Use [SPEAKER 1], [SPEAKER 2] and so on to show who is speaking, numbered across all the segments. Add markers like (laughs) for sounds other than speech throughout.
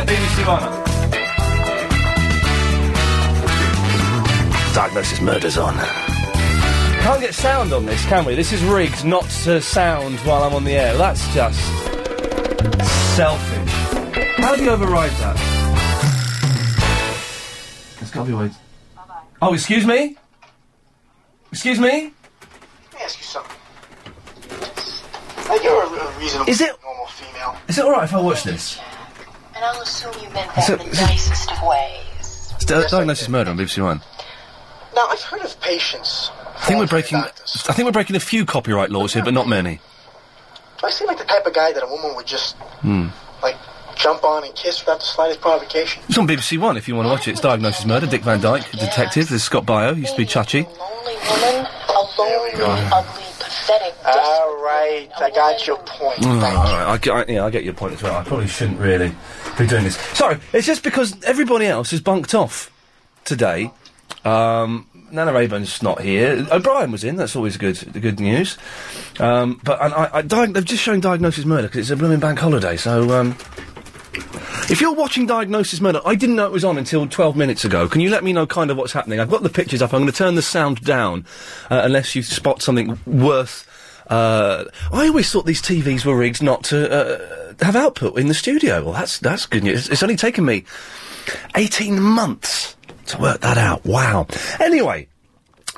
[SPEAKER 1] Nirvana.
[SPEAKER 2] Diagnosis murders on. Can't get sound on this, can we? This is rigged not to sound while I'm on the air. That's just selfish. How do you override that? There's got to be ways. Oh, excuse me? Excuse me?
[SPEAKER 3] Let me ask you something. Like you're a, a reasonable,
[SPEAKER 2] Is it-
[SPEAKER 3] normal female.
[SPEAKER 2] Is it alright if I watch this?
[SPEAKER 4] And I'll assume you meant
[SPEAKER 2] Is
[SPEAKER 4] that
[SPEAKER 2] it-
[SPEAKER 4] in the
[SPEAKER 2] is it-
[SPEAKER 4] nicest of ways.
[SPEAKER 2] It's di- diagnosis murder on BBC One.
[SPEAKER 3] Now I've heard of patients.
[SPEAKER 5] I think we're breaking. I think we're breaking a few copyright laws here, but not many.
[SPEAKER 3] Do I seem like the type of guy that a woman would just
[SPEAKER 5] Hmm.
[SPEAKER 3] like jump on and kiss without the slightest provocation?
[SPEAKER 5] It's on BBC One if you want to watch it. It's Diagnosis Murder. Dick Van Dyke, a detective. There's Scott Bio, used to be Chachi.
[SPEAKER 4] Woman, alone, ugly, pathetic.
[SPEAKER 3] All right, I got your point.
[SPEAKER 5] Mm, all
[SPEAKER 3] Thank you.
[SPEAKER 5] right, I get, I- yeah, I get your point as well. I probably shouldn't really be doing this. Sorry, it's just because everybody else has bunked off today. Um, Nana Rayburn's not here. O'Brien was in. That's always good. The good news. Um, but and I, I diag- they've just shown Diagnosis Murder because it's a blooming bank holiday. So um, if you're watching Diagnosis Murder, I didn't know it was on until 12 minutes ago. Can you let me know kind of what's happening? I've got the pictures up. I'm going to turn the sound down uh, unless you spot something worth. Uh, I always thought these TVs were rigged not to uh, have output in the studio. Well, that's that's good news. It's, it's only taken me 18 months to work that out. Wow. Anyway,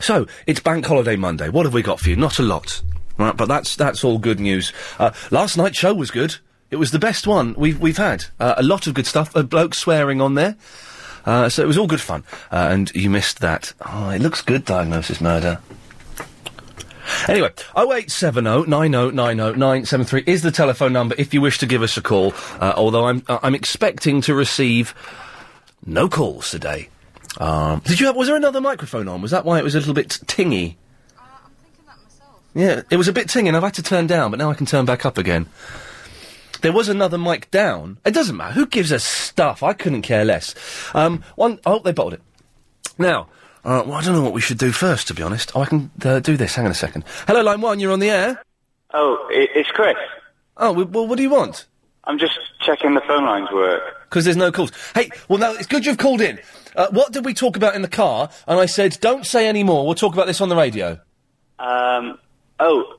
[SPEAKER 5] so it's Bank Holiday Monday. What have we got for you? Not a lot, right? But that's that's all good news. Uh, last night's show was good. It was the best one we've we've had. Uh, a lot of good stuff. A bloke swearing on there. Uh, so it was all good fun, uh, and you missed that. Oh, it looks good. Diagnosis murder. Anyway, 0870 9090 973 is the telephone number if you wish to give us a call. Uh, although I'm uh, I'm expecting to receive no calls today. Um, did you have? Was there another microphone on? Was that why it was a little bit tingy? Yeah, it was a bit tingy, and I've had to turn down, but now I can turn back up again. There was another mic down. It doesn't matter. Who gives a stuff? I couldn't care less. Um, one, oh, they bottled it. Now, uh, well, I don't know what we should do first, to be honest. Oh, I can uh, do this. Hang on a second. Hello, line one. You're on the air.
[SPEAKER 6] Oh, it, it's Chris.
[SPEAKER 5] Oh, we- well, what do you want?
[SPEAKER 6] I'm just checking the phone lines work.
[SPEAKER 5] Because there's no calls. Hey, well, now it's good you've called in. Uh, what did we talk about in the car? And I said, don't say any more. We'll talk about this on the radio.
[SPEAKER 6] Um, oh,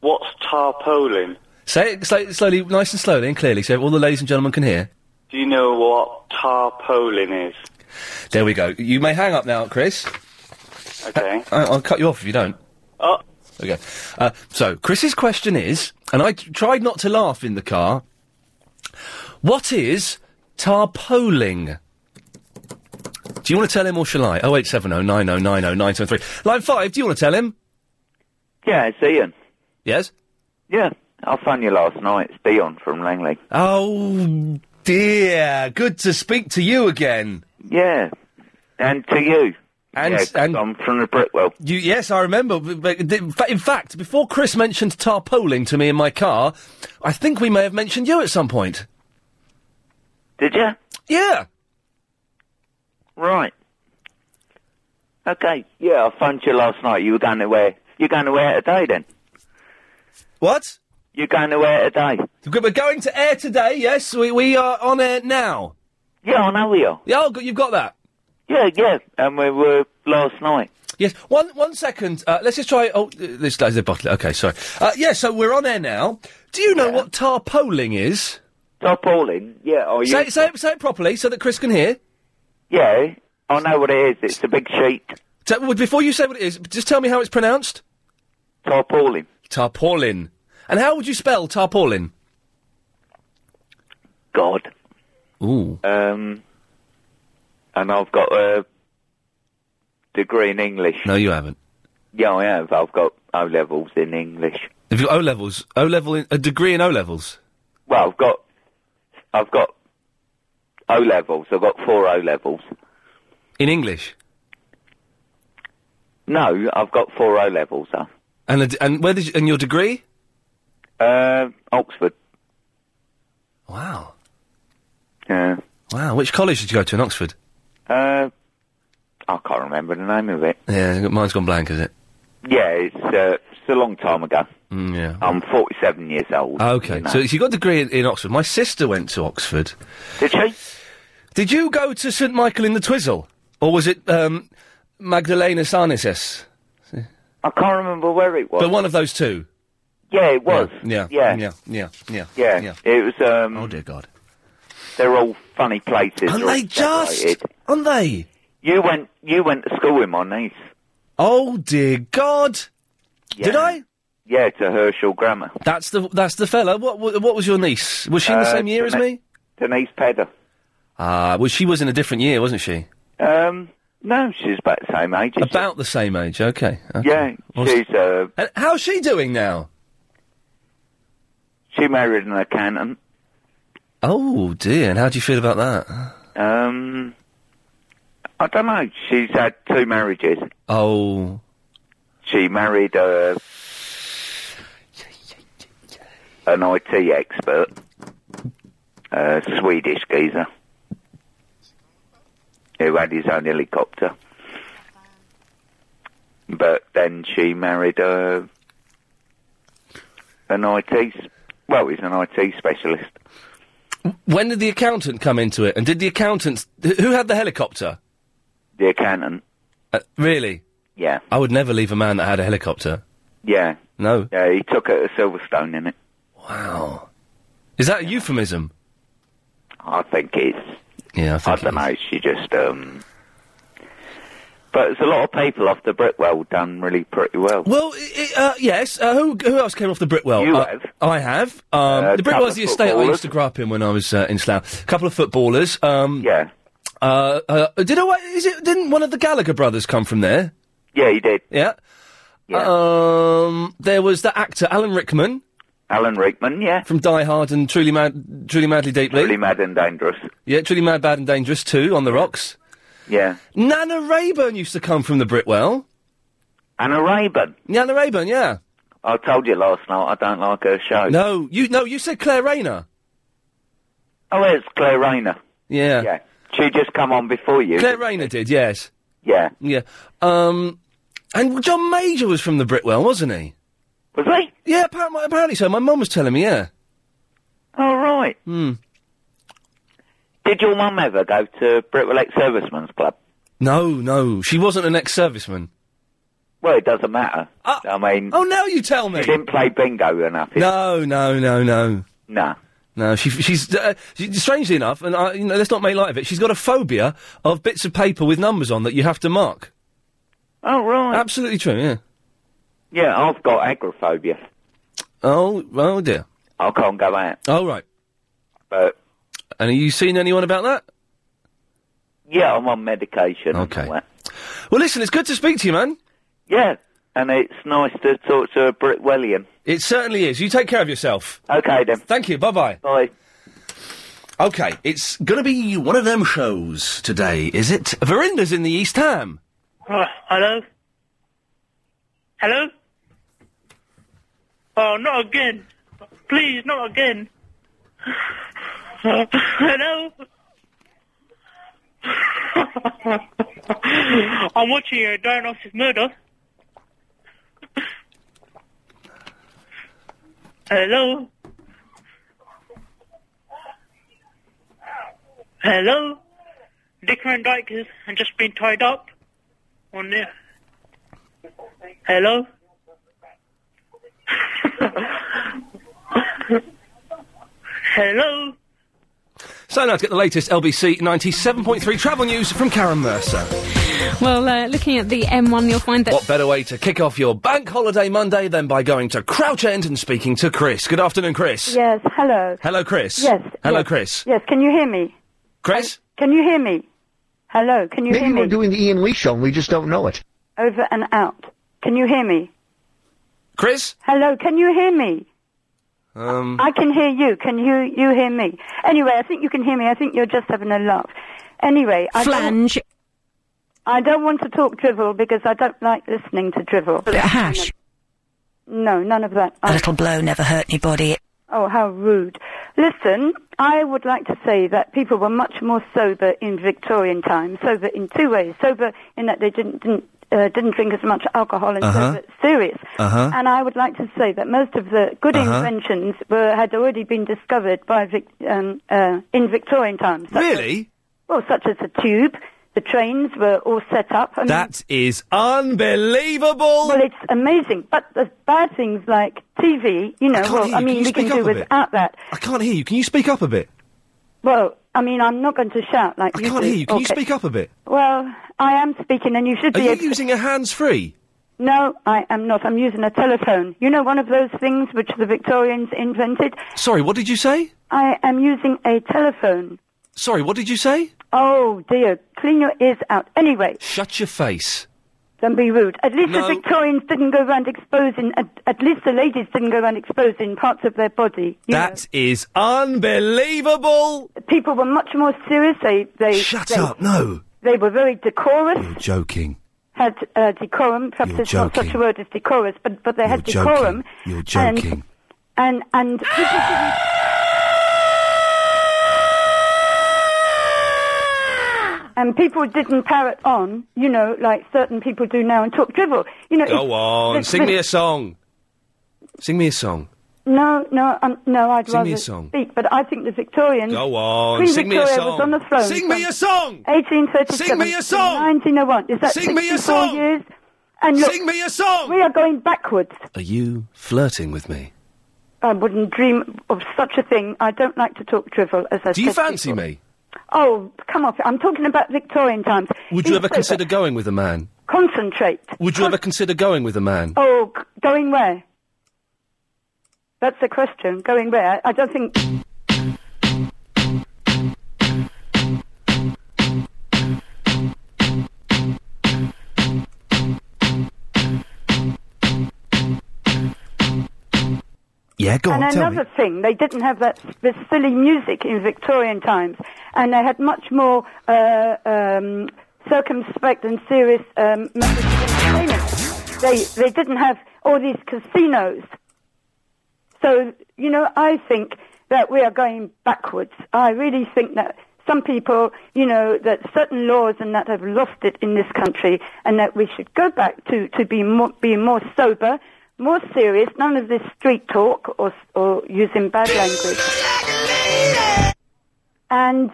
[SPEAKER 6] what's tarpaulin?
[SPEAKER 5] Say it sl- slowly, nice and slowly and clearly, so all the ladies and gentlemen can hear.
[SPEAKER 6] Do you know what tarpaulin is?
[SPEAKER 5] There we go. You may hang up now, Chris.
[SPEAKER 6] Okay.
[SPEAKER 5] I- I'll cut you off if you don't.
[SPEAKER 6] Oh,
[SPEAKER 5] There we go. Uh, so, Chris's question is, and I t- tried not to laugh in the car. What is tarpaulin? Do you want to tell him or shall I? 0870 9090 973. Line 5, do you want to tell him?
[SPEAKER 7] Yeah, it's Ian.
[SPEAKER 5] Yes?
[SPEAKER 7] Yeah, I found you last night. It's Dion from Langley.
[SPEAKER 5] Oh, dear. Good to speak to you again.
[SPEAKER 7] Yeah, and to you.
[SPEAKER 5] And,
[SPEAKER 7] yeah,
[SPEAKER 5] and
[SPEAKER 7] I'm from the Brickwell.
[SPEAKER 5] You, yes, I remember. B- but th- In fa- in fact, before Chris mentioned tarpaulin to me in my car, I think we may have mentioned you at some point.
[SPEAKER 7] Did you?
[SPEAKER 5] Yeah.
[SPEAKER 7] Right. Okay. Yeah, I found you last night. You were going away. You're going away today, then.
[SPEAKER 5] What?
[SPEAKER 7] You're going away today.
[SPEAKER 5] We're going to air today, yes? We, we are on air now.
[SPEAKER 7] Yeah, I know we are.
[SPEAKER 5] Yeah, oh, good, you've got that.
[SPEAKER 7] Yeah, yeah. And we were last night.
[SPEAKER 5] Yes, one one second. Uh, let's just try. Oh, uh, this guy's a bottle. Okay, sorry. Uh, yeah, so we're on air now. Do you know what tarpaulin is?
[SPEAKER 7] Tarpaulin. Yeah. Oh, you.
[SPEAKER 5] Say, it- say, it, say it properly so that Chris can hear.
[SPEAKER 7] Yeah. I know what it is. It's a big sheet.
[SPEAKER 5] So, well, before you say what it is, just tell me how it's pronounced.
[SPEAKER 7] Tarpaulin.
[SPEAKER 5] Tarpaulin. And how would you spell tarpaulin?
[SPEAKER 7] God.
[SPEAKER 5] Ooh.
[SPEAKER 7] Um, and I've got a degree in English.
[SPEAKER 5] No, you haven't.
[SPEAKER 7] Yeah, I have. I've got O levels in English.
[SPEAKER 5] Have you O levels? O level in, a degree in O levels.
[SPEAKER 7] Well, I've got, I've got O levels. I've got four O levels.
[SPEAKER 5] In English.
[SPEAKER 7] No, I've got four O levels. Huh?
[SPEAKER 5] And a d and where did you, and your degree?
[SPEAKER 7] Uh, Oxford.
[SPEAKER 5] Wow.
[SPEAKER 7] Yeah.
[SPEAKER 5] Wow. Which college did you go to in Oxford?
[SPEAKER 7] Uh, I can't remember the name of it.
[SPEAKER 5] Yeah, mine's gone blank, is it?
[SPEAKER 7] Yeah, it's uh, it's a long time ago.
[SPEAKER 5] Mm, yeah.
[SPEAKER 7] I'm 47 years old.
[SPEAKER 5] Okay. So you got a degree in, in Oxford. My sister went to Oxford.
[SPEAKER 7] Did she?
[SPEAKER 5] Did you go to St Michael in the Twizzle, or was it um, Magdalena Sarnises?
[SPEAKER 7] I can't remember where it was.
[SPEAKER 5] But one of those two.
[SPEAKER 7] Yeah, it was.
[SPEAKER 5] Yeah.
[SPEAKER 7] Yeah.
[SPEAKER 5] Yeah. Yeah. Yeah.
[SPEAKER 7] Yeah, it was. Um,
[SPEAKER 5] Oh dear God!
[SPEAKER 7] They're all funny places.
[SPEAKER 5] Aren't
[SPEAKER 7] they're all
[SPEAKER 5] they just?
[SPEAKER 7] separated.
[SPEAKER 5] Aren't they?
[SPEAKER 7] You went. You went to school with my niece.
[SPEAKER 5] Oh dear God! Did
[SPEAKER 7] Yeah.
[SPEAKER 5] I?
[SPEAKER 7] Yeah, to Herschel Grammar.
[SPEAKER 5] That's the that's the fella. What wa- what was your niece? Was she in the
[SPEAKER 7] Uh,
[SPEAKER 5] same year as
[SPEAKER 7] Denise-
[SPEAKER 5] me?
[SPEAKER 7] Denise Pedder.
[SPEAKER 5] Ah, well, she was in a different year, wasn't she?
[SPEAKER 7] Um, no, she's about the same age. as
[SPEAKER 5] About the same age. Okay.
[SPEAKER 7] you.
[SPEAKER 5] okay.
[SPEAKER 7] Yeah, she's uh,
[SPEAKER 5] And how's she doing now?
[SPEAKER 7] she married an accountant.
[SPEAKER 5] Oh dear! And how do you feel about that?
[SPEAKER 7] Um, I don't know. She's had two marriages.
[SPEAKER 5] Oh,
[SPEAKER 7] She married uh, an IT expert, a Swedish geezer, who had his own helicopter. But then she married uh, an IT. s- Well, he's an IT specialist.
[SPEAKER 5] when did the accountant come into it? And did the accountant wh- who had the helicopter?
[SPEAKER 7] The accountant.
[SPEAKER 5] Uh, really?
[SPEAKER 7] Yeah,
[SPEAKER 5] I would never leave a man that had a helicopter.
[SPEAKER 7] yeah,
[SPEAKER 5] No.
[SPEAKER 7] yeah. He took her to Silverstone in it.
[SPEAKER 5] Wow. Is that a euphemism?
[SPEAKER 7] I think it's
[SPEAKER 5] Yeah, I
[SPEAKER 7] I
[SPEAKER 5] think. it
[SPEAKER 7] don't
[SPEAKER 5] is.
[SPEAKER 7] know. She just. Um, but there's a lot of people off the Brickwell done really pretty well.
[SPEAKER 5] Well, i- i- uh, yes. Uh, who who else came off the Brickwell?
[SPEAKER 7] You
[SPEAKER 5] Uh,
[SPEAKER 7] have.
[SPEAKER 5] I have. Um,
[SPEAKER 7] Uh,
[SPEAKER 5] the Brickwell's
[SPEAKER 7] couple
[SPEAKER 5] the
[SPEAKER 7] of
[SPEAKER 5] estate I used
[SPEAKER 7] footballers.
[SPEAKER 5] to grow up in when I was uh, in Slough. A couple of footballers. Um,
[SPEAKER 7] Yeah,
[SPEAKER 5] uh, uh, did I, is it? Didn't one of the Gallagher brothers come from there?
[SPEAKER 7] yeah, he did.
[SPEAKER 5] Yeah.
[SPEAKER 7] Yeah.
[SPEAKER 5] Um, there was the actor Alan Rickman
[SPEAKER 7] Alan Rickman, yeah,
[SPEAKER 5] from Die Hard and Truly Mad, Truly Madly Deeply.
[SPEAKER 7] really mad and dangerous.
[SPEAKER 5] Yeah, Truly Mad, Bad and Dangerous too on the rocks.
[SPEAKER 7] Yeah,
[SPEAKER 5] Nana Rayburn used to come from the Brickwell.
[SPEAKER 7] Anna Rayburn.
[SPEAKER 5] Nana Rayburn, yeah.
[SPEAKER 7] I told you last night I don't like her show.
[SPEAKER 5] No, you no, you said Claire Rayner.
[SPEAKER 7] Oh, it's Claire Rayner. Yeah, she just come on before you.
[SPEAKER 5] Claire Rayner did, yes.
[SPEAKER 7] yeah,
[SPEAKER 5] Yeah. Um, and John Major was from the Brickwell, wasn't he?
[SPEAKER 7] was he?
[SPEAKER 5] Yeah, apparently, apparently so. My mum was telling me, yeah.
[SPEAKER 7] All Oh, right.
[SPEAKER 5] Hmm.
[SPEAKER 7] Did your mum ever go to Brickwell Ex Servicemen's Club?
[SPEAKER 5] No, no, she wasn't an ex-serviceman.
[SPEAKER 7] Well, it doesn't matter.
[SPEAKER 5] Ah.
[SPEAKER 7] I mean,
[SPEAKER 5] Oh, now you tell me.
[SPEAKER 7] she didn't play bingo enough.
[SPEAKER 5] No, no, no, no.
[SPEAKER 7] Nah.
[SPEAKER 5] No, she, she's uh, she, strangely enough, and I, you know, let's not make light of it. She's got a phobia of bits of paper with numbers on that you have to mark.
[SPEAKER 7] Oh, right.
[SPEAKER 5] Absolutely true. Yeah.
[SPEAKER 7] Yeah, I've got agoraphobia.
[SPEAKER 5] Oh, oh dear.
[SPEAKER 7] I can't go out.
[SPEAKER 5] All right.
[SPEAKER 7] But
[SPEAKER 5] And have you seen anyone about that?
[SPEAKER 7] yeah, I'm on medication. and
[SPEAKER 5] Okay.
[SPEAKER 7] all that.
[SPEAKER 5] Well, listen, it's good to speak to you, man.
[SPEAKER 7] Yeah, and it's nice to talk to a Britwellian.
[SPEAKER 5] It certainly is. You take care of yourself.
[SPEAKER 7] Okay then.
[SPEAKER 5] Thank you. Bye bye.
[SPEAKER 7] Bye.
[SPEAKER 5] Okay, it's going to be one of them shows today, is it? Verinda's in the East Ham.
[SPEAKER 8] Oh, hello? Hello? Oh, not again. Please, not again. hello? (laughs) I'm watching a diagnosis murder. hello? Hello? Dick Van Dyke has has just been tied up on there. Hello? Hello?
[SPEAKER 5] So now to get the latest LBC 97.3 travel news from Karen Mercer.
[SPEAKER 9] Well, uh, looking at the M1, you'll find that.
[SPEAKER 5] What better way to kick off your bank holiday Monday than by going to Crouch End and speaking to Chris? Good afternoon, Chris.
[SPEAKER 10] Yes, hello.
[SPEAKER 5] Hello, Chris.
[SPEAKER 10] Yes.
[SPEAKER 5] Hello,
[SPEAKER 10] yes.
[SPEAKER 5] Chris.
[SPEAKER 10] Yes, can you hear me?
[SPEAKER 5] Chris?
[SPEAKER 10] Can you hear me? Hello, can you
[SPEAKER 11] Maybe
[SPEAKER 10] hear me?
[SPEAKER 11] we're doing the Ian Lee show and we just don't know it.
[SPEAKER 10] Over and out. Can you hear me?
[SPEAKER 5] Chris?
[SPEAKER 10] Hello, can you hear me?
[SPEAKER 5] Um,
[SPEAKER 10] I can hear you. Can you you hear me? Anyway, I think you can hear me. I think you're just having a laugh. Anyway, I don't,
[SPEAKER 9] Flange.
[SPEAKER 10] I don't want to talk drivel because I don't like listening to drivel.
[SPEAKER 12] hash.
[SPEAKER 10] No, none of that.
[SPEAKER 12] A
[SPEAKER 10] I-
[SPEAKER 12] little blow never hurt anybody.
[SPEAKER 10] Oh, how rude. Listen, I would like to say that people were much more sober in Victorian times. Sober in two ways. Sober in that they didn't, didn't uh, didn't drink as much alcohol and
[SPEAKER 5] Uh-huh.
[SPEAKER 10] sober serious.
[SPEAKER 5] Uh-huh.
[SPEAKER 10] And I would like to say that most of the good
[SPEAKER 5] Uh-huh.
[SPEAKER 10] inventions were had already been discovered by Vic, um, uh, in Victorian times. Such as-
[SPEAKER 5] really?
[SPEAKER 10] well, such as the tube. The trains were all set up. I mean,
[SPEAKER 13] That is unbelievable.
[SPEAKER 10] well, it's amazing. But there's bad things like TV, you know,
[SPEAKER 13] can't
[SPEAKER 10] well,
[SPEAKER 13] hear
[SPEAKER 10] I
[SPEAKER 13] you. Can
[SPEAKER 10] mean,
[SPEAKER 13] you
[SPEAKER 10] we can
[SPEAKER 13] speak up
[SPEAKER 10] do
[SPEAKER 13] a bit?
[SPEAKER 10] without that.
[SPEAKER 13] I can't hear you. Can you speak up a bit?
[SPEAKER 10] Well, I mean, I'm not going to shout like
[SPEAKER 13] I
[SPEAKER 10] you
[SPEAKER 13] can't
[SPEAKER 10] do.
[SPEAKER 13] hear you. Can you
[SPEAKER 10] Okay.
[SPEAKER 13] speak up a bit?
[SPEAKER 10] Well, I am speaking, and you should
[SPEAKER 13] Are
[SPEAKER 10] be
[SPEAKER 13] you
[SPEAKER 10] able to-
[SPEAKER 13] using a hands-free?
[SPEAKER 10] No, I am not. I'm using a telephone. You know, one of those things which the Victorians invented?
[SPEAKER 13] Sorry, what did you say?
[SPEAKER 10] I am using a telephone.
[SPEAKER 13] Sorry, what did you say?
[SPEAKER 10] Oh, dear. Clean your ears out. Anyway,
[SPEAKER 13] Shut your face.
[SPEAKER 10] don't be rude. At least
[SPEAKER 13] No.
[SPEAKER 10] the Victorians didn't go around exposing, at, at least the ladies didn't go around exposing parts of their body. You
[SPEAKER 13] That is unbelievable.
[SPEAKER 10] know, people were much more serious. They, they,
[SPEAKER 13] Shut
[SPEAKER 10] they,
[SPEAKER 13] up. No.
[SPEAKER 10] They were very decorous,
[SPEAKER 13] You're joking.
[SPEAKER 10] had uh, decorum. Perhaps
[SPEAKER 13] You're
[SPEAKER 10] it's not such
[SPEAKER 13] joking.
[SPEAKER 10] a word as decorous, but, but they had
[SPEAKER 13] You're
[SPEAKER 10] decorum.
[SPEAKER 13] You're joking.
[SPEAKER 10] And, and, and And people didn't parrot on, you know, like certain people do now and talk drivel. You know,
[SPEAKER 13] Go
[SPEAKER 10] it's-
[SPEAKER 13] on,
[SPEAKER 10] it's-
[SPEAKER 13] sing me a
[SPEAKER 10] it's-
[SPEAKER 13] song. Sing me a song.
[SPEAKER 10] No, no, um, no, I'd
[SPEAKER 13] Sing me
[SPEAKER 10] rather
[SPEAKER 13] a song.
[SPEAKER 10] speak, but I think the Victorians...
[SPEAKER 13] Go on,
[SPEAKER 10] Queen
[SPEAKER 13] sing me a
[SPEAKER 10] Victoria
[SPEAKER 13] song.
[SPEAKER 10] was on the throne.
[SPEAKER 13] Sing me a song!
[SPEAKER 10] 1837
[SPEAKER 13] Sing me a song!
[SPEAKER 10] to 1901. Is that
[SPEAKER 13] Sing me a
[SPEAKER 10] 64
[SPEAKER 13] song!
[SPEAKER 10] years? And look, sing
[SPEAKER 13] me a song!
[SPEAKER 10] We are going backwards.
[SPEAKER 13] Are you flirting with me?
[SPEAKER 10] I wouldn't dream of such a thing. I don't like to talk drivel, as I
[SPEAKER 13] Do you
[SPEAKER 10] said.
[SPEAKER 13] fancy me?
[SPEAKER 10] Oh, come off it. I'm talking about Victorian times.
[SPEAKER 13] Would you
[SPEAKER 10] Be
[SPEAKER 13] ever
[SPEAKER 10] sober.
[SPEAKER 13] consider going with a man?
[SPEAKER 10] Concentrate.
[SPEAKER 13] Would you ever consider going with a man?
[SPEAKER 10] Oh, g- going where? That's the question. Going where? I don't think.
[SPEAKER 13] (laughs) Yeah, go on,
[SPEAKER 10] and
[SPEAKER 13] tell me.
[SPEAKER 10] another thing, they didn't have that s- this silly music in Victorian times, and they had much more uh, um, circumspect and serious um, methods of entertainment. They they didn't have all these casinos. So you know, I think that we are going backwards. I really think that. Some people, you know, that certain laws and that have lost it in this country, and that we should go back to to be more, be more sober, more serious. None of this street talk or or using bad language. And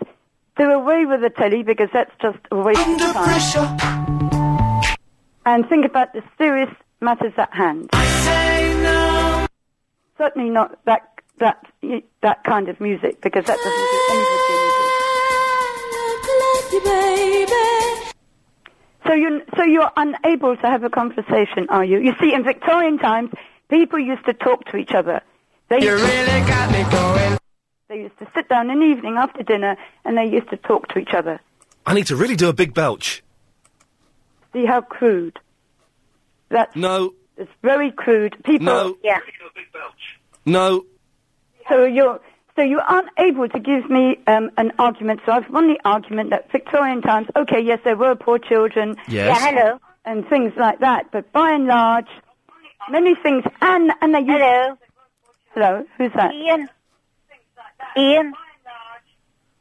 [SPEAKER 10] do away with the telly because that's just a waste of time. And think about the serious matters at hand. Certainly not that that that kind of music because that doesn't do anybody any good. So you so you're unable to have a conversation, are you? You see, in Victorian times, people used to talk to each other. They you really got me going. They used to sit down in the evening after dinner and they used to talk to each other.
[SPEAKER 13] I need to really do a big belch.
[SPEAKER 10] See how crude. That's
[SPEAKER 13] no.
[SPEAKER 10] It's very crude. People.
[SPEAKER 13] No.
[SPEAKER 10] Yeah.
[SPEAKER 13] No.
[SPEAKER 10] So you're so you aren't able to give me um, an argument. So I've won the argument that Victorian times. Okay, yes, there were poor children.
[SPEAKER 13] Yes. Yeah,
[SPEAKER 10] hello. And things like that. But by and large, many things. And and they. Hello. Hello. Who's that? Ian. Ian.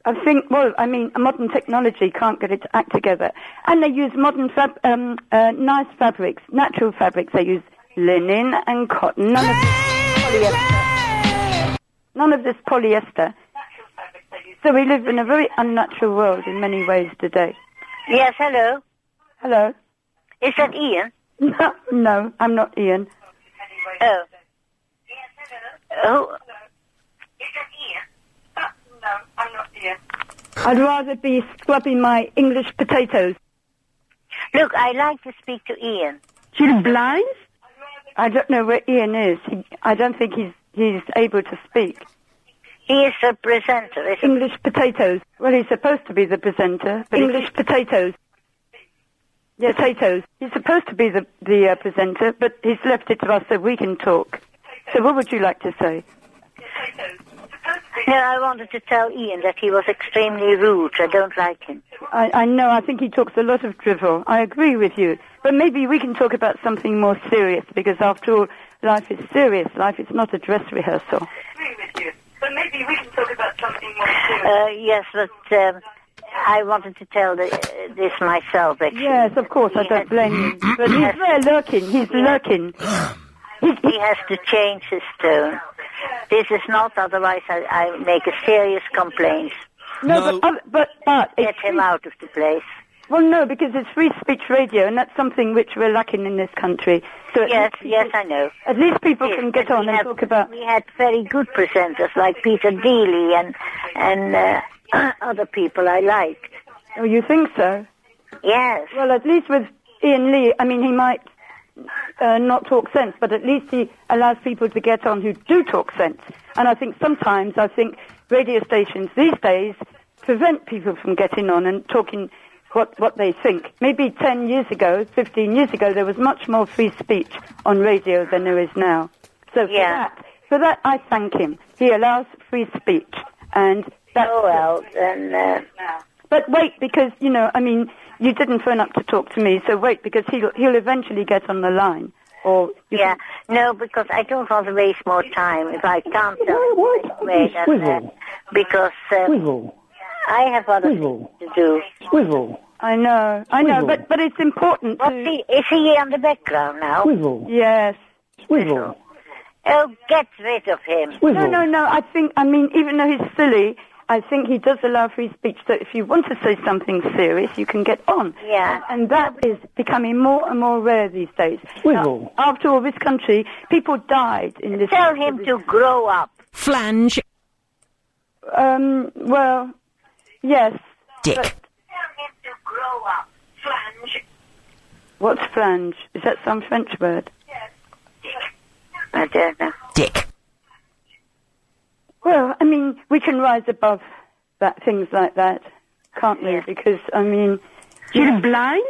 [SPEAKER 10] I think, well, I mean, modern technology can't get its act together. And they use modern, fab- um, uh, nice fabrics, natural fabrics. They use linen and cotton, none of this polyester. None of this polyester. So we live in a very unnatural world in many ways today.
[SPEAKER 14] Yes, hello.
[SPEAKER 10] Hello?
[SPEAKER 14] Is that Ian?
[SPEAKER 10] No, no, I'm not Ian.
[SPEAKER 14] Oh. Oh.
[SPEAKER 10] I'd rather be scrubbing my English potatoes.
[SPEAKER 14] Look, I like to speak to Ian.
[SPEAKER 10] She's blind? I don't know where Ian is. He, I don't think he's, he's able to speak.
[SPEAKER 14] He is a presenter, isn't
[SPEAKER 10] English potatoes. Well, he's supposed to be the presenter. But English potatoes. Yeah, potatoes. He's supposed to be the the uh, presenter, but he's left it to us so we can talk. So, what would you like to say?
[SPEAKER 14] he? No, I wanted to tell Ian that he was extremely rude. I don't like him.
[SPEAKER 10] I, I know. I think he talks a lot of drivel. I agree with you, but maybe we can talk about something more serious because, after all, life is serious. Life is not a dress rehearsal.
[SPEAKER 14] But maybe we can talk about something more serious. Uh, yes, but um, I wanted to tell the, uh, this myself, actually.
[SPEAKER 10] Yes, of course. I don't blame you, but he's there lurking. He's lurking.
[SPEAKER 14] He has to change his tone. This is not, otherwise I, I make a serious complaint.
[SPEAKER 10] No, but, oth- but but
[SPEAKER 14] Get him out of the place.
[SPEAKER 10] well, no, because it's free speech radio, and that's something which we're lacking in this country. So at
[SPEAKER 14] yes,
[SPEAKER 10] least
[SPEAKER 14] yes,
[SPEAKER 10] people-
[SPEAKER 14] I know.
[SPEAKER 10] At least people
[SPEAKER 14] Yes,
[SPEAKER 10] can get
[SPEAKER 14] but
[SPEAKER 10] on
[SPEAKER 14] we
[SPEAKER 10] and
[SPEAKER 14] have-
[SPEAKER 10] talk about.
[SPEAKER 14] We had very good presenters like Peter Dealey and and uh, (clears throat) other people I liked.
[SPEAKER 10] Oh, you think so?
[SPEAKER 14] Yes.
[SPEAKER 10] Well, at least with Ian Lee, I mean, he might uh, not talk sense, but at least he allows people to get on who do talk sense. And I think sometimes I think radio stations these days prevent people from getting on and talking what what they think. Maybe ten years ago, fifteen years ago, there was much more free speech on radio than there is now. So
[SPEAKER 14] Yeah.
[SPEAKER 10] for that, for that I thank him. He allows free speech, and that's
[SPEAKER 14] Oh well, then. Uh,
[SPEAKER 10] but wait, because you know, I mean, you didn't phone up to talk to me, so wait, because he'll he'll eventually get on the line. Or you
[SPEAKER 14] yeah, no, because I don't want to waste more time if I can't tell you any way than that. Because um,
[SPEAKER 10] Swizzle,
[SPEAKER 14] I have other
[SPEAKER 10] swizzle,
[SPEAKER 14] things to do.
[SPEAKER 10] swizzle. I know, I know, but but it's important.
[SPEAKER 14] What's he, is he on the background now?
[SPEAKER 10] Yes. Swizzle.
[SPEAKER 14] Oh, get rid of him.
[SPEAKER 10] No, no, no. I think I mean, even though he's silly, I think he does allow free speech. So if you want to say something serious, you can get on.
[SPEAKER 14] Yeah.
[SPEAKER 10] And that is becoming more and more rare these days. Now, after all, this country, people died in this.
[SPEAKER 14] Tell him to grow up.
[SPEAKER 10] Flange. Um. Well, yes.
[SPEAKER 15] Dick.
[SPEAKER 10] but
[SPEAKER 14] Grow up, flange.
[SPEAKER 10] what's flange? Is that some French word?
[SPEAKER 14] I don't know.
[SPEAKER 15] Dick.
[SPEAKER 10] Well, I mean, we can rise above that things like that, can't we? Because I mean, you're blind.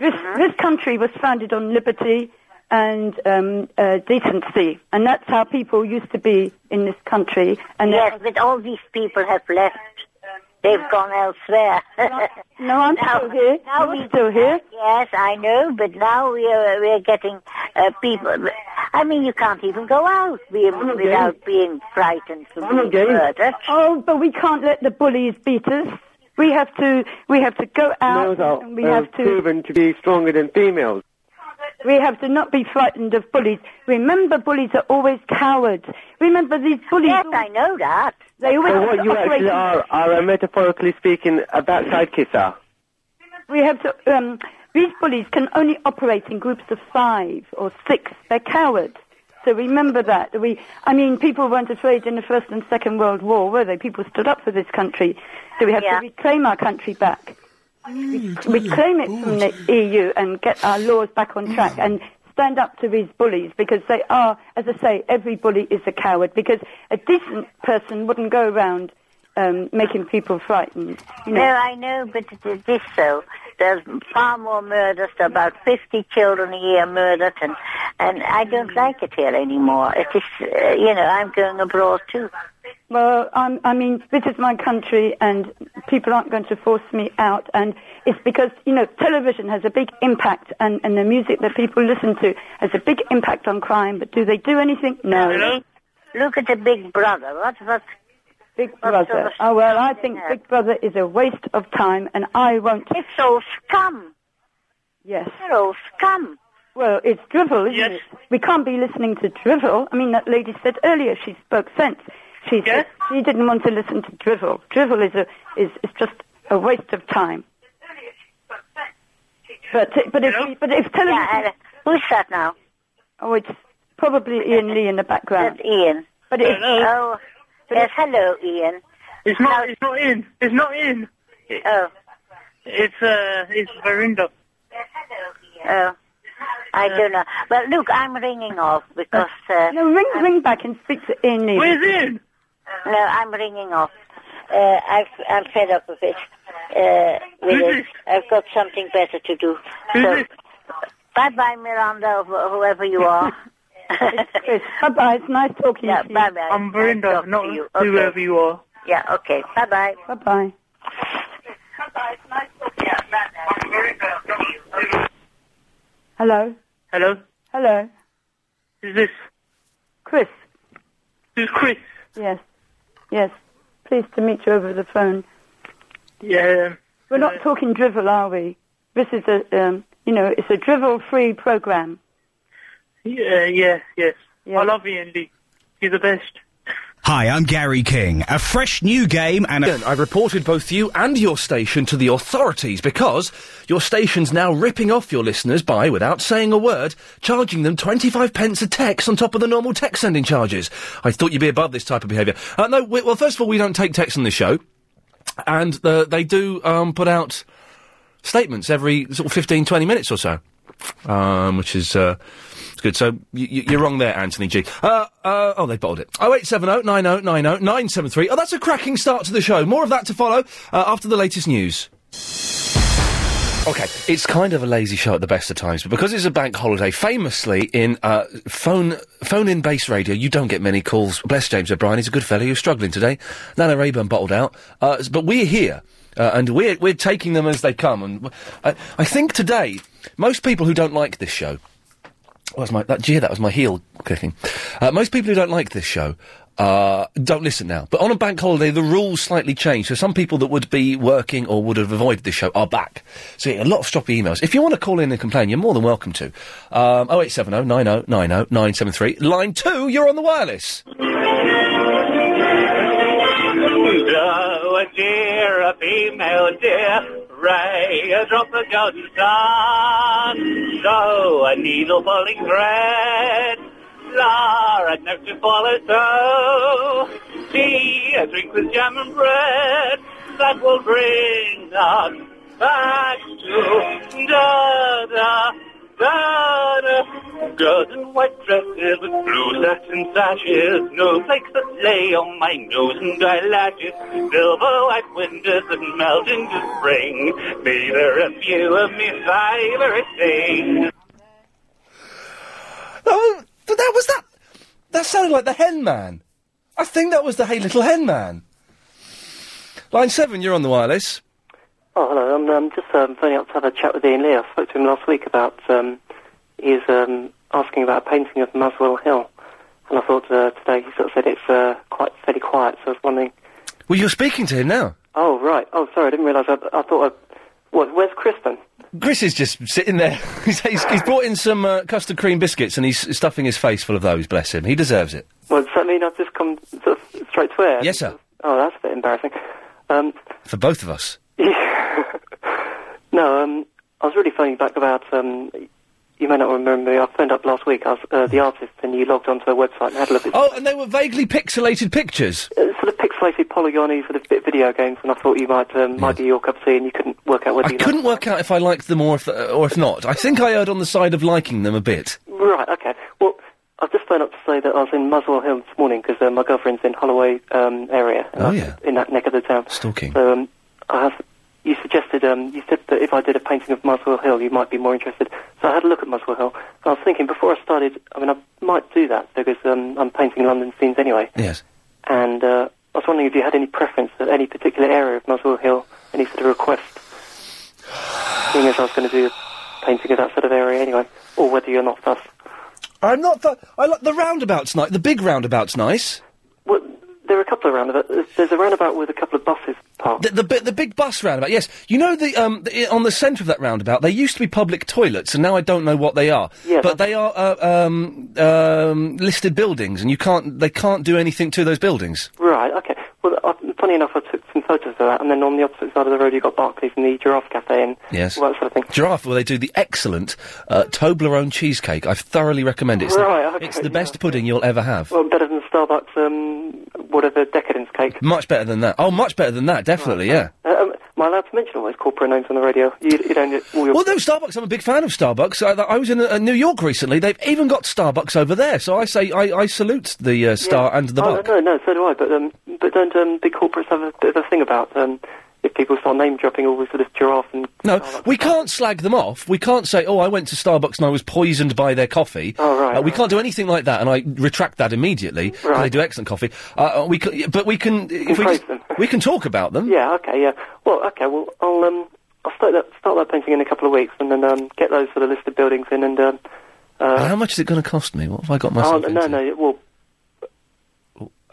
[SPEAKER 10] This this country was founded on liberty and um, uh, decency, and that's how people used to be in this country. And uh,
[SPEAKER 14] yes, but all these people have left. They've gone elsewhere.
[SPEAKER 10] no, I'm still here.
[SPEAKER 14] Now
[SPEAKER 10] I'm
[SPEAKER 14] we-
[SPEAKER 10] still here.
[SPEAKER 14] Yes, I know, but now we're we're getting uh, people. I mean, you can't even go out be- without being frightened for being murdered.
[SPEAKER 10] Oh, but we can't let the bullies beat us. We have to. We have to go out.
[SPEAKER 16] Males are
[SPEAKER 10] and we
[SPEAKER 16] uh,
[SPEAKER 10] have to.
[SPEAKER 16] proven to be stronger than females.
[SPEAKER 10] We have to not be frightened of bullies. Remember, bullies are always cowards. Remember, these bullies. Yes, I
[SPEAKER 14] know that.
[SPEAKER 10] They always
[SPEAKER 16] so
[SPEAKER 10] have
[SPEAKER 16] what
[SPEAKER 10] to
[SPEAKER 16] you
[SPEAKER 10] operate
[SPEAKER 16] actually
[SPEAKER 10] in-
[SPEAKER 16] are are a metaphorically speaking a backside kisser.
[SPEAKER 10] We have to. Um, these bullies can only operate in groups of five or six. They're cowards. So remember that. We, I mean, people weren't afraid in the First and Second World War, were they? People stood up for this country. So we have
[SPEAKER 14] Yeah.
[SPEAKER 10] to reclaim our country back. reclaim it from the EU and get our laws back on track and stand up to these bullies because they are, as I say, every bully is a coward because a decent person wouldn't go around um, making people frightened. You know?
[SPEAKER 14] No, I know, but it it is so. There's far more murders. There are about 50 children a year murdered, and, and I
[SPEAKER 10] Hmm.
[SPEAKER 14] don't like it here anymore. It is, uh, you know, I'm going abroad too.
[SPEAKER 10] Well, I'm, I mean, this is my country, and people aren't going to force me out. And it's because you know television has a big impact, and, and the music that people listen to has a big impact on crime. But do they do anything? No.
[SPEAKER 14] Look at the Big Brother. What, what?
[SPEAKER 10] Big Brother. Oh well, I think Big Brother is a waste of time, and I won't. It's
[SPEAKER 14] all scum.
[SPEAKER 10] Yes.
[SPEAKER 14] They're all scum.
[SPEAKER 10] Well, it's drivel, isn't
[SPEAKER 14] Yes.
[SPEAKER 10] it? We can't be listening to drivel. I mean, that lady said earlier she spoke sense. She said she didn't want to listen to drivel. Drivel is a is, is just a waste of time. But but if but if television,
[SPEAKER 14] who's that now?
[SPEAKER 10] Oh, it's probably Ian Lee in the background.
[SPEAKER 14] Ian.
[SPEAKER 10] But if,
[SPEAKER 14] oh, yes, hello, Ian.
[SPEAKER 8] It's not. It's not in. It's not in.
[SPEAKER 14] Oh,
[SPEAKER 8] It's uh. It's Verinda.
[SPEAKER 14] oh. I don't know. But look, I'm ringing off because... Uh,
[SPEAKER 10] no, ring ring back and speak to Ian Lee.
[SPEAKER 14] Where's Ian? No, I'm ringing off. Uh, I've, I'm fed up with it. Uh, with it. I've got something better to do. So, bye bye, Miranda, or wh- whoever you
[SPEAKER 10] (laughs)
[SPEAKER 14] are.
[SPEAKER 10] bye bye. It's nice talking
[SPEAKER 14] yeah,
[SPEAKER 10] to you.
[SPEAKER 14] Bye bye.
[SPEAKER 8] I'm Verinda, not whoever you are.
[SPEAKER 14] Yeah, okay. Bye bye.
[SPEAKER 10] Bye bye. Hello.
[SPEAKER 8] Hello.
[SPEAKER 10] Hello.
[SPEAKER 8] Is this
[SPEAKER 10] Chris.
[SPEAKER 8] This is Chris.
[SPEAKER 10] Yes. Yes. Pleased to meet you over the phone.
[SPEAKER 8] Yeah. um,
[SPEAKER 10] We're not talking drivel, are we? This is a, um, you know, it's a drivel-free program.
[SPEAKER 8] uh, Yeah. Yeah. Yes. I love Ian Lee. He's the best.
[SPEAKER 17] Hi, I'm Gary King. A fresh new game and a.
[SPEAKER 5] I reported both you and your station to the authorities because your station's now ripping off your listeners by, without saying a word, charging them 25 pence a text on top of the normal text sending charges. I thought you'd be above this type of behaviour. Uh, no, we, well, first of all, we don't take text on this show. And uh, they do um, put out statements every sort of 15, 20 minutes or so, um, which is uh, it's good. So y- y- you're wrong there, Anthony G. Uh, uh, oh, they bottled it. 0870 90 90 973. Oh, that's a cracking start to the show. More of that to follow uh, after the latest news. Okay, it's kind of a lazy show at the best of times, but because it's a bank holiday, famously in uh, phone phone in base radio, you don't get many calls. Bless James O'Brien, he's a good fellow. He was struggling today. Nana Rayburn bottled out, uh, s- but we're here uh, and we're we're taking them as they come. And w- I, I think today most people who don't like this show well, that's my that gee, that was my heel clicking. Uh, most people who don't like this show uh, don't listen now. But on a bank holiday, the rules slightly change. So some people that would be working or would have avoided this show are back. So yeah, a lot of stroppy emails. If you want to call in and complain, you're more than welcome to. Um, 0870 90 90 973. Line two, you're on the wireless.
[SPEAKER 4] Blow uh, a deer, a female deer, ray, a drop of golden sun. So a needle falling thread, la, a note to follow so. Tea, a drink with jam and bread, that will bring us back to da da da da. Girls in white dresses with blue satin sashes, snowflakes that lay on my nose and eyelashes, silver white windows that melt into spring. Maybe there are a few of me favorite things.
[SPEAKER 5] Oh, th- that was that. That sounded like the Hen Man. I think that was the Hey Little Hen Man. Line seven, you're on the wireless.
[SPEAKER 18] Oh, hello. I'm um, just um, phoning up to have a chat with Ian Lee. I spoke to him last week about um, he's um, asking about a painting of Muswell Hill, and I thought uh, today he sort of said it's uh, quite fairly quiet. So I was wondering.
[SPEAKER 5] Well, you're speaking to him now.
[SPEAKER 18] Oh right. Oh sorry, I didn't realise. I, I thought. I, what? Where's Crispin?
[SPEAKER 5] Chris is just sitting there. (laughs) he's, he's, he's brought in some uh, custard cream biscuits and he's stuffing his face full of those. Bless him. He deserves it.
[SPEAKER 18] Well, does that mean I've just come sort of straight to air?
[SPEAKER 5] Yes, sir.
[SPEAKER 18] Oh, that's a bit embarrassing. Um,
[SPEAKER 5] For both of us.
[SPEAKER 18] (laughs) no, um, I was really phoning back about. Um, you may not remember me. I phoned up last week. I was uh, the artist, and you logged onto her website and had a look at
[SPEAKER 5] Oh, and they were vaguely pixelated pictures.
[SPEAKER 18] uh, sort of pixelated polygony sort of bit video games, and I thought you might um, might be your cup of tea, and you couldn't work out whether
[SPEAKER 5] I
[SPEAKER 18] you
[SPEAKER 5] couldn't work out if I liked them or if, uh, or if not. I think I erred on the side of liking them a bit.
[SPEAKER 18] Right. Okay. Well, I've just phoned up to say that I was in Muswell Hill this morning because uh, my girlfriend's in Holloway um, area.
[SPEAKER 5] Oh, yeah.
[SPEAKER 18] In that neck of the town.
[SPEAKER 5] Stalking.
[SPEAKER 18] So um, I have. You suggested um, you said that if I did a painting of Muswell Hill, you might be more interested. So I had a look at Muswell Hill. And I was thinking before I started. I mean, I might do that because um, I'm painting London scenes anyway.
[SPEAKER 5] Yes.
[SPEAKER 18] And uh, I was wondering if you had any preference at any particular area of Muswell Hill, any sort of request, seeing as I was going to do a painting of that sort of area anyway, or whether you're not fussed.
[SPEAKER 5] I'm not. Th- I like the roundabout's nice. The big roundabout's nice.
[SPEAKER 18] Well, there are a couple of roundabouts. There's- There's a roundabout with a couple of buses parked.
[SPEAKER 5] The, the, bi- the big bus roundabout, yes. You know, the, um, the, i- on the centre of that roundabout, there used to be public toilets, and now I don't know what they are. but they are uh, um, um, listed buildings, and you can't, they can't do anything to those buildings.
[SPEAKER 18] Right, okay. Well, uh, funny enough, I took some photos of that, and then on the opposite side of the road, you've got Barclays and the Giraffe Cafe and
[SPEAKER 5] Yes.
[SPEAKER 18] all that sort of thing.
[SPEAKER 5] Giraffe, where they do the excellent uh, Toblerone cheesecake. I thoroughly recommend it. It's,
[SPEAKER 18] Right,
[SPEAKER 5] the,
[SPEAKER 18] okay,
[SPEAKER 5] it's the best pudding you'll ever have.
[SPEAKER 18] Well, better than Starbucks, um, whatever, decadence cake.
[SPEAKER 5] Much better than that. Oh, much better than that, definitely, yeah.
[SPEAKER 18] Uh, um, am I allowed to mention all those corporate names on the radio? You, you don't... All your...
[SPEAKER 5] Well, no, Starbucks. I'm a big fan of Starbucks. I, I was in uh, New York recently. They've even got Starbucks over there. So I say I, I salute the uh, star and the
[SPEAKER 18] oh,
[SPEAKER 5] buck.
[SPEAKER 18] No, no, so do I. But um, but don't um, big corporates have a bit of a thing about um, if people start name dropping all this sort of giraffe and
[SPEAKER 5] No, we can't slag them off. We can't say, "Oh, I went to Starbucks and I was poisoned by their coffee."
[SPEAKER 18] Oh, right,
[SPEAKER 5] Uh, we can't do anything like that, and I retract that immediately. 'cause They
[SPEAKER 18] Right.
[SPEAKER 5] do excellent coffee. Uh, uh, we, c- but we can, if we,
[SPEAKER 18] praise
[SPEAKER 5] just- we can talk about them.
[SPEAKER 18] Yeah, okay, yeah. Well, okay, well, I'll um, I'll start that start that painting in a couple of weeks, and then um, get those sort of listed buildings in, and um,
[SPEAKER 5] And
[SPEAKER 18] uh,
[SPEAKER 5] how much is it going to cost me? What have I got
[SPEAKER 18] oh,
[SPEAKER 5] myself?
[SPEAKER 18] (laughs) no, no, well,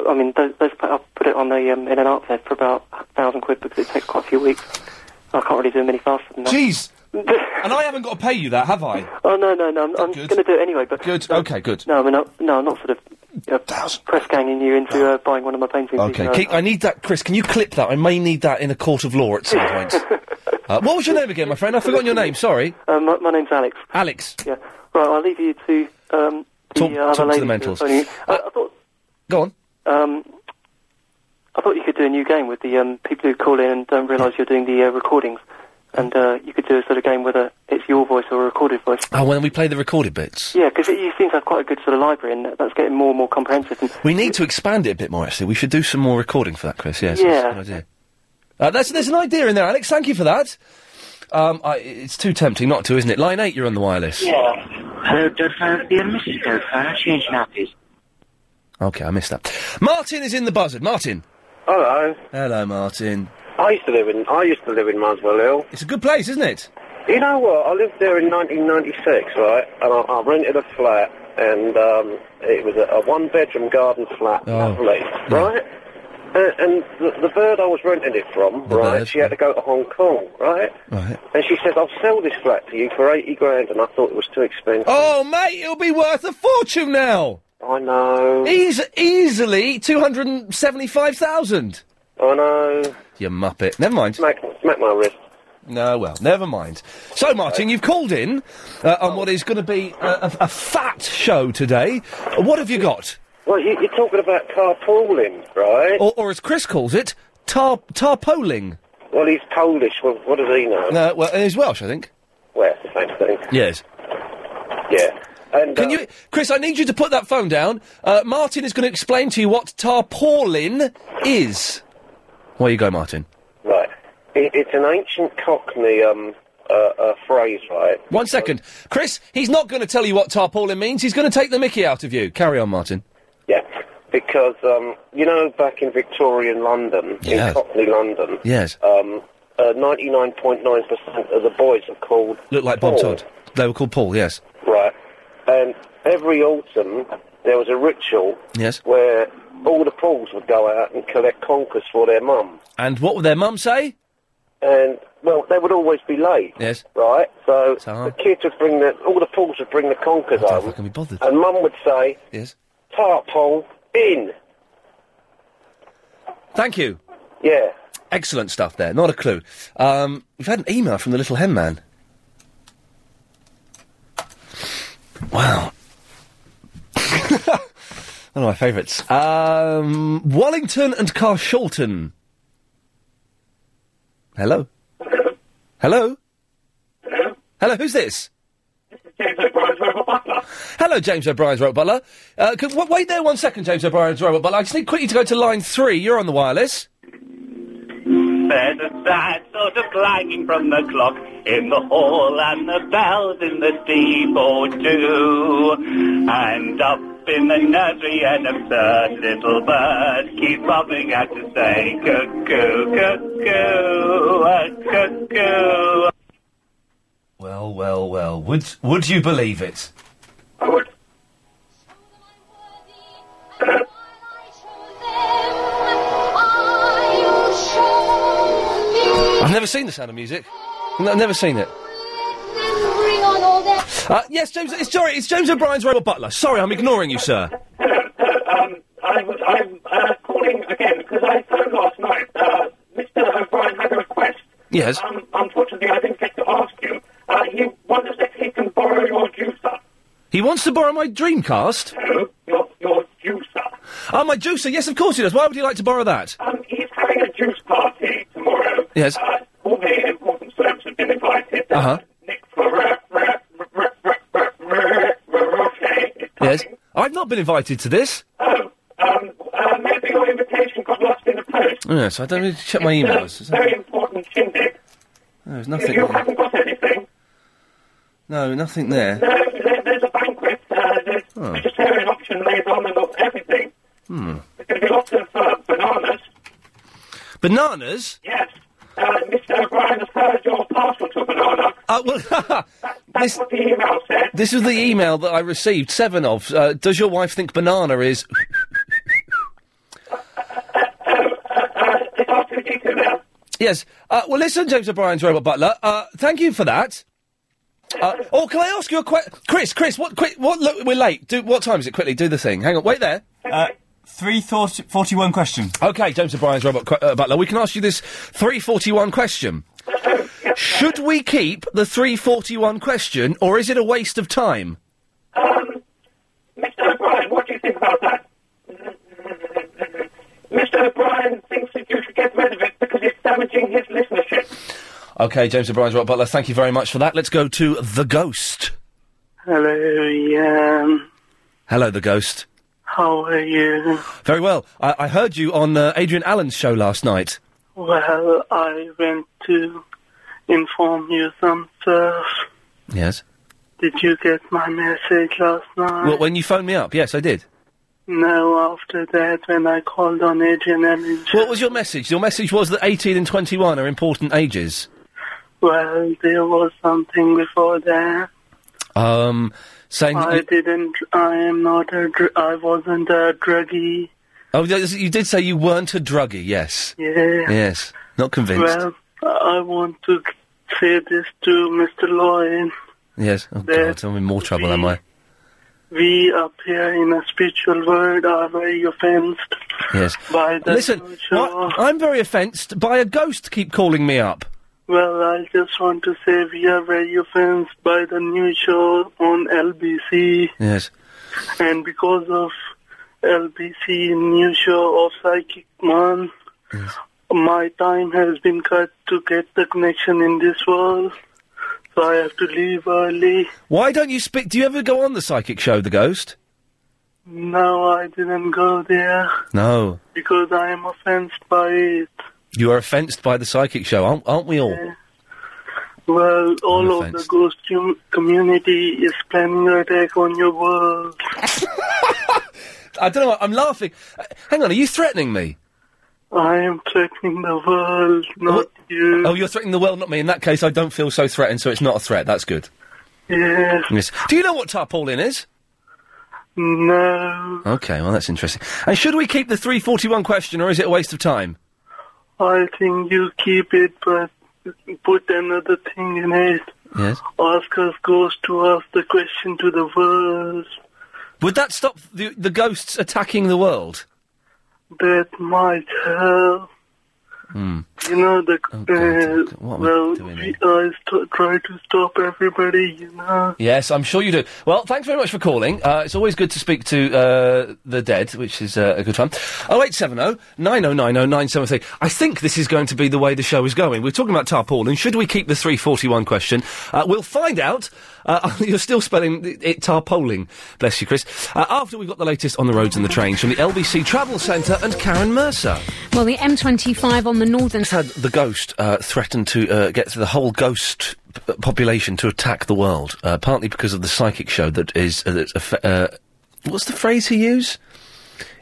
[SPEAKER 18] I mean, those, those I'll put it on the um, in an art fair for about a thousand quid because it takes quite a few weeks. I can't really do them any faster than that.
[SPEAKER 5] Jeez. and I haven't got to pay you that, have I?
[SPEAKER 18] Oh no, no, no, I'm, I'm going to do it anyway. But
[SPEAKER 5] good, okay, good.
[SPEAKER 18] No, I mean, I, no, I'm not sort of uh, press ganging you into uh, buying one of my paintings.
[SPEAKER 5] Okay,
[SPEAKER 18] even though-
[SPEAKER 5] keep, I need that, Chris. Can you clip that? I may need that in a court of law at some point.
[SPEAKER 18] (laughs)
[SPEAKER 5] uh, what was your name again, my friend? I've forgotten your name. Sorry.
[SPEAKER 18] Uh, my, my name's Alex.
[SPEAKER 5] Alex.
[SPEAKER 18] Yeah. Right, I'll leave you to um, the
[SPEAKER 5] Talk-
[SPEAKER 18] uh, other
[SPEAKER 5] talk to the
[SPEAKER 18] ladies who are
[SPEAKER 5] mentals.
[SPEAKER 18] phoning you. Uh, I, I thought.
[SPEAKER 5] Go on.
[SPEAKER 18] Um, I thought you could do a new game with the um, people who call in and don't realise you're doing the uh, recordings, and uh, you could do a sort of game whether it's your voice or a recorded voice.
[SPEAKER 5] Oh, when we play the recorded bits.
[SPEAKER 18] Yeah, because you seem to have quite a good sort of library, and that- that's getting more and more comprehensive. And
[SPEAKER 5] We need to expand it a bit more, actually. We should do some more recording for that, Chris. Yes, that's
[SPEAKER 18] Yeah.
[SPEAKER 5] a good idea. Uh, that's, there's an idea in there, Alex. Thank you for that. Um, I, it's too tempting not to, isn't it? Line 8, you're on the wireless.
[SPEAKER 4] Yeah. Hello, Doubtfire. Dear Mrs. Doubtfire, change nappies.
[SPEAKER 5] Okay, I missed that. Martin is in the buzzard. Martin.
[SPEAKER 19] Hello.
[SPEAKER 5] Hello, Martin.
[SPEAKER 19] I used to live in I used to live in Muswell Hill.
[SPEAKER 5] It's a good place, isn't it?
[SPEAKER 19] You know what? I lived there in 1996, right? And I, I rented a flat, and um, it was a, a one-bedroom garden flat,
[SPEAKER 5] Oh.
[SPEAKER 19] lovely, right? And, and the, the bird I was renting it from, right? She had to go to Hong Kong, right?
[SPEAKER 5] Right.
[SPEAKER 19] And she said, "I'll sell this flat to you for 80 grand," and I thought it was too expensive.
[SPEAKER 5] Oh, mate, it'll be worth a fortune now.
[SPEAKER 19] I know.
[SPEAKER 5] Eas easily 275,000.
[SPEAKER 19] I know.
[SPEAKER 5] You muppet. Never mind.
[SPEAKER 19] Smack, smack my wrist.
[SPEAKER 5] No, well, never mind. So, Martin, you've called in uh, on what is going to be a, a, a fat show today. What have you got?
[SPEAKER 19] Well, you, you're talking about carpooling, right?
[SPEAKER 5] Or, or as Chris calls it, tar- tarpoling.
[SPEAKER 19] Well, he's Polish. Well, what does he know?
[SPEAKER 5] No, Uh, well, he's Welsh, I think.
[SPEAKER 19] Well, it's the same thing.
[SPEAKER 5] Yes.
[SPEAKER 19] Yeah. And, uh,
[SPEAKER 5] Can you, Chris? I need you to put that phone down. Uh, Martin is going to explain to you what tarpaulin is. Where you go, Martin?
[SPEAKER 19] Right. It, it's an ancient Cockney um, uh, uh, phrase, right?
[SPEAKER 5] One second, Chris. He's not going to tell you what tarpaulin means. He's going to take the Mickey out of you. Carry on, Martin.
[SPEAKER 19] Yeah. Because, um, you know, back in Victorian London,
[SPEAKER 5] Yeah.
[SPEAKER 19] in Cockney London,
[SPEAKER 5] Yes.
[SPEAKER 19] um, uh, 99.9% of the boys are called...
[SPEAKER 5] Look like Bob
[SPEAKER 19] Paul,
[SPEAKER 5] Todd. They were called Paul. Yes.
[SPEAKER 19] Right. And every autumn, there was a ritual
[SPEAKER 5] Yes.
[SPEAKER 19] where all the Pauls would go out and collect conkers for their mum.
[SPEAKER 5] And what would their mum say?
[SPEAKER 19] And, well, they would always be late.
[SPEAKER 5] Yes.
[SPEAKER 19] right? So
[SPEAKER 5] So?
[SPEAKER 19] the kids would bring the all the pools would bring the conkers home,
[SPEAKER 5] Can be bothered.
[SPEAKER 19] and Mum would say,
[SPEAKER 5] Yes.
[SPEAKER 19] "Tarpole in."
[SPEAKER 5] Thank you.
[SPEAKER 19] Yeah.
[SPEAKER 5] Excellent stuff there. Not a clue. Um, we've had an email from the little hen man. Wow. (laughs) One of my favourites. Um, Wellington and Carshalton. Hello. Hello. Hello. Who's this? Hello, James O'Brien's Robot Butler. Uh, could, w- wait there one second, James O'Brien's Robot Butler. I just need quickly to go to line three. You're on the wireless.
[SPEAKER 6] There's a sad sort of clanging from the clock in the hall and the bells in the steeple too. And up in the nursery an absurd little bird keeps popping out to say cuckoo, cuckoo, a cuckoo.
[SPEAKER 5] Well, well, well. Would would you believe it? I've never seen the sound of music. N- I've never seen it. Uh, yes, James. It's sorry. It's James O'Brien's Robert Butler. Sorry, I'm ignoring
[SPEAKER 6] (laughs)
[SPEAKER 5] you, sir.
[SPEAKER 6] Um, I'm, I'm uh, calling again because I phoned last night. Uh, Mr. O'Brien had a request.
[SPEAKER 5] Yes.
[SPEAKER 6] Um, unfortunately, I didn't get to ask you. Uh, he wonders if he can borrow your juicer.
[SPEAKER 5] He wants to borrow my Dreamcast.
[SPEAKER 6] Your, your juicer.
[SPEAKER 5] Oh, my juicer. Yes, of course he does. Why would he like to borrow that?
[SPEAKER 6] Um, he's having a juice party tomorrow.
[SPEAKER 5] Yes.
[SPEAKER 6] Uh, all the important servants have been invited.
[SPEAKER 5] Uh huh. Yes. I've not been invited to this.
[SPEAKER 6] Um, uh, maybe your invitation got lost in the post.
[SPEAKER 5] Yes, I don't need to check my
[SPEAKER 6] It's a
[SPEAKER 5] emails. Is
[SPEAKER 6] Very
[SPEAKER 5] that-
[SPEAKER 6] important shindig.
[SPEAKER 5] no, There's
[SPEAKER 6] You,
[SPEAKER 5] nothing.
[SPEAKER 6] you
[SPEAKER 5] There.
[SPEAKER 6] haven't got anything.
[SPEAKER 5] No, nothing there.
[SPEAKER 6] No, there, there's a banquet. Uh, there's
[SPEAKER 5] Oh.
[SPEAKER 6] vegetarian option laid on and of everything.
[SPEAKER 5] Hmm.
[SPEAKER 6] There's going to be lots of uh, bananas.
[SPEAKER 5] Bananas.
[SPEAKER 6] Yes. Uh, Mr. O'Brien has heard your parcel to banana.
[SPEAKER 5] Uh, well, (laughs)
[SPEAKER 6] that's what the email said.
[SPEAKER 5] This is the email that I received, seven of. Uh, does your wife think banana is. Yes. Uh, well, listen, James O'Brien's Robot Butler. Uh, thank you for that. Uh, oh, can I ask you a question, Chris? Chris, what? Quick, what? Look, we're late. Do what time is it? Quickly, do the thing. Hang on, wait there. Uh, three forty-one question. Okay, James O'Brien's robot qu- uh, butler. We can ask you this three forty-one question. Should we keep the three forty-one question, or is it a waste of time?
[SPEAKER 4] Mr. O'Brien, what do you think about that? (laughs) Mr. O'Brien thinks that you should get rid of it because it's damaging his listenership.
[SPEAKER 5] Okay, James O'Brien's robot butler. Thank you very much for that. Let's go to the ghost.
[SPEAKER 20] Hello, yeah.
[SPEAKER 5] Hello, the ghost.
[SPEAKER 20] How are you?
[SPEAKER 5] Very well. I, I heard you on uh, Adrian Allen's show last night.
[SPEAKER 20] Well, I went to inform you some stuff.
[SPEAKER 5] Yes.
[SPEAKER 20] Did you get my message last night?
[SPEAKER 5] Well, when you phoned me up, yes, I did.
[SPEAKER 20] No, after that, when I called on Adrian Emmons,
[SPEAKER 5] What was your message? Your message was that 18 and 21 are important ages.
[SPEAKER 20] well, there was something before that.
[SPEAKER 5] Um, saying that
[SPEAKER 20] I
[SPEAKER 5] you,
[SPEAKER 20] didn't, I am not a, dr- I wasn't a druggie.
[SPEAKER 5] oh, yes, you did say you weren't a druggie. Yes.
[SPEAKER 20] Yeah.
[SPEAKER 5] Yes. Not convinced.
[SPEAKER 20] Well, I want to say this to Mr. Lloyd.
[SPEAKER 5] yes. Oh
[SPEAKER 20] there-
[SPEAKER 5] God, I'm in more trouble, am I?
[SPEAKER 20] We appear in a spiritual world are very offensed
[SPEAKER 5] Yes.
[SPEAKER 20] by the
[SPEAKER 5] Listen,
[SPEAKER 20] culture.
[SPEAKER 5] I, am very offensed by a ghost keep calling me up.
[SPEAKER 20] Well, I just want to say we are very offensed by the new show on LBC,
[SPEAKER 5] Yes.
[SPEAKER 20] and because of LBC new show of Psychic Man, my time has been cut to get the connection in this world, so I have to leave early.
[SPEAKER 5] Why don't you speak? Do you ever go on the psychic show, The Ghost?
[SPEAKER 20] No, I didn't go there
[SPEAKER 5] No.
[SPEAKER 20] because I am offensed by it.
[SPEAKER 5] You are offensed by the psychic show, aren't, aren't we all?
[SPEAKER 20] Well, all of the
[SPEAKER 5] offensed.
[SPEAKER 20] ghost com- community is planning an attack on your world.
[SPEAKER 5] (laughs) I don't know. I'm laughing. Uh, hang on, are you threatening me?
[SPEAKER 20] I am threatening the world, not you.
[SPEAKER 5] Oh, you're threatening the world, not me. In that case, I don't feel so threatened, so it's not a threat. That's good.
[SPEAKER 20] Yes.
[SPEAKER 5] Yes. Do you know what tarpaulin is?
[SPEAKER 20] No.
[SPEAKER 5] Okay, well, that's interesting. And should we keep the 341 question, or is it a waste of time?
[SPEAKER 20] I think you keep it, but put another thing in it.
[SPEAKER 5] Yes.
[SPEAKER 20] Ask us ghost to ask the question to the world.
[SPEAKER 5] Would that stop the, the ghosts attacking the world?
[SPEAKER 20] That might help.
[SPEAKER 5] Hmm.
[SPEAKER 20] You know, the, uh,
[SPEAKER 5] oh, what am I
[SPEAKER 20] well,
[SPEAKER 5] doing
[SPEAKER 20] we, I st- try to stop everybody, you know.
[SPEAKER 5] Yes, I'm sure you do. Well, thanks very much for calling. Uh, it's always good to speak to uh, the dead, which is uh, a good fun. 0870 9090 973. I think this is going to be the way the show is going. We're talking about tarpaulin. Should we keep the 341 question? Uh, we'll find out. Uh, (laughs) you're still spelling it- it tarpaulin. Bless you, Chris. Uh, after we've got the latest on the roads and the trains from the LBC Travel Centre and Karen Mercer.
[SPEAKER 12] Well, the M25 on the northern
[SPEAKER 5] side. The ghost uh, threatened to uh, get the whole ghost p- population to attack the world, uh, partly because of the psychic show that is. Uh, that's offe- uh, what's the phrase he used?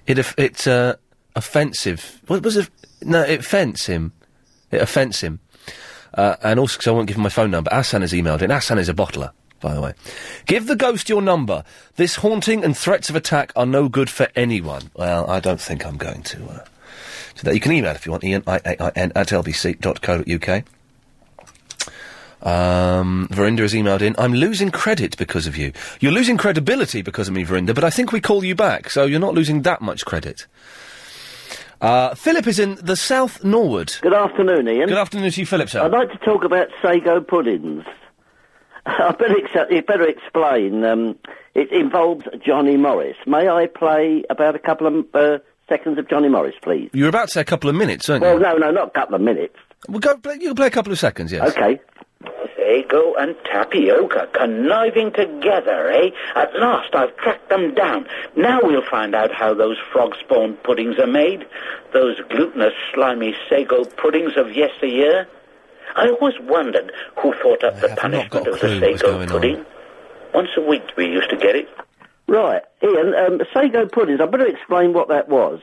[SPEAKER 5] It off- it's uh, offensive. What was it? No, it offends him. It offends him. Uh, and also because I won't give him my phone number. Asan has emailed in. Asan is a bottler, by the way. Give the ghost your number. This haunting and threats of attack are no good for anyone. Well, I don't think I'm going to. Uh, to that. You can email if you want, ian, I-A-I-N, at lbc.co.uk. Um, Verinda has emailed in, I'm losing credit because of you. You're losing credibility because of me, Verinda, but I think we call you back, so you're not losing that much credit. Uh, Philip is in the South Norwood.
[SPEAKER 21] Good afternoon, Ian. Um,
[SPEAKER 5] Good afternoon to you, Philip, sir.
[SPEAKER 21] I'd like to talk about sago puddings. (laughs) I better, ex- you better explain. Um, it involves Johnny Morris. May I play about a couple of uh, seconds of Johnny Morris, please?
[SPEAKER 5] You were about to say a couple of minutes, weren't
[SPEAKER 21] Well,
[SPEAKER 5] you?
[SPEAKER 21] no, no, not a couple of minutes.
[SPEAKER 5] Well, go, play, you can play a couple of seconds, yes.
[SPEAKER 21] Okay.
[SPEAKER 20] Sago and tapioca conniving together, eh? At last I've tracked them down. Now we'll find out how those frog spawn puddings are made. Those glutinous, slimy sago puddings of yesteryear. I always wondered who thought up the punishment of the sago pudding. Once a week we used to get it.
[SPEAKER 21] Right, Ian, um, sago puddings. I better explain what that was.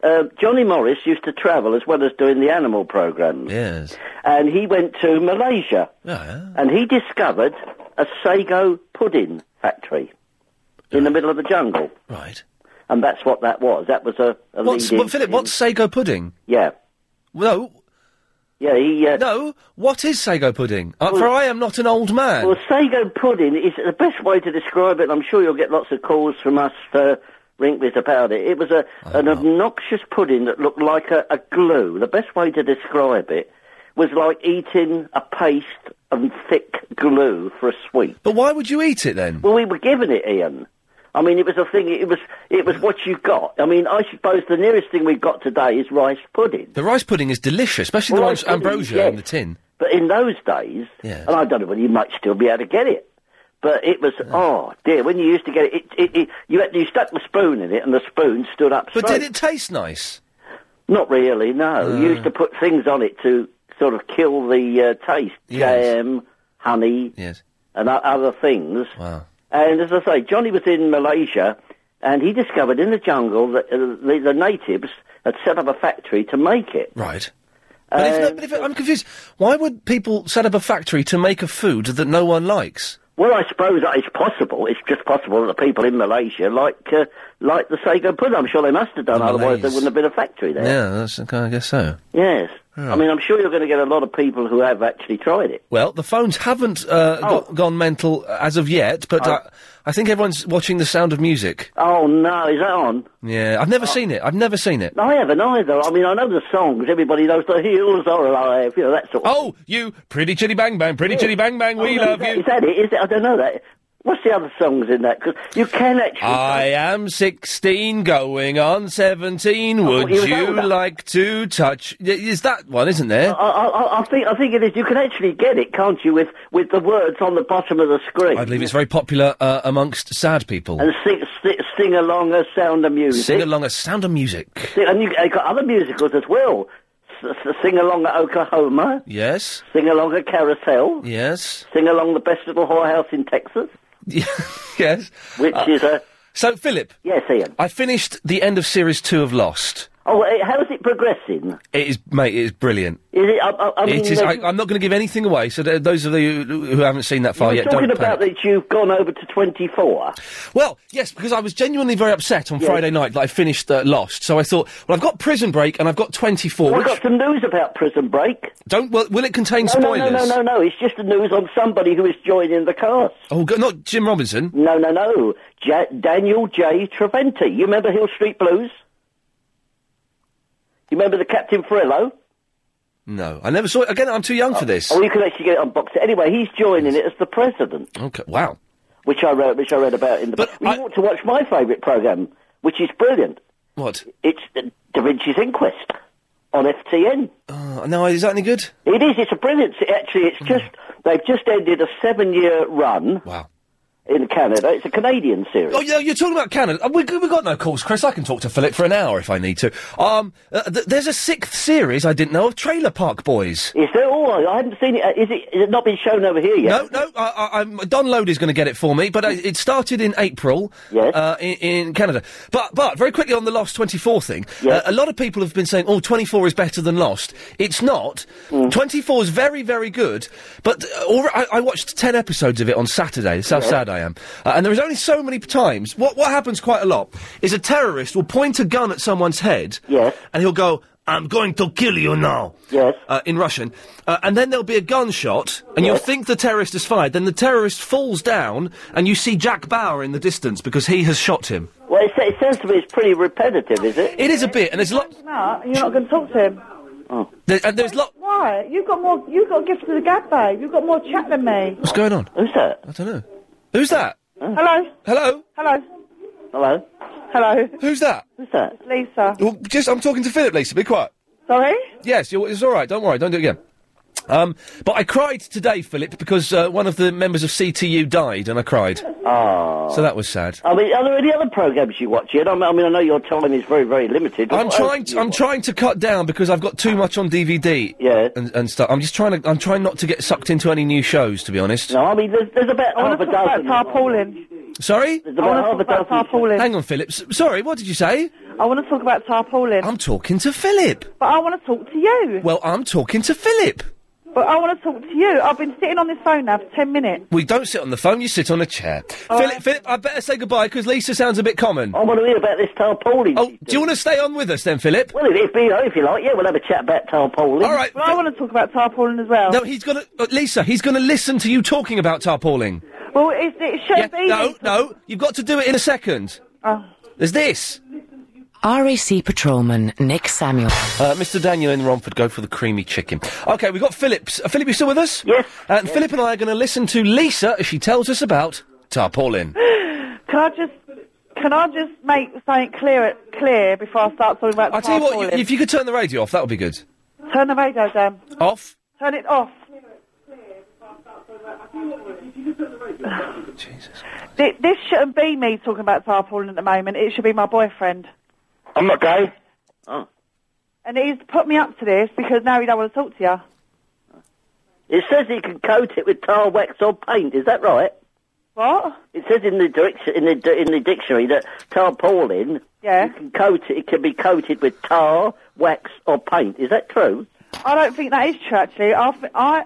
[SPEAKER 21] Uh, Johnny Morris used to travel as well as doing the animal programs.
[SPEAKER 5] Yes.
[SPEAKER 21] And he went to Malaysia.
[SPEAKER 13] Oh,
[SPEAKER 21] And he discovered a sago pudding factory in the middle of the jungle.
[SPEAKER 5] Right.
[SPEAKER 21] And that's what that was. That was a, a
[SPEAKER 5] What's,
[SPEAKER 21] leading-
[SPEAKER 5] what, Philip, what's sago pudding?
[SPEAKER 21] Yeah.
[SPEAKER 5] No.
[SPEAKER 21] Yeah, he. Uh,
[SPEAKER 5] no, what is sago pudding? Uh, for I am not an old man.
[SPEAKER 21] Well, sago pudding is the best way to describe it. and I'm sure you'll get lots of calls from us for Rinkwith about it. It was a an obnoxious pudding that looked like a, a glue. The best way to describe it was like eating a paste and thick glue for a sweet.
[SPEAKER 5] But why would you eat it then?
[SPEAKER 21] Well, we were given it, Ian. I mean, it was a thing. It was it was what you got. I mean, I suppose the nearest thing we've got today is rice pudding.
[SPEAKER 5] The rice pudding is delicious, especially the
[SPEAKER 21] Well,
[SPEAKER 5] one
[SPEAKER 21] rice
[SPEAKER 5] with
[SPEAKER 21] pudding,
[SPEAKER 5] ambrosia
[SPEAKER 21] yes. Um,
[SPEAKER 5] in the tin.
[SPEAKER 21] But in those days,
[SPEAKER 5] Yeah.
[SPEAKER 21] and I don't know whether you might still be able to get it, but it was oh dear. When you used to get it, it, it, it you had, you stuck the spoon in it, and the spoon stood up.
[SPEAKER 5] But
[SPEAKER 21] straight.
[SPEAKER 5] did it taste nice? Ah.
[SPEAKER 21] Not really. No, you used to put things on it to sort of kill the uh, taste, jam, honey,
[SPEAKER 5] yes.
[SPEAKER 21] and o- other things.
[SPEAKER 5] Wow.
[SPEAKER 21] And as I say, Johnny was in Malaysia, and he discovered in the jungle that uh, the, the natives had set up a factory to make it.
[SPEAKER 5] Right. But, if, no, but if, I'm confused. Why would people set up a factory to make a food that no one likes?
[SPEAKER 21] Well, I suppose that it's possible. It's just possible that the people in Malaysia like uh, like the sago pudding. I'm sure they must have done, otherwise there wouldn't have been a factory
[SPEAKER 5] Yeah,
[SPEAKER 21] there.
[SPEAKER 5] that's, okay, I guess so.
[SPEAKER 21] Yes. I mean, I'm sure you're going to get a lot of people who have actually tried it.
[SPEAKER 5] Well, the phones haven't uh,
[SPEAKER 21] Oh.
[SPEAKER 5] go- gone mental as of yet, but I, I think everyone's watching The Sound of Music.
[SPEAKER 21] Oh no, is that on?
[SPEAKER 5] Yeah, I've never seen it. I've never seen it.
[SPEAKER 21] I haven't either. I mean, I know the songs. Everybody knows the hills are alive. You know that sort. of
[SPEAKER 5] Oh, you pretty chitty bang bang, pretty chitty bang bang, we
[SPEAKER 21] Oh, no,
[SPEAKER 5] love
[SPEAKER 21] is that,
[SPEAKER 5] you.
[SPEAKER 21] Is that it? Is it? I don't know that. What's the other songs in that? Because you can actually.
[SPEAKER 5] I am 16, going on 17. Would
[SPEAKER 21] Oh, he was
[SPEAKER 5] you
[SPEAKER 21] older.
[SPEAKER 5] like to touch? Y- Is that one, isn't there?
[SPEAKER 21] I, I, I- I think I think it is. You can actually get it, can't you? With with the words on the bottom of the screen.
[SPEAKER 5] I believe it's very popular uh, amongst sad people.
[SPEAKER 21] And sing, sing, sing along a sound of music.
[SPEAKER 5] Sing along a sound of music.
[SPEAKER 21] Sing- and you have got other musicals as well. S- s- sing along at Oklahoma.
[SPEAKER 5] Yes,
[SPEAKER 21] Sing along at Carousel.
[SPEAKER 5] yes, (laughs)
[SPEAKER 21] Sing along the best little whorehouse in Texas.
[SPEAKER 5] yes.
[SPEAKER 21] Which
[SPEAKER 5] Uh,
[SPEAKER 21] is a
[SPEAKER 5] So, Philip.
[SPEAKER 21] yes, Ian.
[SPEAKER 5] I finished the end of series two of Lost.
[SPEAKER 21] Oh, eh, how's it progressing?
[SPEAKER 5] It is, mate, it is brilliant.
[SPEAKER 21] Mm. Is it? I, I, I mean,
[SPEAKER 5] it is.
[SPEAKER 21] uh,
[SPEAKER 5] I,
[SPEAKER 21] you-
[SPEAKER 5] I'm not going to give anything away. So th- those of you who haven't seen that far
[SPEAKER 21] you were
[SPEAKER 5] yet,
[SPEAKER 21] talking
[SPEAKER 5] Oh, don't
[SPEAKER 21] about
[SPEAKER 5] panic.
[SPEAKER 21] that you've gone over to twenty four.
[SPEAKER 5] Well, yes, because I was genuinely very upset on Friday night that I finished uh, Lost. So I thought, well, I've got Prison Break and I've got 24.
[SPEAKER 21] Well,
[SPEAKER 5] which-
[SPEAKER 21] I've got some news about Prison Break.
[SPEAKER 5] Don't. Well, will it contain
[SPEAKER 21] no,
[SPEAKER 5] spoilers?
[SPEAKER 21] No, no, no, no, no. It's just the news on somebody who is joining the cast.
[SPEAKER 5] Oh, go- not Jim Robinson.
[SPEAKER 21] No, no, no. J- Daniel J. Treventi. You remember Hill Street Blues? You remember the Captain Frillo?
[SPEAKER 5] No, I never saw it. Again, I'm too young for this.
[SPEAKER 21] Oh, you can actually get it on box. set. Anyway, he's joining it as the president,
[SPEAKER 5] Okay. Wow.
[SPEAKER 21] which I read, which I read about in the. But you ought to watch my favourite programme, which is brilliant.
[SPEAKER 5] What?
[SPEAKER 21] It's uh, Da Vinci's Inquest on FTN.
[SPEAKER 5] Uh, no, is that any good? Hmm.
[SPEAKER 21] It is. It's a brilliant. se- Actually, it's just they've just ended a seven-year run.
[SPEAKER 5] Wow.
[SPEAKER 21] In Canada, it's a Canadian series.
[SPEAKER 5] Oh, yeah, you're talking about Canada. Uh, We, we've got no calls, Chris. I can talk to Philip for an hour if I need to. Um, uh, th- there's a sixth series I didn't know of Trailer Park Boys.
[SPEAKER 21] Is there? Oh, I I haven't seen it. Uh, Is it? Is it not been shown over here yet?
[SPEAKER 5] No, no, I, I, I'm, Don Lodey's going to get it for me, but uh, it started in April uh, in, in Canada. But but very quickly on the Lost 24 thing, uh, a lot of people have been saying, oh, 24 is better than Lost. It's not. 24 is very, very good, but uh, or, I, I watched 10 episodes of it on Saturday. That's how sad I am. Uh, and there is only so many times. What, what happens quite a lot is a terrorist will point a gun at someone's head, and he'll go, I'm going to kill you now.
[SPEAKER 21] Yes.
[SPEAKER 5] Uh, in Russian. Uh, and then there'll be a gunshot, and you'll think the terrorist has fired. Then the terrorist falls down, and you see Jack Bauer in the distance because he has shot him.
[SPEAKER 21] Well, it, sa- it sounds to me it's pretty repetitive, is it?
[SPEAKER 5] It is a bit, and there's a lot.
[SPEAKER 22] Mark, and you're not going to talk to him.
[SPEAKER 5] There, and there's lot.
[SPEAKER 22] Why? You've got more. You've got a gift of the gab, babe. You've got more chat than me.
[SPEAKER 5] What's going on?
[SPEAKER 21] Who's that?
[SPEAKER 5] I don't know. Who's that?
[SPEAKER 22] Hello.
[SPEAKER 5] Hello.
[SPEAKER 22] Hello.
[SPEAKER 21] Hello.
[SPEAKER 22] Hello.
[SPEAKER 5] Who's that?
[SPEAKER 21] Who's that?
[SPEAKER 22] Lisa.
[SPEAKER 5] Well, just I'm talking to Philip, Lisa. Be quiet.
[SPEAKER 22] Sorry.
[SPEAKER 5] Yes, you're, it's all right. Don't worry. Don't do it again. Um, but I cried today, Philip, because uh, one of the members of CTU died, and I cried.
[SPEAKER 21] Oh.
[SPEAKER 5] So that was sad.
[SPEAKER 21] I mean, are there any other programmes you watch yet? I mean, I mean, I know your time is very, very limited.
[SPEAKER 5] I'm
[SPEAKER 21] What
[SPEAKER 5] trying.
[SPEAKER 21] else
[SPEAKER 5] To, I'm trying to cut down because I've got too much on DVD.
[SPEAKER 21] Yeah.
[SPEAKER 5] And, and stuff. I'm just trying to. I'm trying not to get sucked into any new shows. To be honest.
[SPEAKER 21] No, I mean, there's, there's about
[SPEAKER 22] I
[SPEAKER 21] half
[SPEAKER 22] want
[SPEAKER 21] a
[SPEAKER 22] to talk about
[SPEAKER 21] dozen.
[SPEAKER 22] tarpaulin.
[SPEAKER 5] Sorry.
[SPEAKER 22] I want to talk about tarpaulin.
[SPEAKER 5] Hang on, Philip. S- sorry. What did you say?
[SPEAKER 22] I want to talk about tarpaulin.
[SPEAKER 5] I'm talking to Philip.
[SPEAKER 22] But I want to talk to you.
[SPEAKER 5] Well, I'm talking to Philip.
[SPEAKER 22] But But I want to talk to you. I've been sitting on this phone now for 10 minutes.
[SPEAKER 5] We don't sit on the phone, you sit on a chair. Philip, Philip, I better say goodbye because Lisa sounds a bit common. I
[SPEAKER 21] want to hear about this tarpaulin.
[SPEAKER 5] Oh, do you want to stay on with us then, Philip?
[SPEAKER 21] Well, if you, if you like, yeah, we'll have a chat about tarpaulin.
[SPEAKER 5] All right.
[SPEAKER 22] Well, I want to talk about tarpaulin as well.
[SPEAKER 5] No, he's going to. Lisa, he's going to listen to you talking about tarpaulin.
[SPEAKER 22] Well, it's, it should be.
[SPEAKER 5] No, no, you've got to do it in a second.
[SPEAKER 22] Oh.
[SPEAKER 5] There's this.
[SPEAKER 23] RAC patrolman Nick Samuel.
[SPEAKER 5] Uh, Mr. Daniel in Romford, go for the creamy chicken. Okay, we've got Phillips. Uh, Philip, you still with us? Yes. And Philip and I are going to listen to Lisa as she tells us about tarpaulin.
[SPEAKER 22] (gasps) Can I just can I just make something clear clear before I start talking about
[SPEAKER 5] I'll tell you what,
[SPEAKER 22] tarpaulin?
[SPEAKER 5] you- if you could turn the radio off, that would be good.
[SPEAKER 22] Turn the radio down.
[SPEAKER 5] Off?
[SPEAKER 22] Turn it off. Th- This shouldn't be me talking about tarpaulin at the moment. It should be my boyfriend.
[SPEAKER 24] I'm not gay.
[SPEAKER 22] And he's put me up to this because now he don't want to talk to you.
[SPEAKER 21] It says you can coat it with tar, wax, or paint. Is that right?
[SPEAKER 22] What?
[SPEAKER 21] It says in the direction, in the di- in the dictionary that tarpaulin
[SPEAKER 22] Yeah.
[SPEAKER 21] can coat it, can be coated with tar, wax, or paint. Is that true?
[SPEAKER 22] I don't think that is true, actually. I, th- I,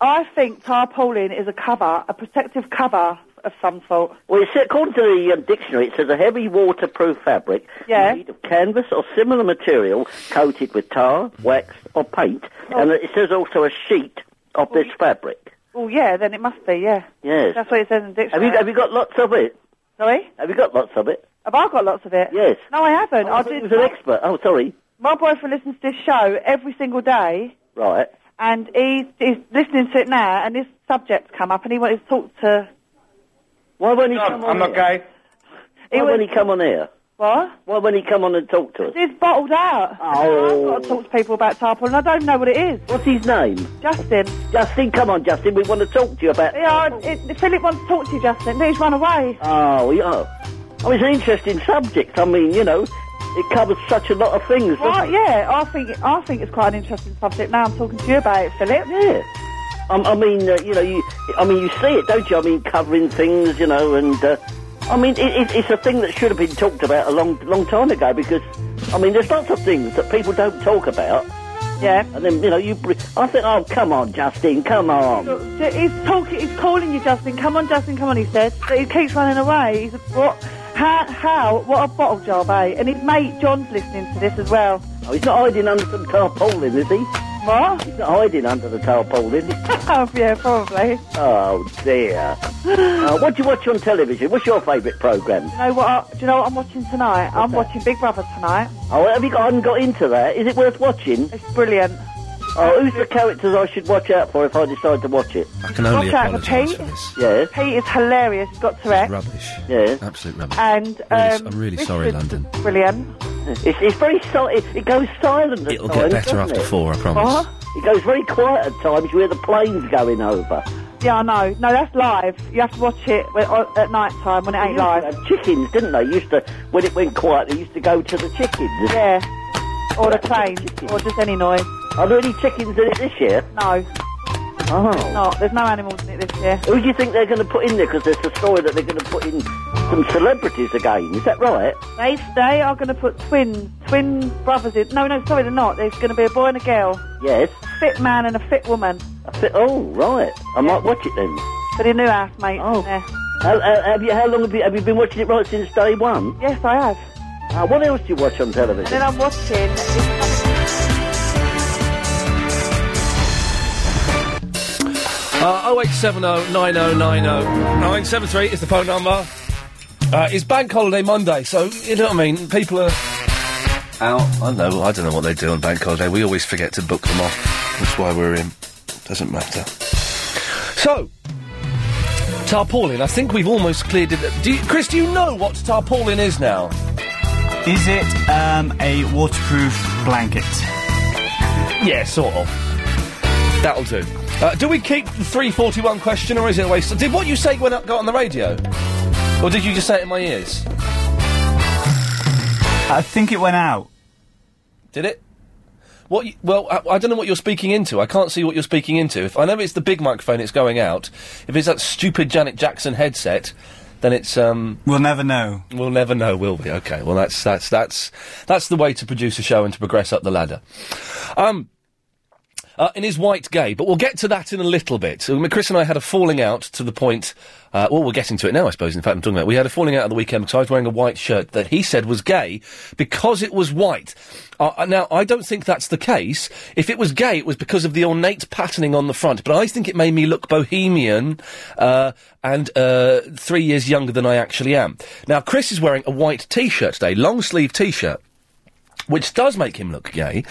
[SPEAKER 22] I think tarpaulin is a cover, a protective cover of some sort.
[SPEAKER 21] Well, it's, according to the um, dictionary, it says a heavy waterproof fabric
[SPEAKER 22] Yeah.
[SPEAKER 21] made of canvas or similar material coated with tar, wax, or paint, and it says also a sheet of this fabric.
[SPEAKER 22] Oh, yeah, then it must be, yeah.
[SPEAKER 21] Yes.
[SPEAKER 22] That's what it says in the
[SPEAKER 21] Have
[SPEAKER 22] dictionary.
[SPEAKER 21] you have you got lots of it?
[SPEAKER 22] Sorry?
[SPEAKER 21] Have you got lots of it?
[SPEAKER 22] Have I got lots of it?
[SPEAKER 21] Yes.
[SPEAKER 22] No, I haven't. I,
[SPEAKER 21] thought you
[SPEAKER 22] did.
[SPEAKER 21] was an expert. Oh, sorry.
[SPEAKER 22] My boyfriend listens to this show every single day,
[SPEAKER 21] Right.
[SPEAKER 22] and he, he's listening to it now, and this subject's come up, and he wanted to talk to...
[SPEAKER 21] Why won't he come on
[SPEAKER 22] I'm not
[SPEAKER 21] here?
[SPEAKER 22] He
[SPEAKER 21] Why
[SPEAKER 22] was-
[SPEAKER 21] won't he come on here?
[SPEAKER 22] What?
[SPEAKER 21] Why won't he come on and talk to us?
[SPEAKER 22] He's bottled out. I've
[SPEAKER 21] Oh.
[SPEAKER 22] got to talk to people about tarpaulin. I don't know what it is.
[SPEAKER 21] What's his name?
[SPEAKER 22] Justin.
[SPEAKER 21] Justin, come on, Justin. We want to talk to you about.
[SPEAKER 22] Yeah, uh, it, Philip wants to talk to you, Justin. He's run away.
[SPEAKER 21] Oh, yeah. Oh, it's an interesting subject. I mean, you know, it covers such a lot of things.
[SPEAKER 22] Well,
[SPEAKER 21] doesn't it?
[SPEAKER 22] yeah, I think I think it's quite an interesting subject. Now I'm talking to you about it, Philip.
[SPEAKER 21] Yeah. Um, I mean, uh, you know, you. I mean, you see it, don't you? I mean, covering things, you know, and uh, I mean, it, it, it's a thing that should have been talked about a long, long time ago because, I mean, there's lots of things that people don't talk about.
[SPEAKER 22] Yeah.
[SPEAKER 21] And then you know, you. br- I think, oh, come on, Justin, come on.
[SPEAKER 22] So He's talking. He's calling you, Justin. Come on, Justin. Come on. He said. But he keeps running away. He's a, what? How? How? What a bottle job, eh? And his mate John's listening to this as well.
[SPEAKER 21] Oh, he's not hiding under some tarpaulin, is he?
[SPEAKER 22] What?
[SPEAKER 21] He's not hiding under the tarpaulin.
[SPEAKER 22] (laughs)
[SPEAKER 21] (laughs)
[SPEAKER 22] oh, yeah, probably.
[SPEAKER 21] Oh dear. Uh, what do you watch on television? What's your favourite programme?
[SPEAKER 22] You know what? I, do you know what I'm watching tonight? I'm watching Big Brother tonight.
[SPEAKER 21] Oh, have you got, I haven't got into that. Is it worth watching?
[SPEAKER 22] It's brilliant.
[SPEAKER 21] Oh, who's the characters I should watch out for if I decide to watch it? I
[SPEAKER 5] can
[SPEAKER 22] Watch out for Pete.
[SPEAKER 21] Yes.
[SPEAKER 22] Pete is hilarious. He's got Tourette's.
[SPEAKER 5] Rubbish.
[SPEAKER 21] Yes.
[SPEAKER 5] Absolute rubbish.
[SPEAKER 22] And um,
[SPEAKER 5] Really s- I'm really
[SPEAKER 22] Richard's
[SPEAKER 5] sorry, London.
[SPEAKER 22] Brilliant.
[SPEAKER 21] It's, it's very silent. It, it goes silent at
[SPEAKER 5] It'll
[SPEAKER 21] times,
[SPEAKER 5] get better
[SPEAKER 21] doesn't
[SPEAKER 5] after
[SPEAKER 21] it? Uh-huh.
[SPEAKER 5] four, I promise.
[SPEAKER 22] What?
[SPEAKER 21] It goes very quiet at times. You hear the planes going over.
[SPEAKER 22] Yeah, I know. No, that's live. You have to watch it when- o- at night time when it
[SPEAKER 21] They
[SPEAKER 22] ain't
[SPEAKER 21] used to
[SPEAKER 22] live.
[SPEAKER 21] have chickens, didn't they? Used to when it went quiet, they used to go to the chickens.
[SPEAKER 22] Yeah. Or the plane. Or just any noise.
[SPEAKER 21] Are there any chickens in it this year?
[SPEAKER 22] No.
[SPEAKER 21] Oh.
[SPEAKER 22] No, there's no animals in it this year.
[SPEAKER 21] Who do you think they're going to put in there? Because there's a story that they're going to put in some celebrities again. Is that right?
[SPEAKER 22] They, they are going to put twins, twin brothers in. No, no, sorry, they're not. There's going to be a boy and a girl.
[SPEAKER 21] Yes.
[SPEAKER 22] A fit man and a fit woman.
[SPEAKER 21] I thi- oh, right. I might watch it then.
[SPEAKER 22] For the new housemate. Oh.
[SPEAKER 21] How, how, have you, how long have you, have you been watching it right since day one?
[SPEAKER 22] Yes, I have.
[SPEAKER 21] Uh, what else do you watch on
[SPEAKER 22] And
[SPEAKER 21] television?
[SPEAKER 22] then I'm watching.
[SPEAKER 5] Uh, 0870 9090 973 is the phone number. Uh, it's Bank Holiday Monday, so you know what I mean? People are out. I know, I don't know what they do on Bank Holiday. We always forget to book them off. That's why we're in. Doesn't matter. So, tarpaulin. I think we've almost cleared it. Do you, Chris, do you know what tarpaulin is now?
[SPEAKER 6] Is it um, a waterproof blanket?
[SPEAKER 5] Yeah, sort of. That'll do. Uh, do we keep the 341 question or is it a waste? Did what you say went up, go on the radio? Or did you just say it in my ears?
[SPEAKER 6] I think it went out.
[SPEAKER 5] Did it? What? You, well, I, I don't know what you're speaking into. I can't see what you're speaking into. If I know it's the big microphone, it's going out. If it's that stupid Janet Jackson headset, then it's um.
[SPEAKER 6] We'll never know.
[SPEAKER 5] We'll never know, will we? Okay. Well, that's that's that's that's the way to produce a show and to progress up the ladder. Um. Uh, and is white gay? But we'll get to that in a little bit. So, um, Chris and I had a falling out to the point. Uh, well, we're getting to it now, I suppose. In fact, I'm talking about. We had a falling out at the weekend because I was wearing a white shirt that he said was gay because it was white. Uh, uh, now, I don't think that's the case. If it was gay, it was because of the ornate patterning on the front. But I think it made me look bohemian uh, and uh, three years younger than I actually am. Now, Chris is wearing a white t-shirt today, long sleeve t-shirt which does make him look gay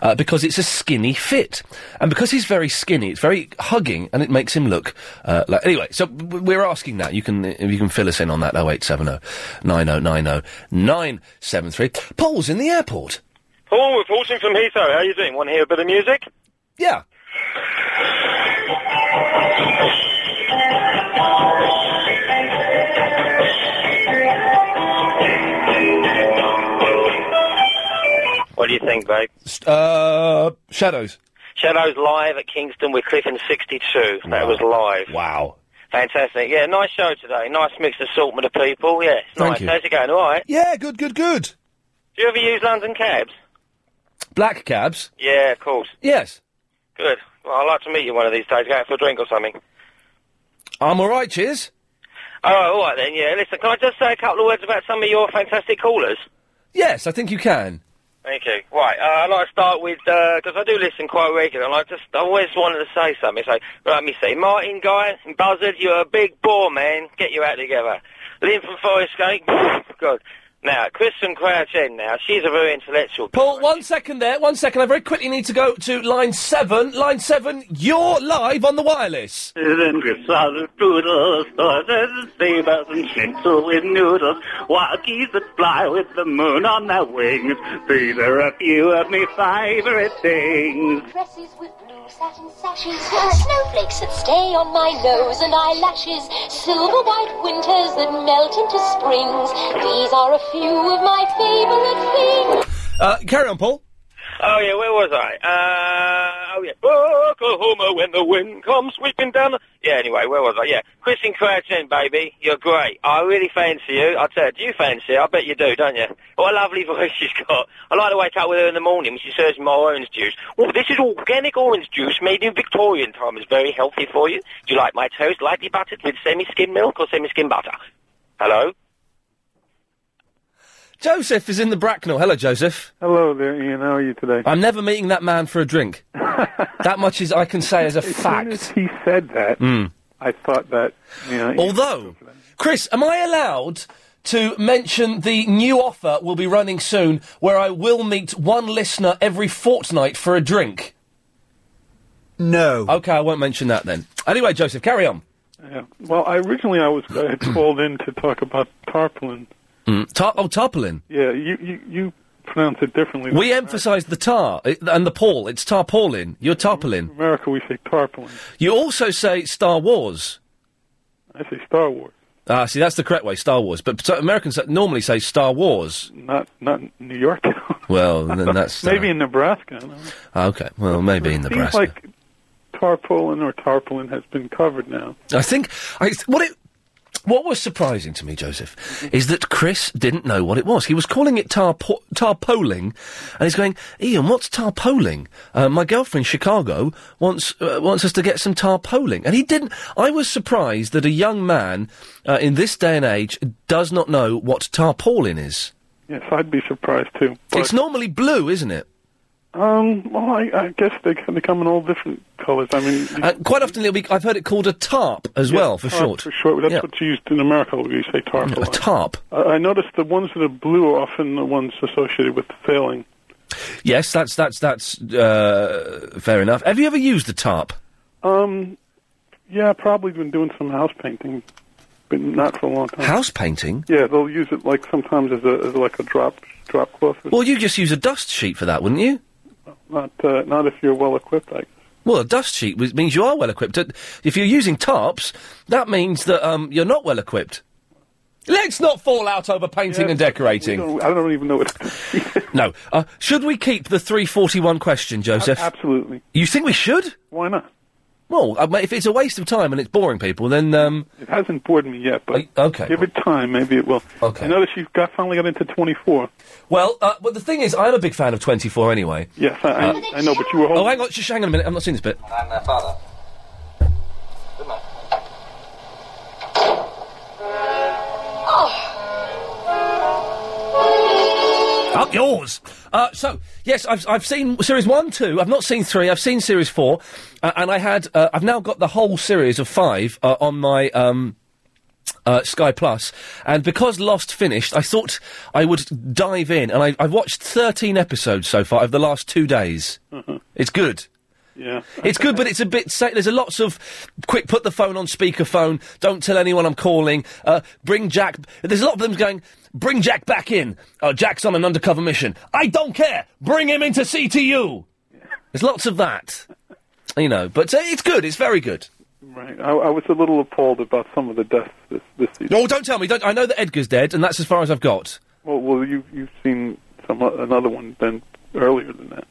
[SPEAKER 5] uh, because it's a skinny fit. And because he's very skinny, it's very hugging and it makes him look uh, like. Anyway, so w- we're asking that. You can uh, you can fill us in on that 0870 oh, 9090 973. Paul's in the airport.
[SPEAKER 25] Paul, we're Paulson from Heathrow. How are you doing? Want to hear a bit of music?
[SPEAKER 5] Yeah.
[SPEAKER 26] What do you think, babe?
[SPEAKER 5] Uh, shadows.
[SPEAKER 26] Shadows live at Kingston with Cliff and 62. That was live.
[SPEAKER 5] Wow.
[SPEAKER 26] Fantastic. Yeah, nice show today. Nice mixed assortment of people. Yeah, it's
[SPEAKER 5] Thank
[SPEAKER 26] nice.
[SPEAKER 5] you.
[SPEAKER 26] How's it going? All right.
[SPEAKER 5] Yeah, good, good, good.
[SPEAKER 26] Do you ever use London cabs?
[SPEAKER 5] Black cabs.
[SPEAKER 26] Yeah, of course.
[SPEAKER 5] Yes.
[SPEAKER 26] Good. Well, I'd like to meet you one of these days. Go out for a drink or something.
[SPEAKER 5] I'm all right, cheers.
[SPEAKER 26] All right, all right then. Yeah, listen, can I just say a couple of words about some of your fantastic callers?
[SPEAKER 5] Yes, I think you can.
[SPEAKER 26] Thank you. Right, uh, I'd like to start with, because I do listen quite regularly, and I just I always wanted to say something. So, let me see. Martin Guy, Buzzard, you're a big bore, man. Get you out together. Lynn from Forest Gate, (laughs) good. Now, Kristen Crouch End now, she's a very intellectual.
[SPEAKER 5] Paul, Oh, one second there, one second. I very quickly need to go to line seven. Line seven, you're live on the wireless.
[SPEAKER 24] Then grips out of poodles, sausages and sabers and schnitzel with noodles, while geese that fly with the moon on their wings. These are a few of my favourite things.
[SPEAKER 3] Dresses with blue satin sashes, snowflakes that stay on my nose and eyelashes, silver white winters that melt into springs. These are a few of my favourite things.
[SPEAKER 5] Uh, carry on, Paul.
[SPEAKER 26] Oh, yeah, where was I? Uh, oh, yeah. Oklahoma when the wind comes sweeping down the... Yeah, anyway, where was I? Yeah. Kristen Crouch End, baby, you're great. I really fancy you. I tell you, do you fancy her? I bet you do, don't you? What a lovely (laughs) voice she's got. I like to wake up with her in the morning when she serves me my orange juice. Oh, this is organic orange juice made in Victorian time. It's very healthy for you. Do you like my toast lightly buttered with semi-skim milk or semi-skim butter? Hello?
[SPEAKER 5] Joseph is in the Bracknell. Hello, Joseph.
[SPEAKER 27] Hello there, Ian. How are you today?
[SPEAKER 5] I'm never meeting that man for a
[SPEAKER 27] (laughs)
[SPEAKER 5] drink. that much is I can say as a fact.
[SPEAKER 27] he said that,
[SPEAKER 5] Hmm.
[SPEAKER 27] I thought that, you know.
[SPEAKER 5] Although, Chris, am I allowed to mention the new offer we'll be running soon where I will meet one listener every fortnight for a drink?
[SPEAKER 26] No.
[SPEAKER 5] Okay, I won't mention that then. Anyway, Joseph, carry on.
[SPEAKER 27] Yeah. Well, I, originally I was uh, called in to talk about tarpaulin.
[SPEAKER 5] Mm. Tar- oh, tarpaulin.
[SPEAKER 27] Yeah, you, you, you pronounce it differently.
[SPEAKER 5] We emphasise the tar i- and the Paul. It's tarpaulin. You're tarpaulin. In
[SPEAKER 27] America, we say tarpaulin.
[SPEAKER 5] You also say Star Wars.
[SPEAKER 27] I say Star Wars,
[SPEAKER 5] Ah, see, that's the correct way, Star Wars. But so, Americans normally say Star Wars.
[SPEAKER 27] not not New York.
[SPEAKER 5] Well, then that's... uh,
[SPEAKER 27] (laughs) Maybe in Nebraska. I don't know.
[SPEAKER 5] okay, well, maybe in the
[SPEAKER 27] Seems like tarpaulin or tarpaulin has been covered now.
[SPEAKER 5] I think I, what it what was surprising to me, Joseph, is that Chris didn't know what it was. He was calling it tarpo- tarpoling, and he's going, "Ian, what's tarpoling?" Uh, my girlfriend, Chicago, wants uh, wants us to get some tarpoling, and he didn't. I was surprised that a young man uh, in this day and age does not know what tarpaulin is.
[SPEAKER 27] Yes, I'd be surprised too.
[SPEAKER 5] it's normally blue, isn't it?
[SPEAKER 27] Um, well, I, I guess they can become in all different colors. I mean,
[SPEAKER 5] Uh, quite often, it'll be, I've heard it called a tarp as well, for
[SPEAKER 27] tarp
[SPEAKER 5] short.
[SPEAKER 27] For short, that's
[SPEAKER 5] Yeah.
[SPEAKER 27] what's used in America. We say tarp.
[SPEAKER 5] A tarp.
[SPEAKER 27] I, I noticed the ones that are blue are often the ones associated with failing.
[SPEAKER 5] Yes, that's that's that's uh, fair enough. Have you ever used a tarp?
[SPEAKER 27] Um, yeah, probably been doing some house painting, but not for a long time.
[SPEAKER 5] House painting?
[SPEAKER 27] Yeah, they'll use it like sometimes as a as like a drop drop cloth.
[SPEAKER 5] Well, you just use a dust sheet for that, wouldn't you?
[SPEAKER 27] Not uh, not if you're well equipped. I
[SPEAKER 5] Well, a dust sheet w- means you are well equipped. Uh, If you're using tarps, that means that um, you're not well equipped. Let's not fall out over painting and decorating.
[SPEAKER 27] I don't even know what. (laughs)
[SPEAKER 5] no. Uh, should we keep the 341 question, Joseph?
[SPEAKER 27] absolutely.
[SPEAKER 5] You think we should?
[SPEAKER 27] Why not?
[SPEAKER 5] Well, I mean, if it's a waste of time and it's boring people, then um,
[SPEAKER 27] It hasn't bored me yet, but
[SPEAKER 5] okay.
[SPEAKER 27] give it time. Maybe it will. Okay. I notice you've got finally got into 24.
[SPEAKER 5] Well, uh, well, the thing is, I'm a big fan of 24 anyway. Uh,
[SPEAKER 27] Yes, I, I- I know, but you were
[SPEAKER 5] Oh, hang on, just hang on a minute. I'm not seeing this bit.
[SPEAKER 26] I'm their father.
[SPEAKER 5] Up yours. Uh, so yes, I've I've seen series one, two. I've not seen three. I've seen series four, uh, and I had uh, I've now got the whole series of five uh, on my. Um, uh, Sky Plus, and because Lost finished, I thought I would dive in, and I, I've watched 13 episodes so far over the last two days. It's good.
[SPEAKER 27] Yeah.
[SPEAKER 5] It's good, but it's a bit. Sa- there's a lots of quick. Put the phone on speakerphone. Don't tell anyone I'm calling. Uh, bring Jack. There's a lot of them going. Bring Jack back in. Uh, Jack's on an undercover mission. I don't care. Bring him into CTU. There's lots of that. You know, but uh, it's good. It's very good.
[SPEAKER 27] Right. I, I was a little appalled about some of the deaths this, this season.
[SPEAKER 5] No, Oh, don't tell me. Don't. I know that Edgar's dead, and that's as far as I've got.
[SPEAKER 27] Well, well, you you've seen some uh, another one then earlier than that.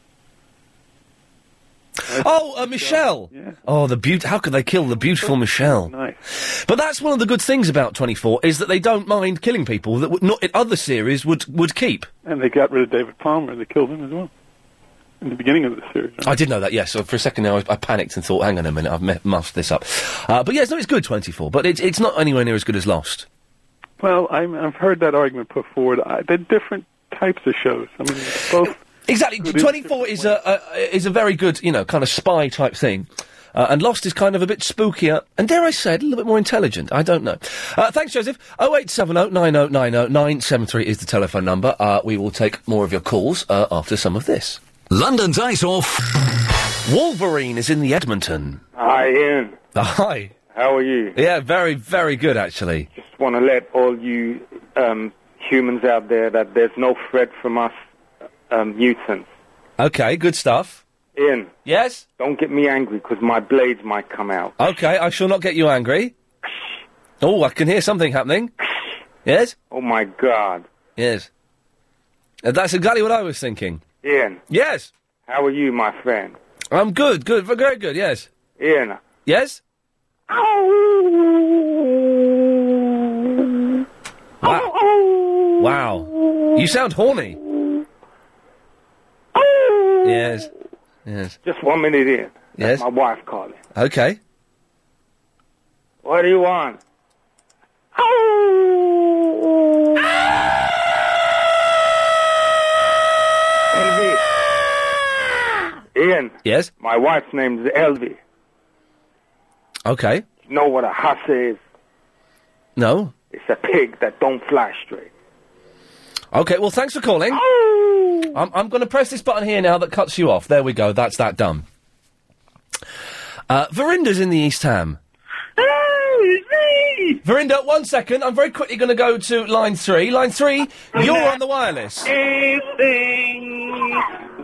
[SPEAKER 5] Oh, uh, Michelle. Oh, the beaut. How could they kill the beautiful Michelle?
[SPEAKER 27] Nice.
[SPEAKER 5] But that's one of the good things about 24 is that they don't mind killing people that would not in other series would would keep.
[SPEAKER 27] And they got rid of David Palmer and they killed him as well in the beginning of the series.
[SPEAKER 5] I did know that, yes. So for a second there, I, I panicked and thought, hang on a minute, I've me- muffed this up. Uh, but yes, no, it's good, 24, but it's, it's not anywhere near as good as Lost.
[SPEAKER 27] Well, I'm, I've heard that argument put forward. I, they're different types of shows. I mean, both.
[SPEAKER 5] Exactly. 24 is a, a, is a very good, you know, kind of spy type thing. Uh, and Lost is kind of a bit spookier, and dare I say, it, a little bit more intelligent. I don't know. Uh, thanks, Joseph. 0870 9090 973 is the telephone number. Uh, we will take more of your calls uh, after some of this. London's Ice Off. Wolverine is in the Edmonton.
[SPEAKER 28] Hi, Ian.
[SPEAKER 5] Hi.
[SPEAKER 28] How are you?
[SPEAKER 5] Yeah, very, very good, actually.
[SPEAKER 28] Just want to let all you um, humans out there that there's no threat from us um, mutants.
[SPEAKER 5] Okay, good stuff.
[SPEAKER 28] Ian.
[SPEAKER 5] Yes?
[SPEAKER 28] Don't get me angry because my blades might come out.
[SPEAKER 5] Okay, I shall not get you angry. Oh, I can hear something happening. Yes?
[SPEAKER 28] Oh my god.
[SPEAKER 5] Yes. Uh, That's exactly what I was thinking.
[SPEAKER 28] Ian.
[SPEAKER 5] Yes.
[SPEAKER 28] How are you, my friend?
[SPEAKER 5] I'm good, good, v- very good, yes.
[SPEAKER 28] Ian.
[SPEAKER 5] Yes? Wow. wow. You sound horny. Yes. Yes.
[SPEAKER 28] Just one minute, Ian.
[SPEAKER 5] Yes.
[SPEAKER 28] My wife calling.
[SPEAKER 5] Okay.
[SPEAKER 28] What do you want? Elvie. Ian.
[SPEAKER 5] Yes?
[SPEAKER 28] My wife's name is Elvie.
[SPEAKER 5] Okay.
[SPEAKER 28] You know what a huss is?
[SPEAKER 5] No.
[SPEAKER 28] It's a pig that don't fly straight.
[SPEAKER 5] Okay, well, thanks for calling. I'm, I'm going to press this button here now that cuts you off. There we go. That's that done. Uh, Verinda's in the East Ham. Verinda, one second. I'm very quickly going to go to line three. Line three, you're on the wireless.
[SPEAKER 4] Everything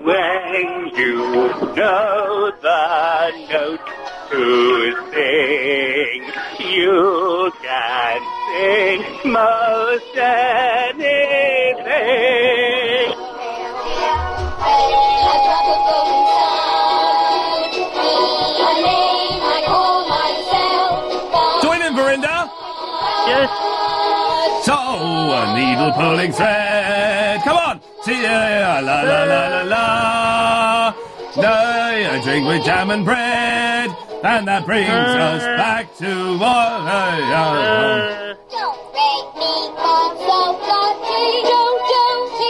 [SPEAKER 4] when you know the note to sing, you can sing most anything.
[SPEAKER 5] Join in, Verinda.
[SPEAKER 4] Yes.
[SPEAKER 5] So, a needle pulling thread. Come on. See ya, la la la la la. No, Uh, I drink with jam and bread. And that brings us back to what.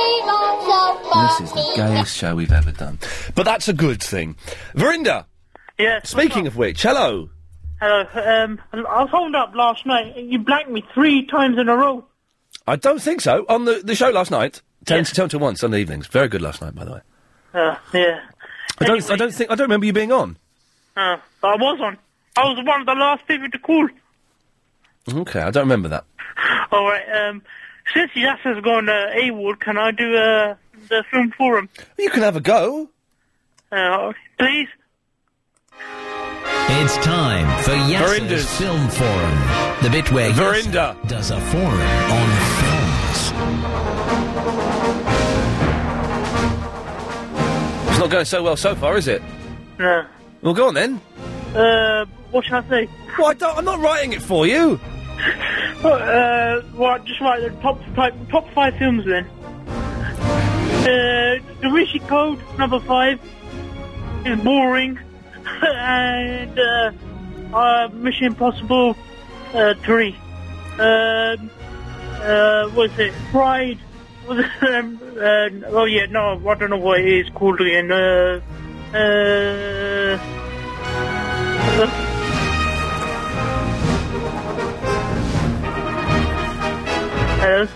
[SPEAKER 5] This is the gayest show we've ever done. But that's a good thing. Verinda.
[SPEAKER 8] Yes.
[SPEAKER 5] Speaking of which, hello.
[SPEAKER 8] Hello. Um, I was holding up last night. and You blanked me three times in a row.
[SPEAKER 5] I don't think so. On the, the show last night, 10 to 10 to 1 Sunday evenings. Very good last night, by the way.
[SPEAKER 8] Uh, yeah.
[SPEAKER 5] I don't, I don't think, I don't remember you being on.
[SPEAKER 8] Uh, but I was on. I was one of the last people to call.
[SPEAKER 5] Okay, I don't remember that.
[SPEAKER 8] All right. Um, since Yasser's gone uh, AWOL, can I do uh, the film forum?
[SPEAKER 5] You can have a go.
[SPEAKER 8] Uh, please.
[SPEAKER 7] It's time for Yasser's
[SPEAKER 5] Verinda's.
[SPEAKER 7] Film Forum, the bit where
[SPEAKER 5] Verinda.
[SPEAKER 7] Yasser does a forum on films.
[SPEAKER 5] It's not going so well so far, is it?
[SPEAKER 8] No.
[SPEAKER 5] Well, go on then.
[SPEAKER 8] Uh, what should I say?
[SPEAKER 5] Well, I don't, I'm not writing it for you.
[SPEAKER 8] uh, what? Just write the top five, top five films then. Uh, the Rishi Code number five is boring, (laughs) and uh, uh, Mission Impossible uh, three. Um, uh, what is it? Pride. (laughs) Was it, um, uh, oh yeah, no, I don't know what it is called again. Uh, uh, hello.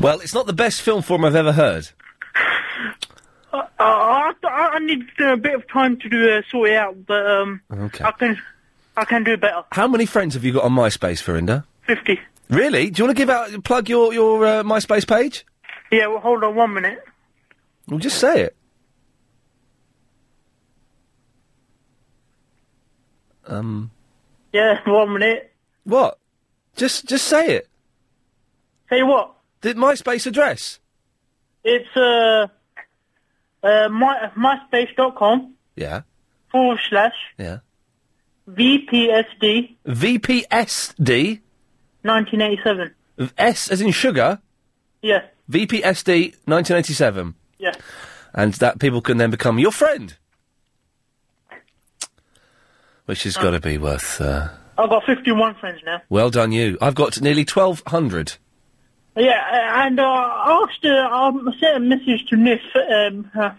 [SPEAKER 5] Well, it's not the best film form I've ever heard.
[SPEAKER 8] Uh, uh, I, I I need uh, a bit of time to do uh, sort it out, but um,
[SPEAKER 5] Okay.
[SPEAKER 8] I can I can do better.
[SPEAKER 5] How many friends have you got on MySpace, Verinda?
[SPEAKER 8] Fifty.
[SPEAKER 5] Really? Do you want to give out plug your your uh, MySpace page?
[SPEAKER 8] Yeah, well, hold on one minute.
[SPEAKER 5] Well, just say it. Um.
[SPEAKER 8] Yeah, (laughs) one minute.
[SPEAKER 5] What? Just just say it.
[SPEAKER 8] Say what?
[SPEAKER 5] The MySpace address.
[SPEAKER 8] It's uh, uh, my, myspace.com
[SPEAKER 5] Yeah.
[SPEAKER 8] forward slash
[SPEAKER 5] Yeah.
[SPEAKER 8] VPSD
[SPEAKER 5] VPSD
[SPEAKER 8] 1987.
[SPEAKER 5] S as in sugar.
[SPEAKER 8] Yeah,
[SPEAKER 5] VPSD 1987,
[SPEAKER 8] yeah.
[SPEAKER 5] and that people can then become your friend, which
[SPEAKER 8] Oh.
[SPEAKER 5] has got to be worth. Uh,
[SPEAKER 8] I've got 51 friends now.
[SPEAKER 5] well done, you. I've got nearly twelve hundred.
[SPEAKER 8] Yeah, uh, and uh, I asked, uh, I sent a message to Niff. Um, uh,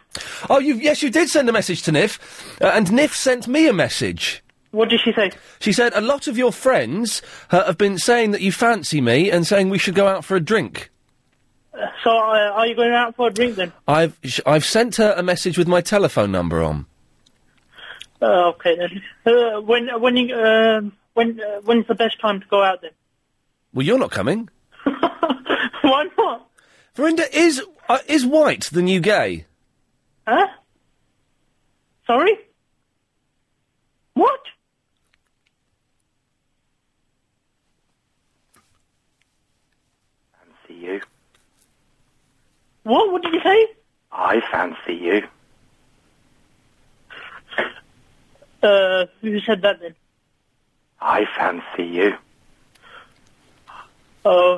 [SPEAKER 5] Oh, you yes, you did send a message to Niff, uh, and Niff sent me a message.
[SPEAKER 8] What did she say?
[SPEAKER 5] She said a lot of your friends uh, have been saying that you fancy me and saying we should go out for a drink.
[SPEAKER 8] so, uh, are you going out for a drink then?
[SPEAKER 5] I've sh- I've sent her a message with my telephone number on.
[SPEAKER 8] Uh, okay then. Uh, when when you um when uh, when's the best time to go out then?
[SPEAKER 5] Well, you're not coming.
[SPEAKER 8] (laughs) Why not?
[SPEAKER 5] Verinda is uh, is white the new gay.
[SPEAKER 8] Huh? Sorry. What?
[SPEAKER 10] Fancy you.
[SPEAKER 8] What? What did you say?
[SPEAKER 10] I fancy you.
[SPEAKER 8] Uh, who said that then?
[SPEAKER 10] I fancy you.
[SPEAKER 8] Oh,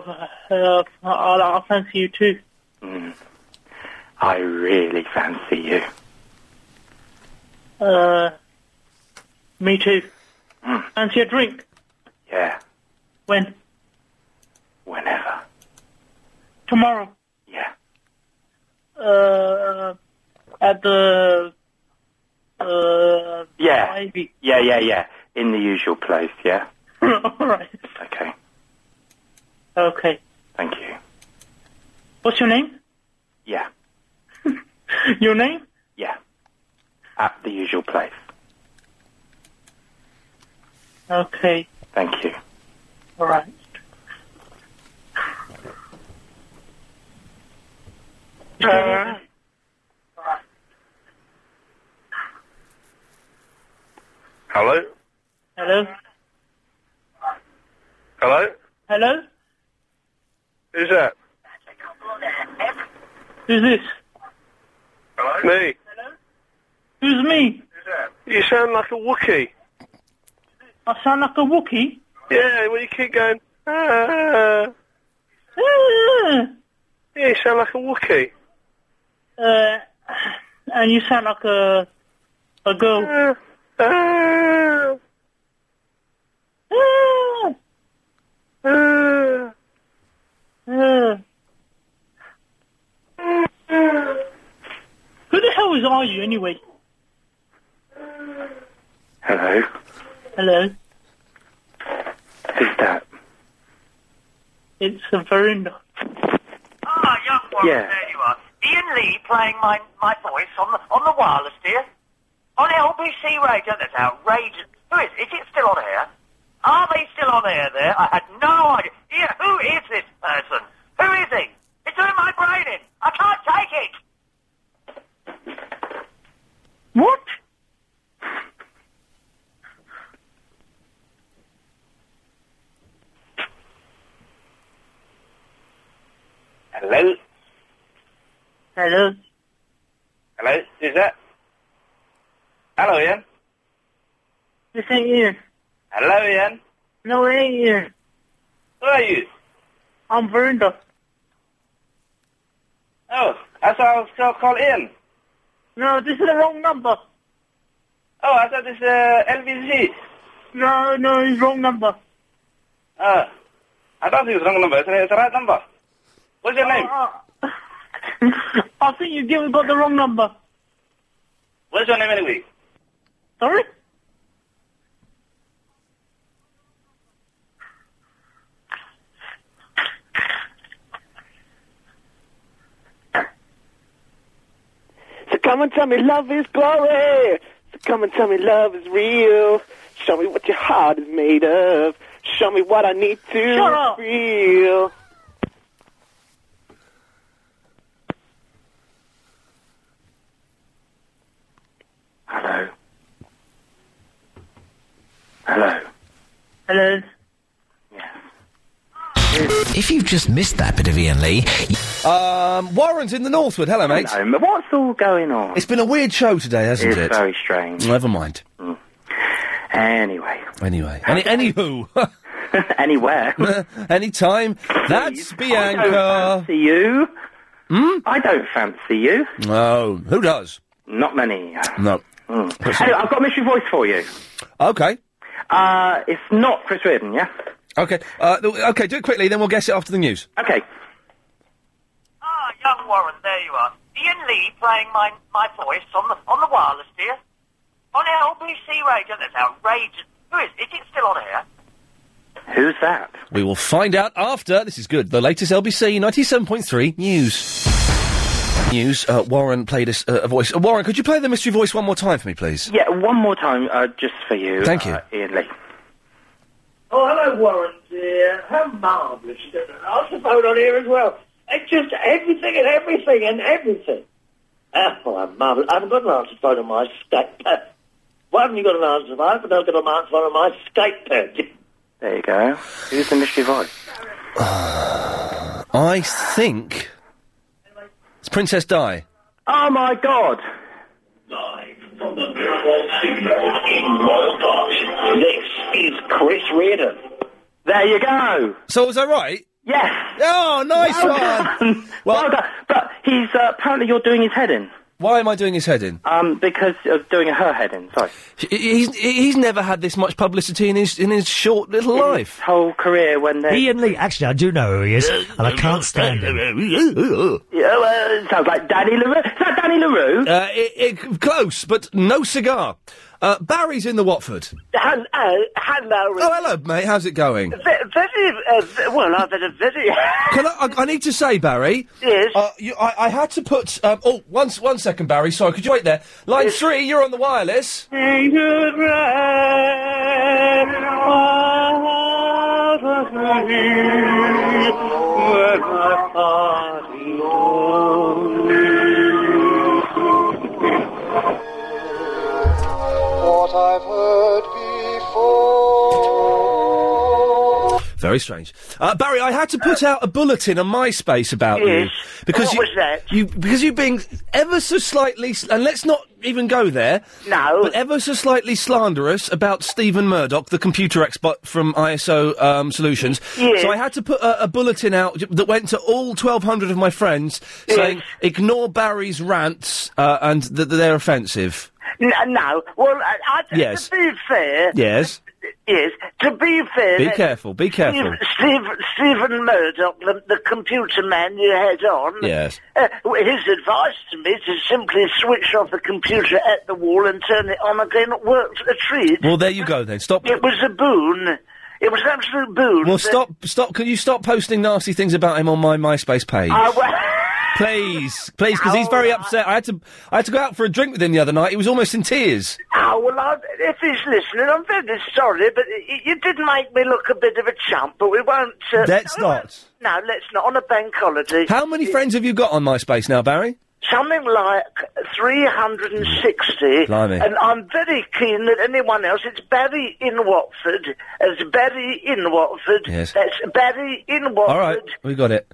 [SPEAKER 8] uh, I'll, I'll fancy you too.
[SPEAKER 10] Mm. I really fancy you.
[SPEAKER 8] Uh, me too.
[SPEAKER 10] Hmm.
[SPEAKER 8] Fancy a drink?
[SPEAKER 10] Yeah.
[SPEAKER 8] When?
[SPEAKER 10] Whenever.
[SPEAKER 8] Tomorrow.
[SPEAKER 10] Yeah.
[SPEAKER 8] Uh, at the. Uh,
[SPEAKER 10] Yeah.
[SPEAKER 8] Ivy.
[SPEAKER 10] Yeah, yeah, yeah. In the usual place, yeah?
[SPEAKER 8] (laughs) All right.
[SPEAKER 10] Okay.
[SPEAKER 8] Okay.
[SPEAKER 10] Thank you.
[SPEAKER 8] What's your name?
[SPEAKER 10] Yeah.
[SPEAKER 8] Your name?
[SPEAKER 10] Yeah. At the usual place.
[SPEAKER 8] Okay.
[SPEAKER 10] Thank you.
[SPEAKER 8] All right. Uh,
[SPEAKER 25] Hello?
[SPEAKER 8] hello.
[SPEAKER 25] Hello?
[SPEAKER 8] Hello.
[SPEAKER 25] Who's that?
[SPEAKER 8] Who's this?
[SPEAKER 25] Hello? Me.
[SPEAKER 8] Who's me?
[SPEAKER 25] You sound like a Wookiee.
[SPEAKER 8] I sound like a Wookiee.
[SPEAKER 25] Yeah, well, you keep going, ah.
[SPEAKER 8] Ah.
[SPEAKER 25] Yeah, you sound like a Wookiee.
[SPEAKER 8] Uh, and you sound like a a girl.
[SPEAKER 25] Uh, Ah.
[SPEAKER 8] Ah.
[SPEAKER 25] Ah. uh.
[SPEAKER 8] Ah. Who the hell is are you anyway?
[SPEAKER 10] Hello.
[SPEAKER 8] Hello,
[SPEAKER 10] Who's that?
[SPEAKER 8] it's a Verinda.
[SPEAKER 9] Ah, young one,
[SPEAKER 10] Yeah.
[SPEAKER 9] there you are. Ian Lee playing my my voice on the on the wireless, dear. On LBC Radio, that's outrageous. Who is? Is it still on air? Are they still on air? There, I had no idea. Ian, who is this person? Who is he? It's doing my brain in. I can't take it.
[SPEAKER 8] What?
[SPEAKER 25] Hello?
[SPEAKER 8] Hello.
[SPEAKER 25] Hello? Who's that? Hello, Ian?
[SPEAKER 8] This ain't you.
[SPEAKER 29] Hello, Ian.
[SPEAKER 8] No, it ain't you.
[SPEAKER 29] Who are you?
[SPEAKER 8] I'm Verinda.
[SPEAKER 29] Oh, I thought I was called call Ian.
[SPEAKER 8] No, this is the wrong number.
[SPEAKER 29] Oh, I thought this is uh, LVG.
[SPEAKER 8] No, no, it's wrong number.
[SPEAKER 29] Uh, I don't think it's the wrong number. It's, it's the right number. What's your name?
[SPEAKER 8] (laughs) I think you give got the wrong number.
[SPEAKER 29] What's your name anyway?
[SPEAKER 8] Sorry?
[SPEAKER 11] So come and tell me love is glory. So come and tell me love is real. Show me what your heart is made of. Show me what I need to
[SPEAKER 8] Shut up.
[SPEAKER 11] feel.
[SPEAKER 6] Hello. Hello.
[SPEAKER 8] Hello.
[SPEAKER 5] If you've just missed that bit of Ian Lee. Um, Warren's in the Northwood. Hello, mate.
[SPEAKER 6] Hello, but what's all going on?
[SPEAKER 5] It's been a weird show today, hasn't
[SPEAKER 6] It's
[SPEAKER 5] it?
[SPEAKER 6] very strange. Um,
[SPEAKER 5] Never mind.
[SPEAKER 10] Hmm.
[SPEAKER 6] Anyway.
[SPEAKER 5] Anyway. Any, anywho.
[SPEAKER 6] (laughs) Anywhere.
[SPEAKER 5] (laughs) Anytime. That's Bianca. I don't fancy
[SPEAKER 6] you. Hmm? I don't fancy you.
[SPEAKER 5] No. Who does?
[SPEAKER 6] Not many.
[SPEAKER 5] No.
[SPEAKER 6] Anyway, I've got a mystery voice for you.
[SPEAKER 5] Okay.
[SPEAKER 6] Uh, it's not Chris Reardon, yeah?
[SPEAKER 5] Okay. Uh, th- okay, do it quickly, then we'll guess it after the news.
[SPEAKER 6] Okay.
[SPEAKER 4] Ah, young Warren, there you are. Ian Lee playing my my voice on the on the wireless, dear. On LBC radio, that's outrageous. Who is? Is it still on air?
[SPEAKER 6] Who's that?
[SPEAKER 5] We will find out after. This is good. The latest LBC 97.3 news. News. Uh, Warren played us uh, a voice. Uh, Warren, could you play the mystery voice one more time for me, please?
[SPEAKER 6] Yeah, one more time, uh, just for you.
[SPEAKER 5] Thank you.
[SPEAKER 6] uh, Ian Lee.
[SPEAKER 4] Oh, hello, Warren, dear. How marvellous. I was the phone on here as well. It's just everything and everything and everything. Oh, I'm marvellous. I haven't got an answer phone on my Skype. pad. Why haven't you got an answer phone? I haven't got an answer phone on my Skype pad.
[SPEAKER 6] There you go. Who's the mystery voice?
[SPEAKER 5] I think. It's Princess Di.
[SPEAKER 6] Oh my god!
[SPEAKER 4] This is Chris Reardon.
[SPEAKER 6] There you go!
[SPEAKER 5] So was I right?
[SPEAKER 6] Yes!
[SPEAKER 5] Oh, nice one!
[SPEAKER 6] Well, done. But he's, uh, apparently you're doing his head in.
[SPEAKER 5] Why am I doing his head in?
[SPEAKER 6] Um, because of doing her head in, sorry.
[SPEAKER 5] He's he's never had this much publicity in his in his short little life.
[SPEAKER 6] His whole career when they...
[SPEAKER 30] Ian Lee. Actually, I do know who he is, and I can't stand him.
[SPEAKER 6] Yeah, well, it sounds like Danny LaRue. Is that Danny LaRue?
[SPEAKER 5] Uh, it, it, close, but no cigar. Uh, Barry's in the Watford.
[SPEAKER 11] Hello,
[SPEAKER 6] uh,
[SPEAKER 11] hello.
[SPEAKER 5] Oh, hello, mate. How's it going?
[SPEAKER 11] Ve- Very, uh, ve- well, I've had a very...
[SPEAKER 5] (laughs) Can I, I, I need to say, Barry.
[SPEAKER 11] Yes.
[SPEAKER 5] Uh, you, I, I had to put. Um, oh, one, s- one second, Barry. Sorry, could you wait there? Line three, you're on the wireless.
[SPEAKER 15] What I've heard
[SPEAKER 5] Very strange. Uh, Barry, I had to put out a bulletin on MySpace about
[SPEAKER 11] Yes.
[SPEAKER 5] you because
[SPEAKER 11] What
[SPEAKER 5] you,
[SPEAKER 11] was that?
[SPEAKER 5] You because you've been ever so slightly, s- and let's not even go there.
[SPEAKER 11] No.
[SPEAKER 5] but ever so slightly slanderous about Stephen Murdoch, the computer expert from ISO um, Solutions.
[SPEAKER 11] Yes.
[SPEAKER 5] So I had to put a, a bulletin out that went to all twelve hundred of my friends saying ignore Barry's rants uh, and that
[SPEAKER 11] (laughs)
[SPEAKER 5] they're offensive.
[SPEAKER 11] No, no. Well, I, I,
[SPEAKER 5] Yes.
[SPEAKER 11] to be fair...
[SPEAKER 5] Yes.
[SPEAKER 11] Yes, to be fair...
[SPEAKER 5] Be
[SPEAKER 11] that-
[SPEAKER 5] careful, be careful.
[SPEAKER 11] Steve, Steve, Stephen Murdoch, the, the computer man you had on...
[SPEAKER 5] Yes.
[SPEAKER 11] Uh, well, his advice to me is to simply switch off the computer at the wall and turn it on again. It worked a treat.
[SPEAKER 5] Well, there you go then. Stop.
[SPEAKER 11] It was a boon. It was an absolute boon.
[SPEAKER 5] Well,
[SPEAKER 11] But-
[SPEAKER 5] stop, stop. Can you stop posting nasty things about him on my MySpace page?
[SPEAKER 11] I (laughs) wa-
[SPEAKER 5] please, please, because he's very upset. I had to, I had to go out for a drink with him the other night. He was almost in tears.
[SPEAKER 11] Oh, well, I, if he's listening, I'm very sorry, but y- you did make me look a bit of a chump, but we won't... Uh,
[SPEAKER 5] Let's
[SPEAKER 11] no,
[SPEAKER 5] not.
[SPEAKER 11] No, let's not. On a bank holiday.
[SPEAKER 5] How many friends have you got on MySpace now, Barry?
[SPEAKER 11] Something like 360.
[SPEAKER 5] Blimey.
[SPEAKER 11] And I'm very keen that anyone else, it's Barry in Watford. It's Barry in Watford.
[SPEAKER 5] Yes.
[SPEAKER 11] That's Barry in Watford.
[SPEAKER 5] All right, we got it.